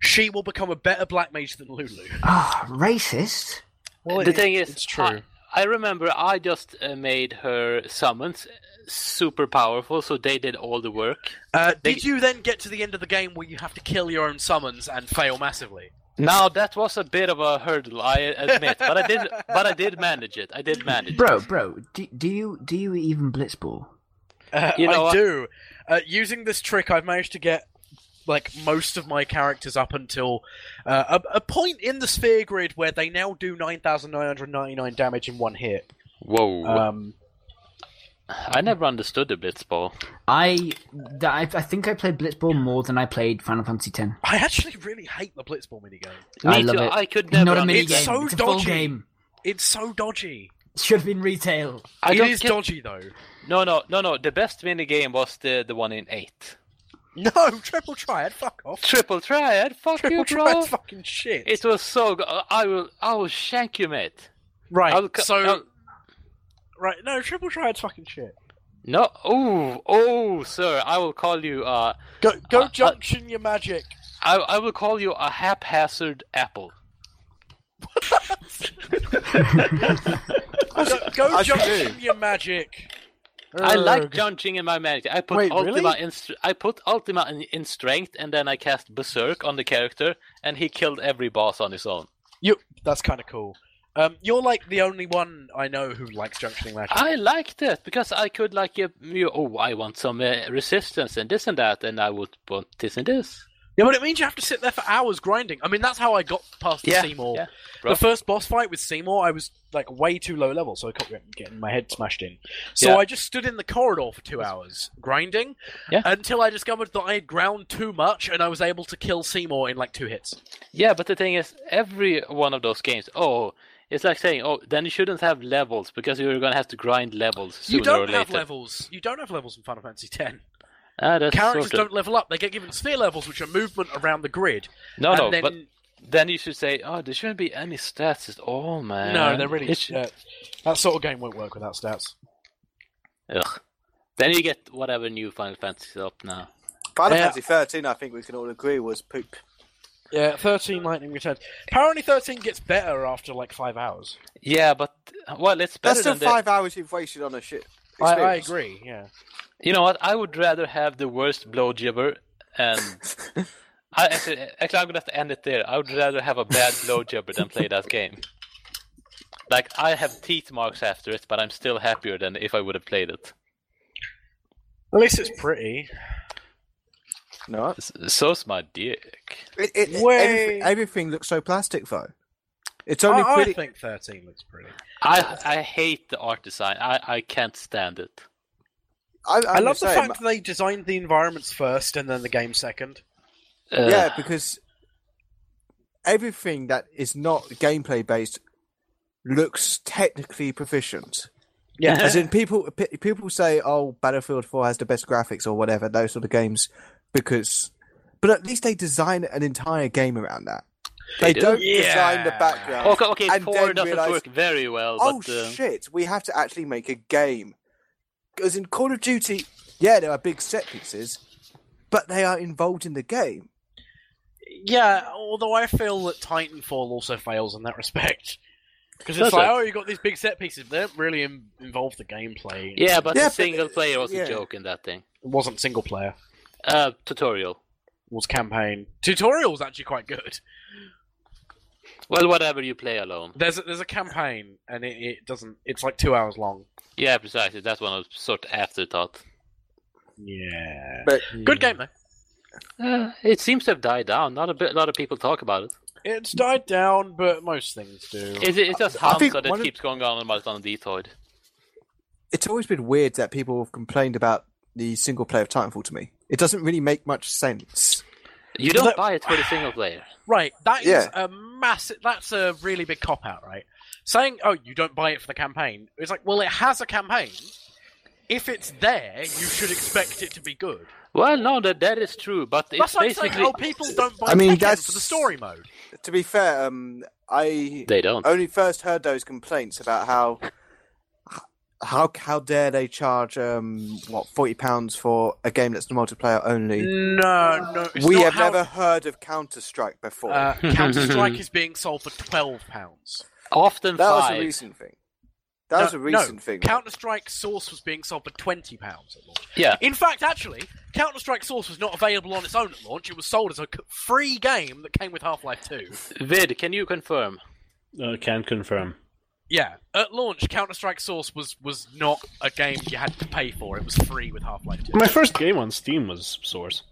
S6: she will become a better black mage than Lulu.
S3: Ah, racist.
S6: Well,
S1: the thing is,
S6: it's true.
S1: I, I remember I just uh, made her summons uh, super powerful, so they did all the work.
S6: Uh, did you then get to the end of the game where you have to kill your own summons and fail massively?
S1: Now that was a bit of a hurdle, I admit, but I did, but I did manage it. I did manage.
S3: Bro, bro, do, do you do you even blitzball?
S6: Uh,
S1: You know
S6: I
S1: what?
S6: do. Uh, using this trick, I've managed to get like most of my characters up until uh, a, a point in the sphere grid where they now do nine thousand nine hundred ninety nine damage in one hit.
S12: Whoa.
S1: Uh,
S6: Um,
S12: I never understood the blitzball.
S3: I, th- I I think I played blitzball more than I played Final Fantasy X.
S6: I actually really hate the blitzball minigame.
S12: Me
S3: I love
S12: too.
S3: it.
S12: I could
S3: It's
S12: never.
S3: not a
S12: un-
S3: mini
S6: It's
S3: game.
S6: so
S3: it's a full
S6: dodgy.
S3: game.
S6: It's so dodgy.
S3: It should have been retail.
S12: I
S6: it
S12: don't
S6: is
S12: get-
S6: dodgy though.
S1: No, no, no, no. The best mini game was the the one in eight.
S6: No triple triad. Fuck off.
S1: Triple triad. Fuck
S6: Triple
S1: you, bro.
S6: triad's fucking shit.
S1: It was so good. I will, I will shank you, mate.
S6: right.
S1: I'll co-
S6: so
S1: I'll-
S6: right. No triple triad's fucking shit.
S1: No, oh, oh, sir, I will call you. Uh,
S6: Go go
S1: Uh, uh,
S6: junction your magic.
S1: I, I will call you a haphazard apple.
S6: Go, go
S2: I
S6: junction
S2: do.
S6: your magic.
S1: I like
S6: Erg.
S1: junching in my magic. I put
S6: Wait,
S1: ultima
S6: really?
S1: in str- I put ultima in, in strength, and then I cast berserk on the character, and he killed every boss on his own.
S6: You. That's kind of cool. Um, you're like the only one I know who likes junctioning magic.
S1: I liked it because I could like, uh, you, oh, I want some uh, resistance and this and that, and I would want this and this.
S6: yeah, but it means you have to sit there for hours grinding. I mean, that's how I got past the
S1: Yeah,
S6: Seymour.
S1: yeah.
S6: the
S1: Rough.
S6: first boss fight with Seymour, I was like way too low level, so I kept getting- getting my head smashed in. So
S1: Yeah.
S6: I just stood in the corridor for two hours grinding
S1: Yeah.
S6: until I discovered that I had ground too much and I was able to kill Seymour in like two hits.
S1: Yeah, but the thing is, every one of those games, oh, it's like saying, oh, then you shouldn't have levels because you're gonna have to grind levels sooner
S6: you don't
S1: or later.
S6: have levels. You don't have levels in Final Fantasy X.
S1: Ah, that's
S6: Characters
S1: sort of-
S6: don't level up. They get given sphere levels, which are movement around the grid.
S1: No,
S6: and
S1: no,
S6: then-
S1: but then you should say, oh, there shouldn't be any stats at all, man.
S6: no, they're really.
S1: It should-
S6: yeah, that sort of game won't work without stats.
S1: Ugh. Then you get whatever new Final Fantasy's up now.
S2: Final
S6: Yeah.
S2: Fantasy 13, I think we can all agree, was poop.
S6: Yeah, 13 Lightning Returns. Apparently, 13 gets better after like five hours.
S1: Yeah, but well, it's better
S2: That's still
S1: than the-
S2: five hours you've wasted on a shit.
S6: I, I
S2: experience.
S6: agree, yeah.
S1: You know what? I would rather have the worst blow jibber and. I, actually, actually, I'm gonna have to end it there. I would rather have a bad blow jibber than play that game. Like I have teeth marks after it, but I'm still happier than if I would have played it.
S6: At least it's pretty.
S2: No,
S1: S- So's my dick.
S2: it, it, it-
S6: Way-
S2: everything, everything looks so plastic though. It's only
S6: I,
S2: pretty.
S6: I think 13 looks pretty.
S1: I I hate the art design. I, I can't stand it.
S2: I, I'm
S6: i love the
S2: same.
S6: fact that they designed the environments first and then the game second.
S1: Uh,
S2: yeah, because everything that is not gameplay based looks technically proficient.
S6: Yeah.
S2: As in, people pe- people say, "Oh, Battlefield Four has the best graphics" or whatever those sort of games, because. But at least they design an entire game around that. They,
S1: do?
S2: not
S6: Yeah.
S2: design the background.
S1: Okay, okay.
S2: and
S1: four
S2: then
S1: doesn't
S2: realize-
S1: work very well.
S2: oh
S1: but, uh,
S2: shit! We have to actually make a game. Because in Call of Duty, yeah, there are big set pieces, but they are involved in the game.
S6: Yeah, although I feel that Titanfall also fails in that respect. Because it's
S1: Does
S6: like,
S1: it?
S6: oh, you got these big set pieces, but they don't really Im- involve the gameplay.
S1: Yeah, but
S2: Yeah,
S1: the
S2: but- uh,
S1: single player was
S2: yeah.
S1: a joke in that thing.
S6: It wasn't single player,
S1: Uh, tutorial.
S6: it was campaign. Tutorial was actually quite good.
S1: Well, whatever you play alone.
S6: There's a, there's a campaign, and it, it doesn't. It's like two hours long.
S1: Yeah, precisely. That's one of sort of afterthought.
S6: Yeah.
S2: But Hmm.
S6: Good game, though.
S1: Uh, it seems to have died down. Not a bit. A lot of people talk about it.
S6: It's died down, but most things do.
S1: It's, it's just
S2: I think
S1: Hamza
S2: one
S1: that
S2: of-
S1: keeps going on about it on Detoid.
S2: it's always been weird that people have complained about the single player of Titanfall to me. It doesn't really make much sense.
S1: You don't
S6: That-
S1: buy it for the single player.
S6: Right, that is
S2: Yeah.
S6: a massive. That's a really big cop out, right? Saying, "Oh, you don't buy it for the campaign." It's like, well, it has a campaign. If it's there, you should expect it to be good.
S1: Well, no, that that is true, but it's
S6: That's like saying,
S1: basically
S6: "Oh, people don't buy
S2: I mean,
S6: Tekken
S2: that's-
S6: for the story mode."
S2: To be fair, um, I
S1: they don't.
S6: Uh,
S2: only first heard those complaints about how how how dare they charge um what forty pounds for a game that's multiplayer only.
S6: No, no, Mm, it's
S2: we
S6: not
S2: have
S6: how-
S2: never heard of Counter Strike before.
S6: Uh, Counter Strike is being sold for twelve pounds.
S1: Often
S2: that was
S1: five.
S2: a recent thing. That was a recent
S6: no,
S2: thing.
S6: Counter Strike Source was being sold for twenty pounds at launch.
S1: Yeah,
S6: In fact, actually, Counter Strike Source was not available on its own at launch. It was sold as a c- free game that came with Half Life 2.
S1: Vid, can you confirm?
S12: Uh, can confirm.
S6: Yeah, at launch, Counter Strike Source was was not a game you had to pay for. It was free with Half Life Two.
S12: My first game on Steam was Source.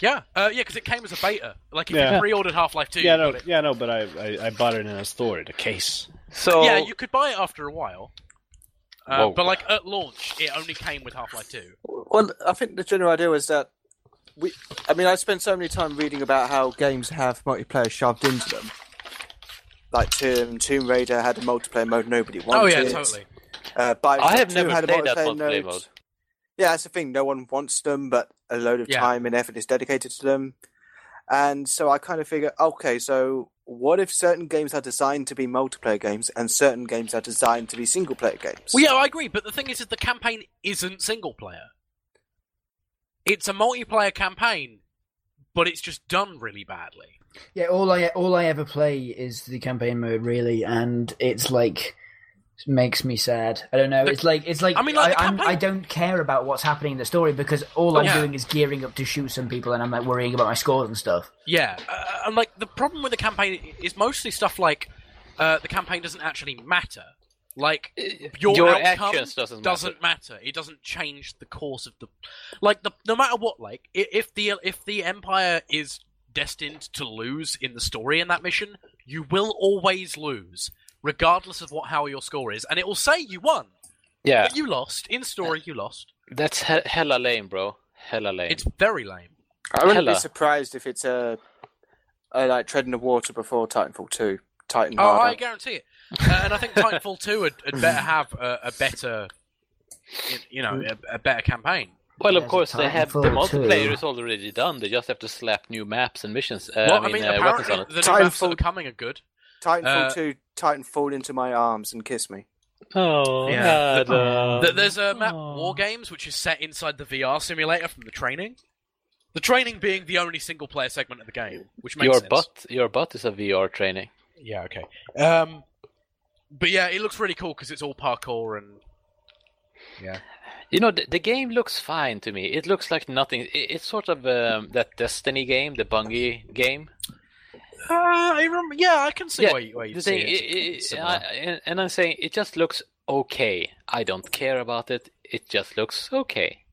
S6: Yeah, uh, yeah, because it came as a beta. Like if
S12: Yeah.
S6: you pre-ordered Half Life Two,
S12: Yeah,
S6: you
S12: no,
S6: got it.
S12: yeah, no, but I, I, I bought it in a store, in a case.
S1: So
S6: yeah, you could buy it after a while. Uh,
S1: Whoa.
S6: but like at launch, it only came with Half Life Two.
S2: Well, I think the general idea is that we. I mean, I spend so many time reading about how games have multiplayer shoved into them. Like Tomb, Tomb Raider had a multiplayer mode nobody wanted.
S6: Oh yeah, totally.
S2: Uh, Bioshock
S1: I have
S2: 2
S1: never
S2: had a
S1: played that
S2: multiplayer
S1: multiplayer
S2: mode.
S1: mode.
S2: Yeah, that's the thing. No one wants them, but a load of
S6: Yeah.
S2: time and effort is dedicated to them. And so I kind of figure, okay, so what if certain games are designed to be multiplayer games and certain games are designed to be single player games?
S6: Well, yeah, I agree. But the thing is, that the campaign isn't single player. It's a multiplayer campaign, but it's just done really badly.
S3: Yeah, all I all I ever play is the campaign mode really, and it's like makes me sad. I don't know.
S6: The-
S3: it's like it's like
S6: I mean, like, the
S3: I, I'm-
S6: campaign-
S3: I don't care about what's happening in the story because all I'm
S6: Yeah.
S3: doing is gearing up to shoot some people, and I'm like worrying about my scores and stuff.
S6: Yeah, uh, and like the problem with the campaign is mostly stuff like uh, the campaign doesn't actually matter. Like your,
S1: uh, your
S6: outcome
S1: actions doesn't
S6: matter. It doesn't change the course of the like the no matter what. Like i- if the if the empire is destined to lose in the story in that mission, you will always lose, regardless of what how your score is, and it will say you won,
S1: Yeah,
S6: but you lost in story. You lost.
S1: that's he- hella lame, bro. Hella lame.
S6: It's very lame.
S2: I wouldn't
S1: Hella.
S2: be surprised if it's a, a like treading the water before Titanfall two, Titan
S6: Oh, I
S2: harder.
S6: guarantee it. Uh, and I think Titanfall 2 had, had better have a, a better, you- you know, a, a better campaign.
S1: Well, of
S3: There's a
S1: course, they have the
S3: Titanfall too.
S1: multiplayer is already done. They just have to slap new maps and missions. Uh,
S6: well,
S1: I mean, uh, weapons on
S6: apparently
S1: it.
S6: the new maps that
S2: Titanfall-
S6: are coming are good.
S2: Titanfall
S6: Uh,
S2: two, Titanfall into my arms and kiss me.
S1: Oh,
S6: Yeah.
S12: uh, Um,
S6: Th- There's a map,
S12: oh.
S6: War Games, which is set inside the VR simulator from the training. The training being the only single-player segment of the game, which makes
S1: your
S6: sense.
S1: butt, your butt is a VR training.
S6: Yeah, okay. Um, but yeah, it looks really cool because it's all parkour and...
S1: You know, the, the game looks fine to me. It looks like nothing. It, it's sort of um, that Destiny game, the Bungie game.
S6: Uh, I rem- yeah, I can see why you, why you
S1: the
S6: see
S1: thing,
S6: it.
S1: i- i-
S6: It's similar.
S1: I- and, and I'm saying it just looks okay. I don't care about it. It just looks okay.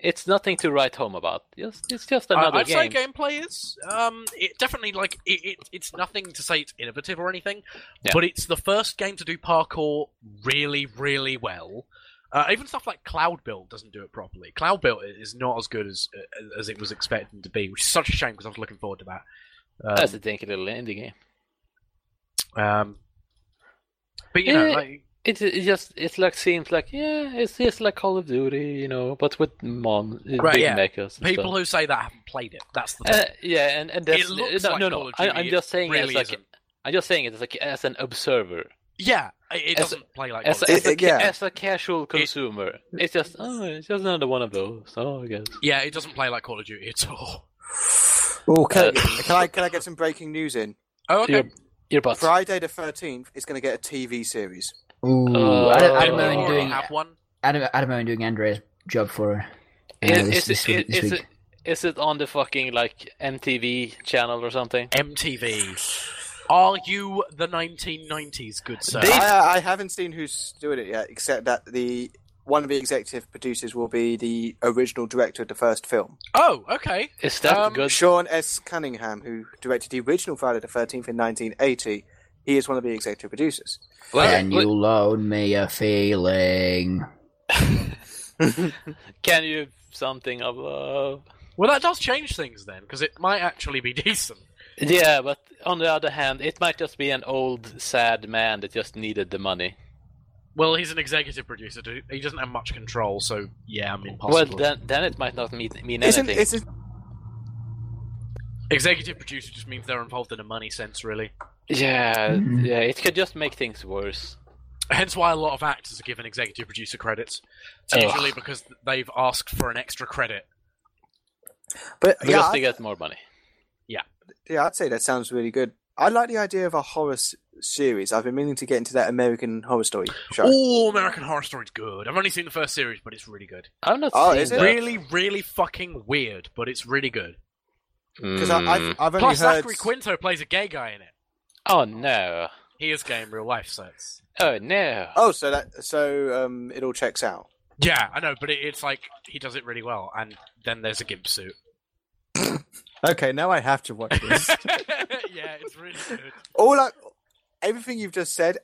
S1: It's nothing to write home about. Just, it's just another
S6: I- I'd
S1: game.
S6: say gameplay is um, it definitely like it, it, it's nothing to say it's innovative or anything,
S1: Yeah.
S6: but it's the first game to do parkour really, really well. Uh, even stuff like Cloud Build doesn't do it properly. Cloud Build i- is not as good as uh, as it was expected to be, which is such a shame because I was looking forward to that. Um,
S1: That's a dinky little indie game.
S6: um, but you know,
S1: Yeah.
S6: like,
S1: It, it just it like seems like yeah, it's just like Call of Duty, you know, but with mom
S6: Right,
S1: big
S6: yeah.
S1: makers. And
S6: people
S1: stuff.
S6: who say that haven't played it. That's the thing.
S1: Uh, yeah, and and
S6: It
S1: that's,
S6: looks
S1: no,
S6: like
S1: no,
S6: Call
S1: no.
S6: of
S1: I,
S6: Duty,
S1: I'm
S6: it
S1: just saying
S6: really
S1: it as like
S6: isn't.
S1: I'm just saying it as like as an observer,
S6: yeah, it, it
S1: as-
S6: doesn't play like
S1: as
S6: Call of
S1: as
S2: It-
S1: a,
S2: it-
S1: ca-
S2: yeah.
S1: as a casual consumer. it's just oh, it's just another one of those. Oh, I guess.
S6: Duty. yeah, it doesn't play like Call of Duty at all.
S2: Oh, can,
S1: Uh,
S2: can I can I get some breaking news in?
S6: Oh, okay.
S1: Your, your butt.
S2: Friday the thirteenth is going to get a TV series.
S3: Ooh,
S1: Oh.
S3: Adam,
S1: I
S6: Did
S1: don't
S3: Adam
S1: know
S6: we
S1: if
S3: Owen
S1: you
S6: already
S3: doing
S6: have one.
S3: Adam, Adam Owen doing Andrea's job for her. uh,
S1: Is,
S3: this,
S1: is,
S3: this,
S1: it-
S3: week- this
S1: is
S3: week.
S1: it is it on the fucking like MTV channel or something?
S6: MTV. Are you the 1990s, good sir?
S1: They-
S2: I, I haven't seen who's doing it yet, except that the one of the executive producers will be the original director of the first film,
S6: oh, okay.
S1: Is that
S6: Um,
S1: good?
S2: Sean S. Cunningham, who directed the original Friday the Thirteenth in 1980. He is one of the executive producers.
S1: Well,
S3: Can
S1: well,
S3: you loan me a feeling?
S1: can you something of uh,
S6: Well, that does change things then, because it might actually be decent.
S1: Yeah, but on the other hand, it might just be an old sad man that just needed the money.
S6: Well, he's an executive producer. dude. He doesn't have much control, so yeah, I'm
S1: Well,
S6: impossible.
S1: then then it might not mean, mean
S2: Isn't,
S1: anything.
S2: isn't
S6: executive producer just means they're involved in a money sense, really.
S1: Yeah, yeah, it could just make things worse.
S6: Hence why a lot of actors are given executive producer credits. It's
S1: Ugh.
S6: usually because they've asked for an extra credit.
S2: But
S1: Because
S2: yeah,
S1: they
S2: I,
S1: get more money.
S2: yeah, I'd say that sounds really good. I like the idea of a horror s- series. I've been meaning to get into that American Horror Story show.
S6: Oh, American Horror Story's good. I've only seen the first series, but it's really good.
S12: I'm not
S2: Oh,
S12: seeing
S2: is it?
S12: that.
S6: Really, really fucking weird, but it's really good.
S2: Because
S12: Mm.
S2: I've, I've only
S6: Plus,
S2: heard.
S6: Zachary Quinto plays a gay guy in it.
S12: Oh no!
S6: He is gay in real life, so it's...
S12: Oh no!
S2: Oh, so that so um, it all checks out.
S6: Yeah, I know, but it, it's like he does it really well, and then there's a gimp suit.
S2: Okay, now I have to watch this.
S6: yeah, it's really good.
S2: all I, everything you've just said,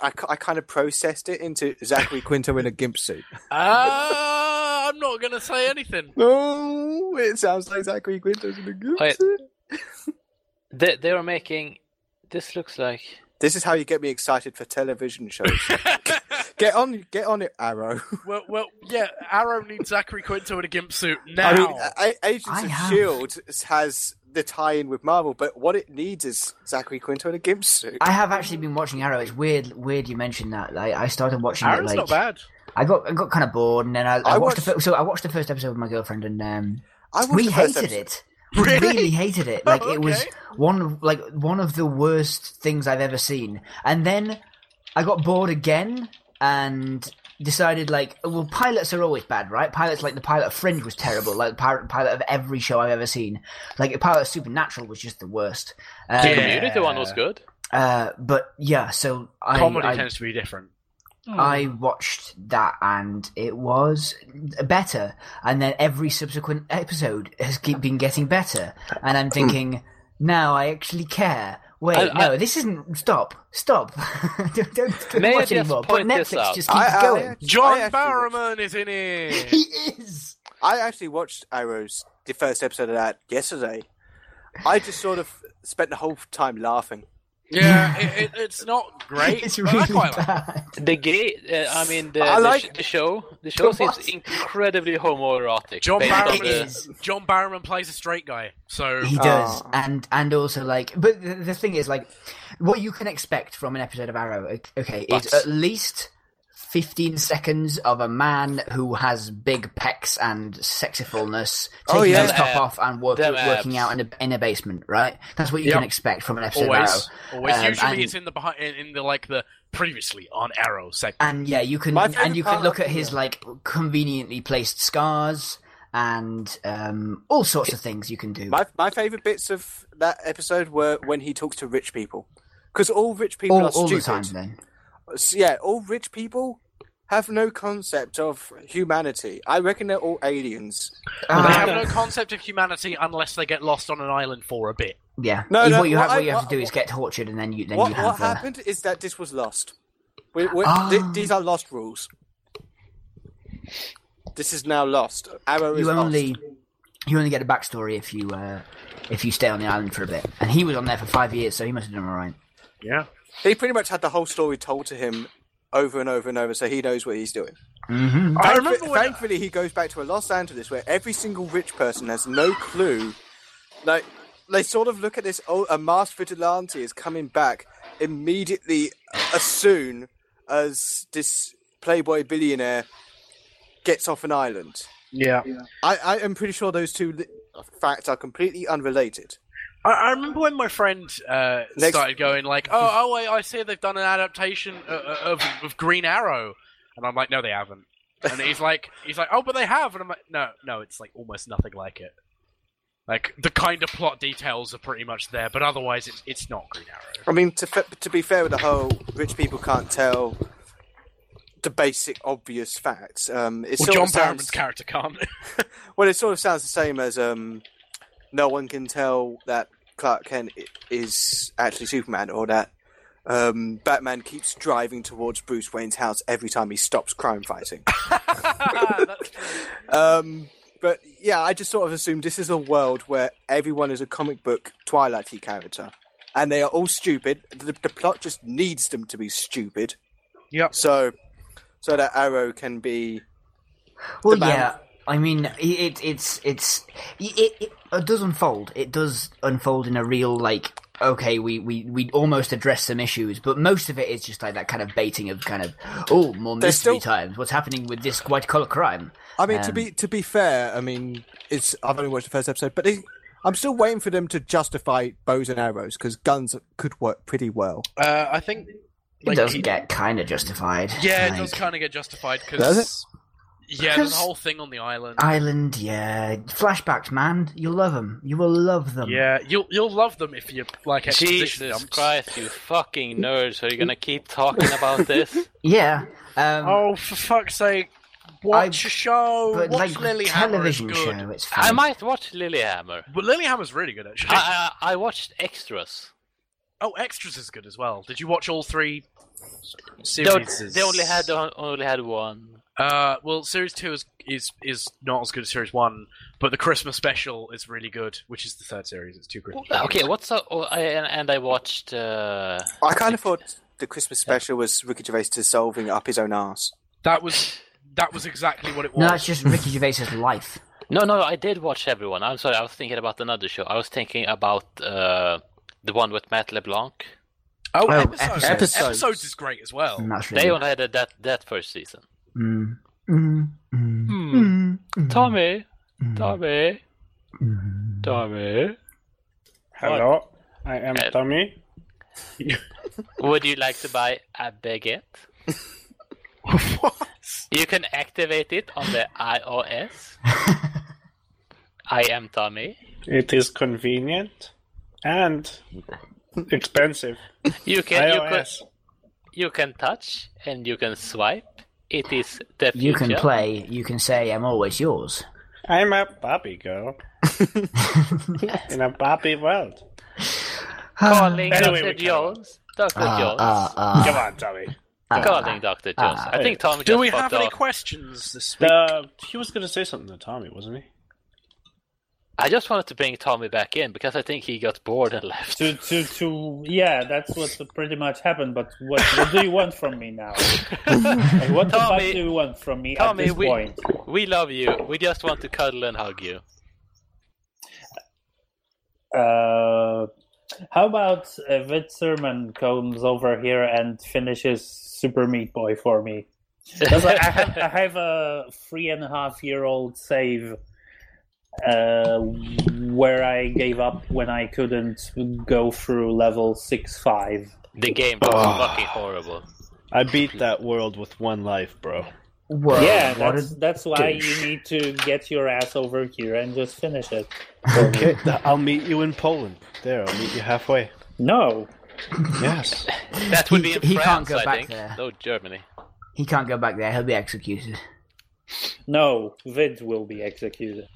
S2: I, ki- I kind of processed it into Zachary Quinto in a gimp suit.
S6: Ah, I'm not gonna say anything.
S2: No, Oh, it sounds like Zachary Quinto in a gimp
S12: Wait.
S2: suit.
S12: They they were making. This looks like.
S2: This is how you get me excited for television shows. get on, get on it, Arrow.
S6: well, well, yeah. Arrow needs Zachary Quinto in a gimp suit now.
S2: I mean, uh, A- A- Agents
S3: I
S2: of
S3: have-
S2: Shield has the tie-in with Marvel, but what it needs is Zachary Quinto in a gimp suit.
S3: I have actually been watching Arrow. It's weird, weird you mentioned that. I, I started watching
S6: Arrow's
S3: it
S6: not
S3: like
S6: bad.
S3: I got I got kind of bored, and then I, I,
S2: I
S3: watched, the
S2: watched-
S3: first, so I watched the first episode with my girlfriend, and um,
S2: I watched
S3: we
S2: the first
S3: hated
S2: episode.
S3: it. We
S6: Really?
S3: really hated it. Like it was
S6: Okay.
S3: one of like one of the worst things I've ever seen. And then I got bored again and decided like, well, pilots are always bad, right? Pilots like the pilot of Fringe was terrible. Like the pilot, pilot of every show I've ever seen. Like the pilot of Supernatural was just the worst. Um,
S12: The Community one was good.
S3: Uh, but yeah, so I
S6: Comedy
S3: I,
S6: tends to be different.
S3: I
S12: Hmm.
S3: watched that and it was better. And then every subsequent episode has keep, been getting better. And I'm thinking, now I actually care. Wait,
S12: Hmm. I-
S3: no, this isn't. Stop, stop. don't don't
S12: May I
S3: watch
S12: just
S3: anymore. But
S12: point this
S3: Netflix
S12: out?
S3: just keeps
S2: I- I-
S3: going.
S2: I
S6: John
S2: actually watched-
S6: Barrowman is in it.
S3: he is.
S2: I actually watched Arrow's the first episode of that yesterday. I just sort of spent the whole time laughing.
S6: yeah, it, it, it's not great.
S3: It's
S6: but
S3: really
S6: I quite like. it.
S3: bad.
S12: The gay. Uh, I mean, the,
S2: I
S12: the
S2: like-
S12: sh- the show. The show
S3: What?
S12: seems incredibly homoerotic.
S6: John
S12: based on
S6: Barrowman
S12: the-
S3: is.
S6: John Barrowman plays a straight guy, so
S3: He does,
S2: Oh.
S3: and and also like, but the, the thing is like, what you can expect from an episode of Arrow, o- okay, is
S12: Butts.
S3: at least fifteen seconds of a man who has big pecs and sexifulness taking
S2: Oh, yeah.
S3: his top
S12: Them
S3: off and work,
S12: Them
S3: working out in a in a basement, right? That's what you can
S6: Yep.
S3: expect from an episode of Arrow.
S6: always, always.
S3: Um,
S6: Usually,
S3: and-
S6: it's in the behind, in, in the like the previously on Arrow segment.
S3: and yeah, you can
S2: My
S3: and you
S2: favourite
S3: can
S2: part
S3: look
S2: of
S3: at his like conveniently placed scars and um, all sorts of things you can do.
S2: My my favorite bits of that episode were when he talks to rich people, because all rich people
S3: all,
S2: are
S3: all the
S2: stupid.
S3: time, then.
S2: S- yeah, all rich people have no concept of humanity. I reckon they're all aliens.
S6: They
S3: Uh,
S6: have no concept of humanity unless they get lost on an island for a bit.
S3: Yeah.
S2: No,
S3: You-
S2: no,
S3: what you have,
S2: what
S3: what you
S2: I-
S3: have
S2: what-
S3: to do is get tortured, and then you then
S2: what
S3: you have.
S2: what
S3: uh,
S2: happened is that this was lost. We, we,
S3: Ah.
S2: th- these are lost rules. This is now lost. Arrow is
S3: you
S2: lost.
S3: only you only get a backstory if you uh, if you stay on the island for a bit. And he was on there for five years, so he must have done all right.
S6: Yeah.
S2: He pretty much had the whole story told to him over and over and over, so he knows what he's doing.
S3: Mm-hmm.
S6: I
S2: Thankf-
S6: remember when
S2: thankfully, he goes back to a Los Angeles where every single rich person has no clue. Like they sort of look at this. Oh, a masked vigilante is coming back immediately uh, as soon as this playboy billionaire gets off an island.
S6: Yeah.
S2: I, I am pretty sure those two li- facts are completely unrelated.
S6: I, I remember when my friend uh,
S2: Next-
S6: started going like, "Oh, oh, wait, I see they've done an adaptation uh, uh, of, of Green Arrow," and I'm like, "No, they haven't." And he's like, "He's like, oh, but they have," and I'm like, "No, no, it's like almost nothing like it. Like the kind of plot details are pretty much there, but otherwise, it's it's not Green Arrow."
S2: I mean, to fa- to be fair with the whole rich people can't tell the basic obvious facts. Um, it
S6: Well,
S2: sort
S6: John
S2: of sounds,
S6: Barrowman's character can't.
S2: Well, it sort of sounds the same as um, no one can tell that Clark Kent i- is actually Superman, or that um, Batman keeps driving towards Bruce Wayne's house every time he stops crime fighting.
S6: That's true.
S2: Um, but yeah, I just sort of assumed this is a world where everyone is a comic book Twilighty character, and they are all stupid. The, the plot just needs them to be stupid.
S6: Yep.
S2: So, so that Arrow can be
S3: Well,
S2: the band.
S3: yeah. I mean, i- it it's it's it, it it does unfold. It does unfold in a real like. Okay, we, we, we almost address some issues, but most of it is just like that kind of baiting of kind of oh more
S2: There's still-
S3: mystery times. What's happening with this white collar crime?
S2: I mean, to
S3: Um,
S2: be to be fair, I mean, it's I've only watched the first episode, but it, I'm still waiting for them to justify bows and arrows because guns could work pretty well.
S6: Uh, I think
S3: It does get kind of justified.
S6: Yeah,
S3: like,
S6: it does kind of get justified because
S2: Does
S6: yeah, there's a
S3: 'Cause-
S6: whole thing on the island.
S3: Island, yeah. Flashbacks, man. You'll love them. You will love them.
S6: Yeah, you'll you'll love them if you like exposition
S1: Jesus
S6: dumps.
S1: Christ, you fucking nerds! Are you gonna keep talking about this?
S3: Yeah. Um,
S6: Oh, for fuck's sake! Watch
S3: I-
S6: a show.
S3: but
S6: watch
S3: like
S6: Lily
S3: television
S6: Hammer. Is good.
S3: show, it's fine.
S1: I might watch Lilyhammer.
S6: But Lilyhammer's really good actually.
S1: I, I I watched extras.
S6: oh, Extras is good as well. Did you watch all three
S1: They, on-
S6: series?
S1: they only had uh, only had one.
S6: Uh, well, series two is, is is not as good as series one, but the Christmas special is really good, which is the third series. It's two Christmas.
S1: Okay,
S6: specials.
S1: what's up? Oh, I, and, and I watched. Uh,
S2: I kind of thought the Christmas special was Ricky Gervais dissolving up his own ass.
S6: that was that was exactly what it was.
S3: no, that's just Ricky Gervais's life.
S1: no, no, I did watch everyone. I'm sorry, I was thinking about another show. I was thinking about uh, the one with Matt LeBlanc.
S6: oh,
S3: Oh,
S6: episodes.
S3: episodes. Mm.
S6: Episodes is great as well.
S3: And that's really.
S1: Oh, They only had a, that that first season.
S3: Mm, mm, mm,
S1: Hmm.
S3: mm, mm,
S1: Tommy,
S3: mm,
S1: Tommy,
S3: mm.
S1: Tommy.
S5: Hello, I am
S1: Uh,
S5: Tommy.
S1: Would you like to buy a baguette? You can activate it on the iOS. I am Tommy.
S5: It is convenient and expensive.
S1: You can you can
S5: iOS.
S1: you can touch and you can swipe. It is the future.
S3: You can play. You can say, "I'm always yours."
S5: I'm a Barbie girl in a Barbie world.
S1: calling
S5: Anyway,
S1: Dr.
S5: we can't.
S1: Jones. Dr.
S3: Ah,
S1: Jones.
S3: ah, ah,
S5: Come on, Tommy.
S3: ah.
S1: calling Dr. Jones. I think Tommy
S6: Do
S1: just
S6: we have
S1: popped
S6: any
S1: off.
S6: questions this week?
S4: Uh, he was going to say something to Tommy, wasn't he?
S1: I just wanted to bring Tommy back in because I think he got bored and left.
S5: To, to, to, yeah, that's what pretty much happened. But what, what do you want from me now? Like, what the fuck
S1: Tommy-
S5: do you want from me
S1: Tommy,
S5: at this
S1: we-
S5: point?
S1: We love you. We just want to cuddle and hug you.
S5: Uh, how about uh, Vid Sermon comes over here and finishes Super Meat Boy for me? 'Cause I, I, have, I have a three and a half year old save uh, where I gave up when I couldn't go through level six five.
S1: The game was
S3: Ah.
S1: fucking horrible.
S4: I beat that world with one life, bro.
S3: Whoa,
S5: yeah,
S3: what
S5: that's
S3: a-
S5: that's why
S3: douche.
S5: you need to get your ass over here and just finish it.
S4: Okay, I'll meet you in Poland. There, I'll meet you halfway.
S5: No,
S4: Yes.
S1: That would
S3: He-
S1: be in
S3: he
S1: France,
S3: can't go
S1: I
S3: back
S1: think.
S3: there.
S1: No, Germany.
S3: he can't go back there. He'll be executed.
S5: no, Vid will be executed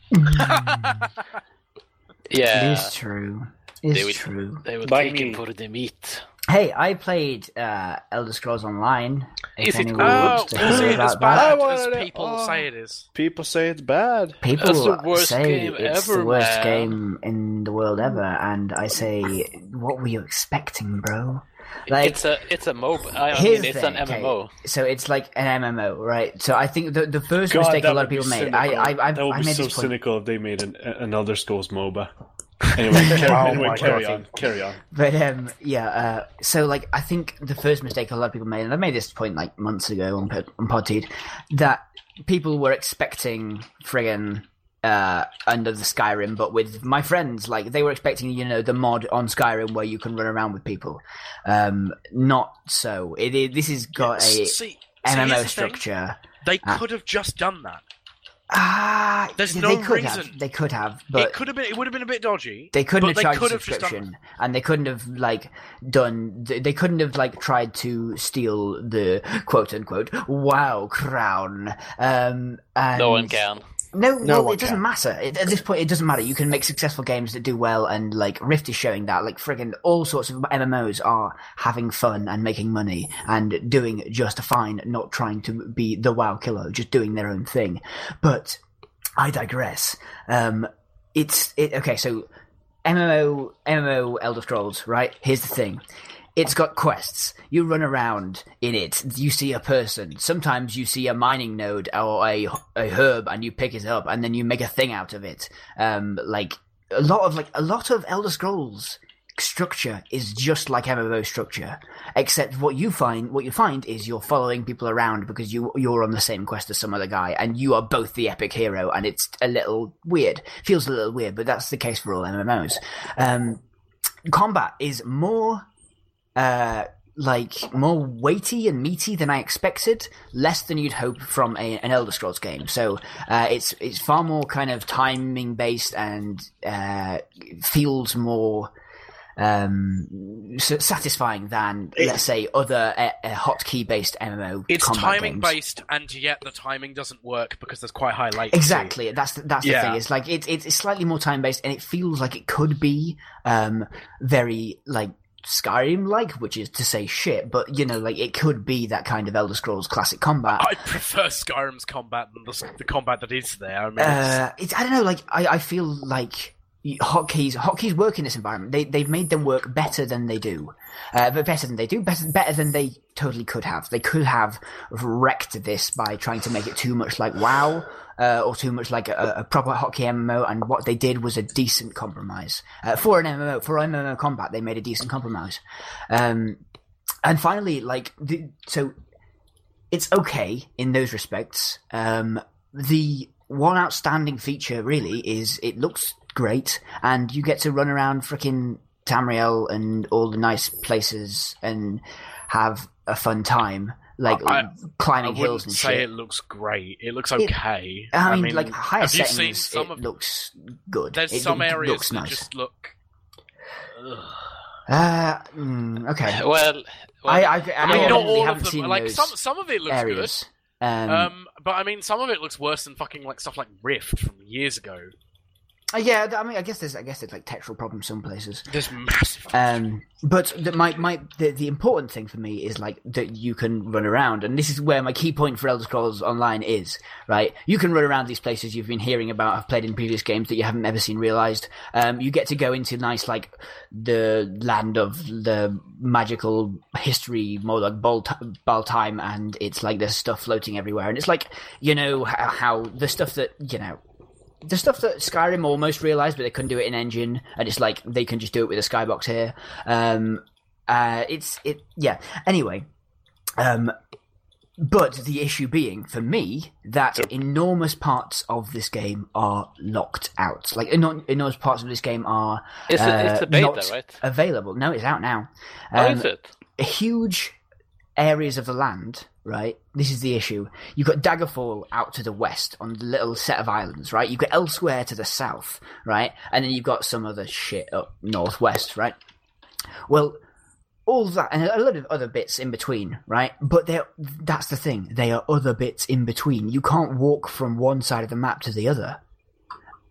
S1: Yeah,
S3: It is true.
S1: They
S3: It's
S1: would-
S3: true.
S1: they would
S5: By
S1: take
S5: me.
S1: him for the meat.
S3: Hey, I played uh, Elder Scrolls Online. If
S1: Is it
S3: anyone
S1: good?
S6: Oh,
S3: wants to
S6: is
S3: hear
S6: it as
S3: about
S4: I
S6: bad
S3: that, Oh,
S4: wanted
S6: as
S4: it
S6: people
S4: all.
S6: say it is?
S4: People say it's bad.
S3: people
S1: That's the worst
S3: say
S1: game
S3: it's
S1: ever,
S3: the worst
S1: man.
S3: game in the world ever, and I say, what were you expecting, bro? Like,
S1: it's a it's a MOB. I
S3: Here's
S1: mean, it's
S3: the-
S1: an MMO.
S3: so it's like an MMO, right? So I think the the first
S4: God,
S3: mistake
S4: that
S3: a lot
S4: would
S3: of
S4: be
S3: people made.
S4: cynical.
S3: I I I,
S4: that would
S3: I
S4: be
S3: made
S4: so
S3: this point.
S4: cynical if they made an, an Elder Scrolls MOBA. Anyway, carry, anyway, carry on. Carry on.
S3: But um, yeah. Uh, so like, I think the first mistake a lot of people made, and I made this point like months ago on Pod- on Podteed, that people were expecting friggin' uh, under the Skyrim, but with my friends, like they were expecting you know the mod on Skyrim where you can run around with people. Um, not so. It, i this has got
S6: See,
S3: a
S6: see, here's
S3: MMO
S6: the thing.
S3: structure.
S6: They
S3: Ah.
S6: could have just done that.
S3: Ah,
S6: There's
S3: they
S6: no
S3: could
S6: reason.
S3: Have, they could have, but
S6: it could have been. It would have been a bit dodgy.
S3: They couldn't
S6: but
S3: have
S6: they
S3: charged
S6: could
S3: a
S6: have just done
S3: subscription, and they couldn't have like done. th- They couldn't have like tried to steal the quote unquote wow crown. Um, and
S1: No one can.
S3: No, well,
S2: one
S3: it doesn't
S2: can.
S3: matter. It, at this point, it doesn't matter. You can make successful games that do well, and like Rift is showing that. Like friggin' all sorts of MMOs are having fun and making money and doing just fine, not trying to be the wow killer, just doing their own thing. But I digress. Um, it's it okay. So MMO MMO Elder Scrolls, right? Here's the thing. It's got quests. You run around in it. You see a person. Sometimes you see a mining node or a, a herb and you pick it up and then you make a thing out of it. Um, like a lot of like a lot of Elder Scrolls structure is just like MMO structure, except what you find what you find is you're following people around because you you're on the same quest as some other guy, and you are both the epic hero, and it's a little weird. Feels a little weird, but that's the case for all MMOs. Um, combat is more uh, like more weighty and meaty than I expected, less than you'd hope from a, an Elder Scrolls game. So uh, it's it's far more kind of timing based and uh, feels more um, s- satisfying than let's say other uh, uh, hotkey based MMO.
S6: It's
S3: combat
S6: timing
S3: games.
S6: based, and yet the timing doesn't work because there's quite high latency.
S3: Exactly. That's the, that's the
S6: Yeah.
S3: thing. It's like it, it's it's slightly more time based, and it feels like it could be um very like Skyrim like, which is to say shit. But you know, like it could be that kind of Elder Scrolls classic combat.
S6: I prefer Skyrim's combat than the, the combat that is there. I mean, it's-
S3: Uh, it's I don't know. Like I, I feel like hotkeys hotkeys work in this environment. They they've made them work better than they do, uh, but better than they do, better better than they totally could have. They could have wrecked this by trying to make it too much like WoW. Uh, or too much like a, a proper hotkey MMO, and what they did was a decent compromise uh, for an MMO. For MMO combat, they made a decent compromise. Um, and finally, like the, so, it's okay in those respects. Um, the one outstanding feature really is it looks great, and you get to run around frickin' Tamriel and all the nice places and have a fun time, like
S6: I- I
S3: climbing hills
S6: wouldn't
S3: and
S6: say it
S3: shit.
S6: looks great. It looks okay.
S3: I, mean, like higher
S6: have you
S3: settings,
S6: seen some
S3: it
S6: of?
S3: looks good.
S6: There's
S3: It
S6: some
S3: loo-
S6: areas
S3: looks
S6: that
S3: nice.
S6: just look. Ugh.
S3: Uh, mm, okay.
S12: Well,
S3: I, I, I,
S6: I mean,
S3: haven't-
S6: not all
S3: haven't
S6: of them.
S3: seen
S6: Like
S3: those
S6: some, some of it looks
S3: areas. Um,
S6: good. Um, but I mean, some of it looks worse than fucking like stuff like Rift from years ago.
S3: Uh, Yeah, th- I mean, I guess there's, I guess there's like textural problems some places.
S6: There's massive.
S3: Um, but the, my, my, the, the important thing for me is like that you can run around, and this is where my key point for Elder Scrolls Online is. Right, you can run around these places you've been hearing about, have played in previous games that you haven't ever seen realized. Um, you get to go into nice like the land of the magical history, more like Balt- Baltime, and it's like there's stuff floating everywhere, and it's like you know how, how the stuff that you know the stuff that Skyrim almost realized, but they couldn't do it in engine, and it's like they can just do it with a skybox here. Um, uh, it's it, yeah. Anyway, um, but the issue being for me that enormous parts of this game are locked out. Like eno- enormous parts of this game are
S12: It's a-
S3: uh,
S12: it's a beta,
S3: not
S12: right?
S3: available. No, it's out now.
S12: how
S3: Um,
S12: Oh, is it?
S3: huge areas of the land, right? This is the issue. You've got Daggerfall out to the west on the little set of islands, right? You've got elsewhere to the south, right? And then you've got some other shit up northwest, right? Well, all that and a lot of other bits in between, right? But they're that's the thing. They are other bits in between. You can't walk from one side of the map to the other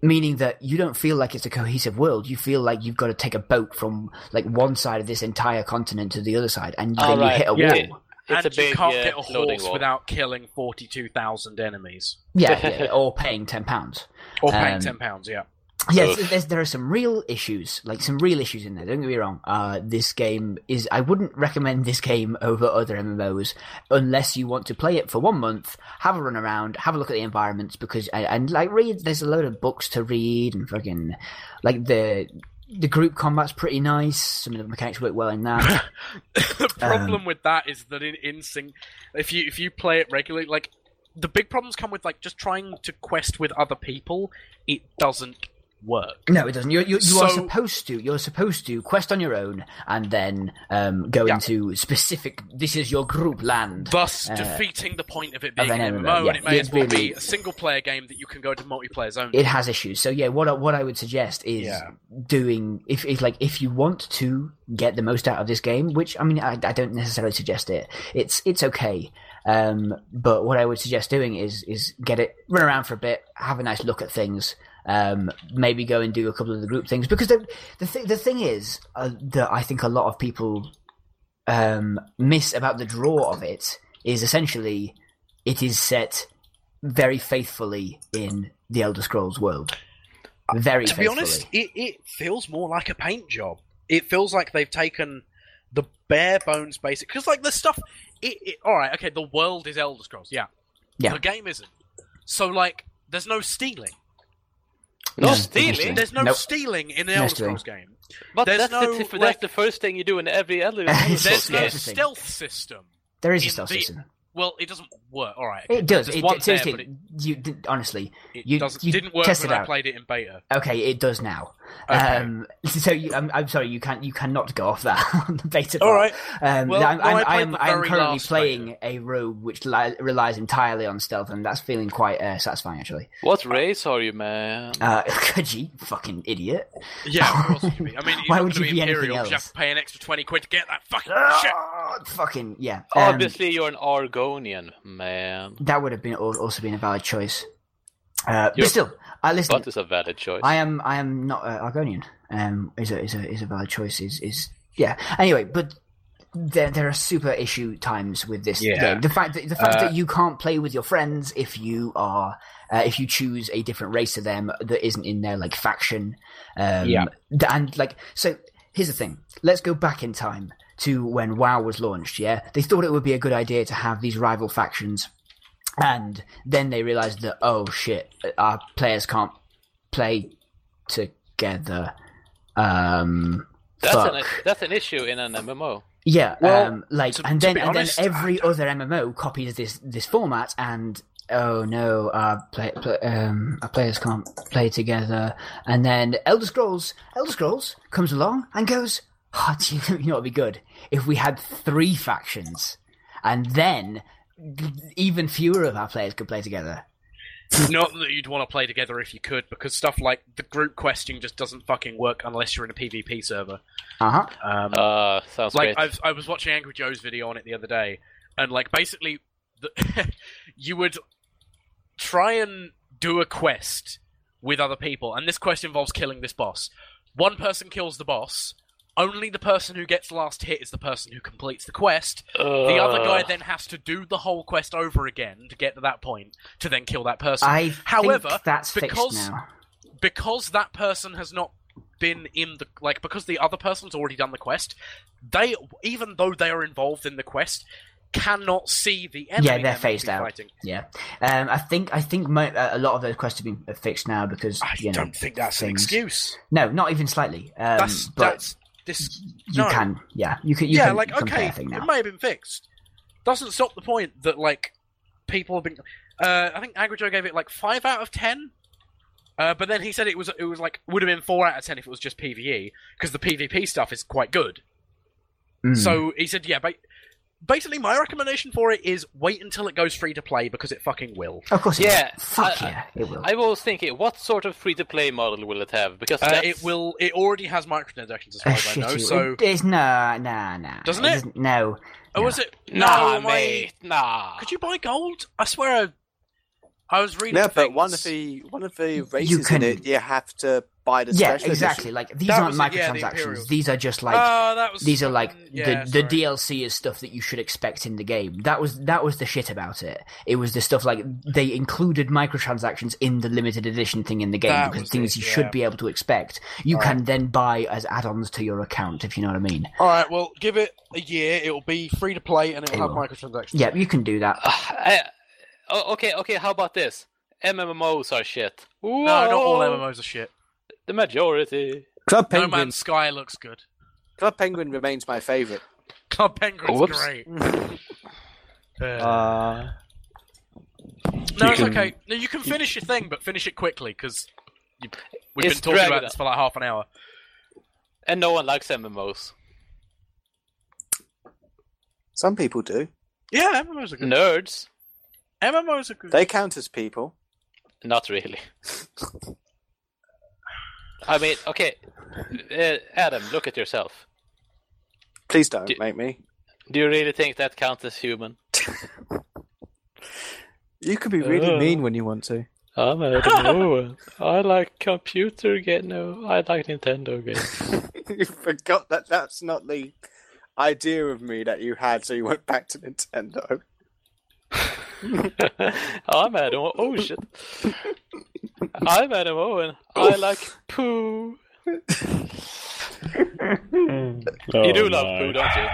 S3: meaning that you don't feel like it's a cohesive world. You feel like you've got to take a boat from like one side of this entire continent to the other side, and
S12: Oh,
S3: then you
S12: right.
S3: hit a
S12: Yeah.
S3: wall.
S12: It's
S6: and
S12: a big
S6: you can't
S12: uh,
S6: get a
S12: loading
S6: horse
S12: wall.
S6: without killing forty-two thousand enemies
S3: Yeah, yeah, yeah, or paying ten pounds.
S6: or paying
S3: Um,
S6: ten pounds. Yeah.
S3: Yes, there's, there are some real issues, like some real issues in there. Don't get me wrong. Uh, this game is. I wouldn't recommend this game over other MMOs unless you want to play it for one month, have a run around, have a look at the environments, because and, and like read. There's a load of books to read and fucking like the the group combat's pretty nice. Some of the mechanics work well in that.
S6: the
S3: um,
S6: problem with that is that in, in sync, if you if you play it regularly, like the big problems come with like just trying to quest with other people. It doesn't work.
S3: no, it doesn't. You you, you
S6: So-
S3: are supposed to. You're supposed to quest on your own and then um, go
S6: Yeah.
S3: into specific. This is your group land.
S6: Thus,
S3: Uh,
S6: defeating the point of it being
S3: an
S6: an
S3: MMO,
S6: MMO,
S3: yeah.
S6: and it may
S3: It's
S6: as well
S3: really-
S6: be a single-player game that you can go to multiplayer zone.
S3: it has issues. So yeah, what I- what I would suggest is
S6: Mm. Yeah.
S3: doing if, if like if you want to get the most out of this game, which I mean I, I don't necessarily suggest it. It's it's okay. Um, but what I would suggest doing is is get it run around for a bit, have a nice look at things. Um, maybe go and do a couple of the group things because the the, th- the thing is uh, that I think a lot of people um, miss about the draw of it is essentially it is set very faithfully in the Elder Scrolls world. Very
S6: to be
S3: faithfully.
S6: honest, it, it feels more like a paint job. It feels like they've taken the bare bones basic because like the stuff. It, it, all right, okay. The world is Elder Scrolls, yeah.
S3: Yeah.
S6: The game isn't. So like, there's no stealing. No,
S3: No,
S6: stealing. There's no
S3: Mm. Nope.
S6: stealing in the
S3: No
S6: Elder
S3: stealing.
S6: Scrolls game.
S12: But
S6: There's
S12: that's,
S6: no,
S12: the, tif-
S6: like-
S12: that's the first thing you do in every Elder
S3: There's
S12: Scrolls
S6: There's no
S12: game.
S3: That's the thing.
S6: stealth system.
S3: There is
S6: in
S3: a stealth
S6: the-
S3: system.
S6: Well, it doesn't work. All right.
S3: It does.
S6: There's
S3: It,
S6: one there,
S3: seriously,
S6: but it-
S3: you did- honestly,
S6: It
S3: You-
S6: doesn't
S3: you
S6: didn't work
S3: test
S6: when
S3: it
S6: I
S3: out.
S6: played it in beta.
S3: okay, it does now.
S6: Okay.
S3: Um, so you, I'm, I'm sorry, you can't, you cannot go off that on the beta.
S6: All
S3: part.
S6: right.
S3: Um,
S6: Well,
S3: I'm,
S6: no,
S3: I'm,
S6: I played
S3: I'm,
S6: the
S3: I'm
S6: very
S3: currently
S6: last
S3: playing a robe which li- relies entirely on stealth, and that's feeling quite uh, satisfying actually.
S12: What race are you, man?
S3: Uh, Kaji, fucking idiot.
S6: Yeah, of course. it could be. I mean, it's
S3: Why
S6: not
S3: would
S6: gonna
S3: you
S6: be
S3: be anything
S6: Imperial, 'cause You have
S3: else?
S6: to pay an extra twenty quid to get that fucking shit.
S3: Ah, fucking yeah. Um,
S12: Obviously, you're an Argonian, man.
S3: that would have been al- also been a valid choice. Uh, but
S12: You're-
S3: still, I listen.
S12: But it's a valid choice.
S3: I am I am not uh, Argonian. Um, is a is a is a valid choice. Is is yeah. Anyway, but there there are super issue times with this
S6: Yeah.
S3: game. The fact that the fact
S6: Uh,
S3: that you can't play with your friends if you are uh, if you choose a different race to them that isn't in their like faction. Um,
S6: Yeah.
S3: th- and like so. Here's the thing. Let's go back in time to when WoW was launched. Yeah, they thought it would be a good idea to have these rival factions. And then they realized that oh shit, our players can't play together. Um,
S12: that's, an,
S3: fuck.
S12: that's an issue in an MMO.
S3: yeah,
S6: Well,
S3: um, like,
S6: to-
S3: and
S6: to
S3: then
S6: be
S3: and then
S6: honest,
S3: every other MMO copies this this format, and oh no, our play, play, um, our players can't play together. And then Elder Scrolls, Elder Scrolls comes along and goes, oh, do you know it'd be good if we had three factions, and then even fewer of our players could play together.
S6: Not that you'd want to play together if you could, because stuff like the group questing just doesn't fucking work unless you're in a PvP server.
S3: Uh huh.
S6: Um,
S1: Oh,
S12: Uh, sounds
S6: like
S12: great.
S6: I've, I was watching Angry Joe's video on it the other day, and like basically, the, you would try and do a quest with other people, and this quest involves killing this boss. One person kills the boss. Only the person who gets last hit is the person who completes the quest.
S12: Uh,
S6: The other guy then has to do the whole quest over again to get to that point to then kill that person.
S3: I
S6: However,
S3: think that's
S6: because-
S3: fixed now.
S6: because that person has not been in the like because the other person's already done the quest they even though they are involved in the quest cannot see the enemy
S3: Yeah, they're
S6: they must
S3: phased
S6: be
S3: out.
S6: fighting.
S3: Yeah, um, I think I think mo- a lot of those quests have been fixed now because
S6: i
S3: you know,
S6: don't think that's an
S3: things-
S6: excuse
S3: No, not even slightly. Um,
S6: that's
S3: but
S6: that's this
S3: you
S6: no.
S3: can, yeah, you can. You
S6: yeah
S3: can
S6: like
S3: compare
S6: okay
S3: thing
S6: it
S3: now.
S6: may have been fixed doesn't stop the point that like people have been uh i think agrijo gave it like five out of ten uh, but then he said it was it was like would have been four out of ten if it was just PVE because the PvP stuff is quite good.
S3: Mm.
S6: So he said, yeah, ba- basically, my recommendation for it is wait until it goes free to play because it fucking will.
S3: of course, it
S12: Yeah,
S3: will. fuck
S12: I- I-
S3: yeah, it will.
S12: I was thinking, what sort of free-to-play model will it have? Because
S6: Uh,
S12: that's-
S6: it will. It already has microtransactions as
S3: Uh,
S6: far as I
S3: shit,
S6: know.
S3: you-
S6: So,
S3: it is no, no, no.
S6: Doesn't it?
S3: doesn't- No,
S6: oh, was it?
S12: Nah,
S6: no, mate.
S12: mate, nah.
S6: Could you buy gold? I swear, I, I was reading.
S2: No, but
S6: things.
S2: one of the one of the races
S3: can-
S2: in it, you have to buy the
S3: yeah,
S2: special
S3: exactly.
S2: edition.
S3: Like these
S6: That
S3: aren't
S6: was it, yeah, the
S3: microtransactions.
S6: Imperials.
S3: these are just like
S6: Ah, that was.
S3: these are like
S6: yeah,
S3: the the
S6: sorry.
S3: DLC is stuff that you should expect in the game. That was that was the shit about it. It was the stuff like they included microtransactions in the limited edition thing in the game
S6: That
S3: because
S6: was
S3: things
S6: it,
S3: you
S6: yeah.
S3: should be able to expect. You
S6: All
S3: can then buy as add-ons to your account if you know what I mean.
S6: All right, well, give it a year. It'll be free to play and it'll
S3: It
S6: have
S3: will.
S6: microtransactions.
S3: Yeah, you can do that.
S12: I, oh, okay, okay. How about this? MMOs are shit.
S6: No, not all MMOs are shit.
S12: The majority.
S2: Club
S6: No
S2: Penguin.
S6: Man's Sky looks good.
S2: Club Penguin remains my favourite.
S6: Club Penguin's
S12: Whoops.
S6: great.
S4: Uh,
S6: No,
S4: You
S6: it's
S4: can-
S6: okay. No, you can finish your thing, but finish it quickly because we've been
S12: It's
S6: talking about
S12: dragged
S6: this for like half an hour.
S12: And no one likes MMOs.
S2: Some people do.
S6: Yeah, MMOs are good.
S12: Nerds,
S6: MMOs are good.
S2: They count as people.
S12: not really. I mean, okay, uh, Adam, look at yourself.
S2: Please don't
S12: Do-
S2: make me.
S12: Do you really think that counts as human?
S2: You can be really mean when you want to.
S12: I'm Adam I like computer game. No, I like Nintendo games.
S2: you forgot that that's not the idea of me that you had, so you went back to Nintendo.
S12: I'm Adam. Oh shit! I'm Adam Owen. I like poo.
S5: Oh,
S12: you
S4: Oh
S12: do love poo, don't you?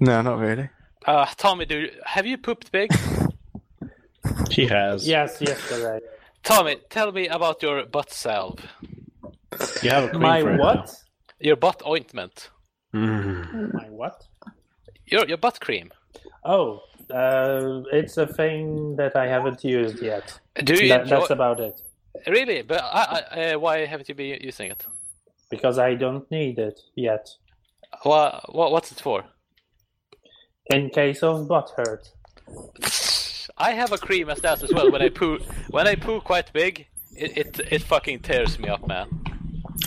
S2: No, not really.
S12: Uh, Tommy, do you, have you pooped big?
S4: He has.
S5: Yes, yesterday.
S1: Tommy, tell me about your butt salve.
S4: You have a cream
S5: My
S4: for it
S5: what?
S1: Your butt ointment.
S4: now. Mm.
S5: My what?
S1: Your your butt cream.
S5: Oh, uh, it's a thing that I haven't used yet.
S1: Do you
S5: That,
S1: enjoy-
S5: that's about it.
S1: really? But I, I, uh, why haven't you been using it?
S5: Because I don't need it yet.
S1: Wha what, what's it for?
S5: In case of butt hurt.
S1: I have a cream as that as well. When I poo, when I poo quite big, it, it it fucking tears me up, man.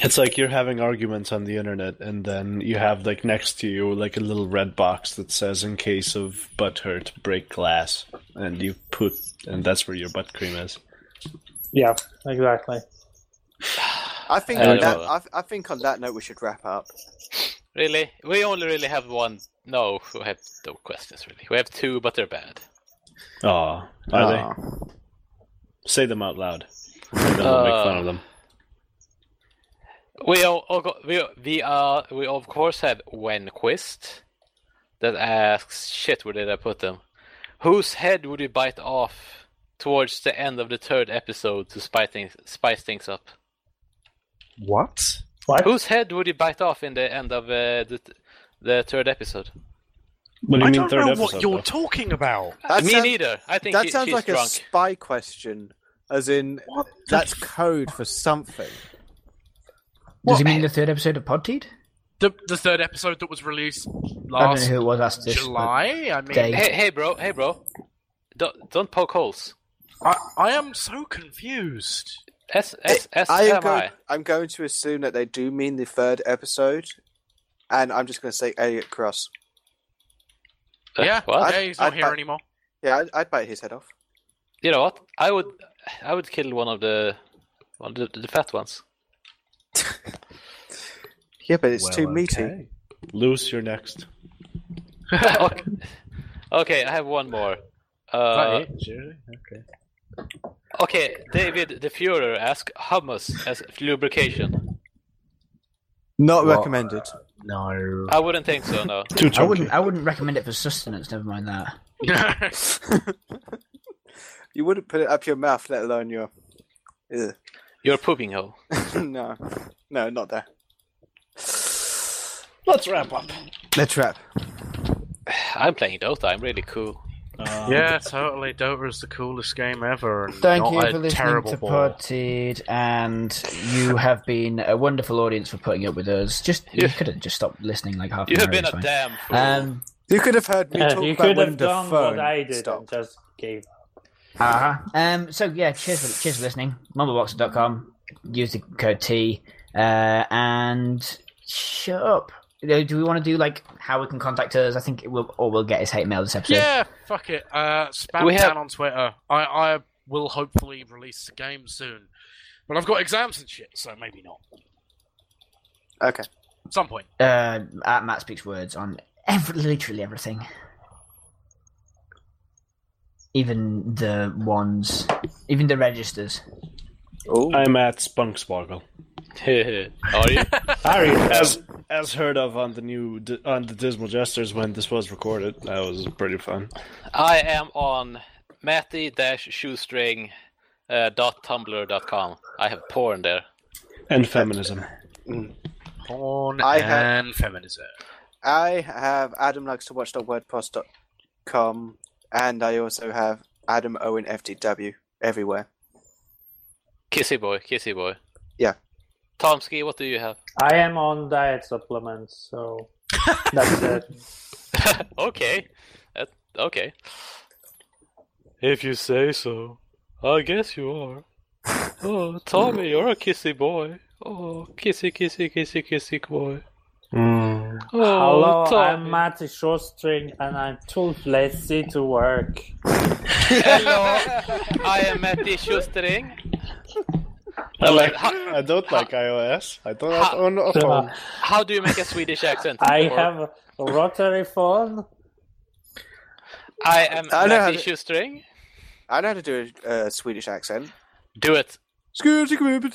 S4: It's like you're having arguments on the internet, and then you have like next to you like a little red box that says "In case of butt hurt, break glass," and you put, and that's where your butt cream is.
S5: Yeah, exactly.
S2: I think
S1: Uh,
S2: on that,
S1: yeah.
S2: I, th- I think on that note we should wrap up.
S1: Really, we only really have one. No, we have no questions really. We have two, but they're bad.
S4: Aw, are
S2: Aw.
S4: they?
S3: Oh.
S4: Say them out loud. And then we'll make fun of them.
S1: We all, all got, we we uh we of course had Wenquist that asks shit where did I put them? Whose head would you bite off towards the end of the third episode to spice things spice things up?
S4: What?
S5: What?
S1: Whose head would you bite off in the end of uh, the the third episode?
S4: What do you
S6: I
S4: mean
S6: don't
S4: third
S6: know
S4: episode?
S6: what you're
S4: though?
S6: talking about.
S2: That
S1: Me
S2: sound-
S1: neither. I think
S2: That
S1: he-
S2: sounds
S1: she's
S2: like a
S1: drunk.
S2: spy question, as in
S6: What the
S2: that's code for something.
S3: Does he mean the third episode of Podteed?
S6: The, the third episode that was released
S3: I don't know
S6: last
S3: who it was after this. but-
S6: July. I mean,
S3: Day.
S1: Hey, hey, bro. Hey, bro. Don't, don't poke holes.
S6: I, I am so confused.
S1: S S S
S2: I am
S1: am
S2: going,
S1: I. Uh,
S2: I'm going to assume that they do mean the third episode, and I'm just going to say Elliot Cross.
S1: Uh,
S6: Yeah,
S1: What?
S6: yeah, he's
S2: I-
S6: not
S2: I-
S6: here
S2: I-
S6: anymore.
S2: Yeah, I'd, I'd bite his head off.
S1: You know what? I would, I would kill one of the, one of the, the fat ones.
S2: Yeah, but it's too
S4: Well,
S2: meaty.
S4: okay. Loose, you're next.
S1: okay. okay, I have one more. Uh,
S4: okay.
S1: okay, David the Führer asks hummus as lubrication.
S2: Not
S3: Well,
S2: recommended.
S4: uh,
S3: No.
S1: I wouldn't think so. No.
S4: Too
S3: I
S4: chunky.
S3: wouldn't. I wouldn't recommend it for sustenance. Never mind that.
S2: You wouldn't put it up your mouth, let alone your. Ugh.
S1: You're pooping hole.
S2: no, no, not there.
S4: Let's wrap up.
S2: Let's wrap.
S1: I'm playing Dota. I'm really cool.
S6: yeah, totally. Dota is the coolest game ever. And
S3: Thank
S6: not
S3: you
S6: a
S3: for listening
S6: terrible
S3: to
S6: ball.
S3: Podteed, and you have been a wonderful audience for putting up with us. Just you
S1: Yeah.
S3: could have just stopped listening like half.
S1: You
S3: an
S1: have
S3: hour,
S1: been
S3: it's
S1: a
S3: fine.
S1: damn fool.
S3: Um.
S2: You could have heard me
S5: Uh,
S2: talk
S5: you
S2: about
S5: could
S2: when
S5: have
S2: the
S5: done
S2: phone
S5: what I did
S2: stopped.
S5: and just gave
S3: Uh-huh. Um. So yeah, cheers. For, cheers for listening. Mumbleboxer.com. Use the code T. Uh. And shut up. Do do we want to do like how we can contact us? I think it will, or we'll get his hate mail this episode.
S6: Yeah, fuck it. Uh, spam
S1: We
S6: we
S1: have-
S6: on Twitter. I, I will hopefully release the game soon, but I've got exams and shit, so maybe not.
S2: Okay.
S6: At some point.
S3: Uh, at Matt speaks words on every, literally everything, even the ones, even the registers.
S2: Oh,
S4: I'm at Spunkswoggle.
S1: Are you?
S4: As as heard of on the new on the Dismal Jesters when this was recorded, that was pretty fun.
S1: I am on matty-shoestring. Uh, dot tumblr dot com. I have porn there.
S4: And feminism.
S6: Porn
S2: I have-
S6: and feminism.
S2: I have Adam likes to watch wordpress.com, and I also have Adam Owen FTW everywhere.
S1: Kissy boy, kissy boy.
S2: Yeah.
S1: Tomsky, what do you have?
S5: I am on diet supplements, so that's it.
S1: okay. That, okay. If you say so. I guess you are. Oh, Tommy, you're a kissy boy. Oh, kissy, kissy, kissy, kissy boy. Oh,
S5: Hmm. Hello,
S1: Tommy.
S5: I'm Matty Shortstring, and I'm too lazy to work.
S1: Hello, I am Matty Schustering.
S4: I like.
S1: Ha-
S4: I don't like iOS. I don't
S1: Ha-
S4: own a phone.
S1: How do you make a Swedish accent?
S5: I
S1: Or,
S5: have a rotary phone.
S1: I am
S2: I know how
S1: Matty
S2: to-
S1: Schustering.
S2: I know how to do a uh, Swedish accent.
S1: Do it.
S2: I'm at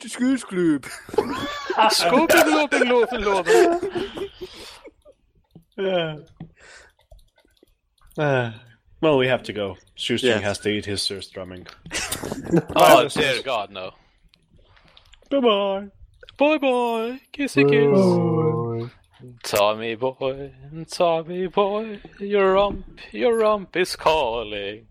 S2: the Scrooge Club.
S4: Yeah. Uh, well, we have to go. Shoestring
S2: Yes.
S4: has to eat his Sir Strumming.
S1: Oh, dear God, no.
S4: Bye bye.
S1: Bye bye, kissy kiss. Tommy boy, Tommy boy, your rump, your rump is calling.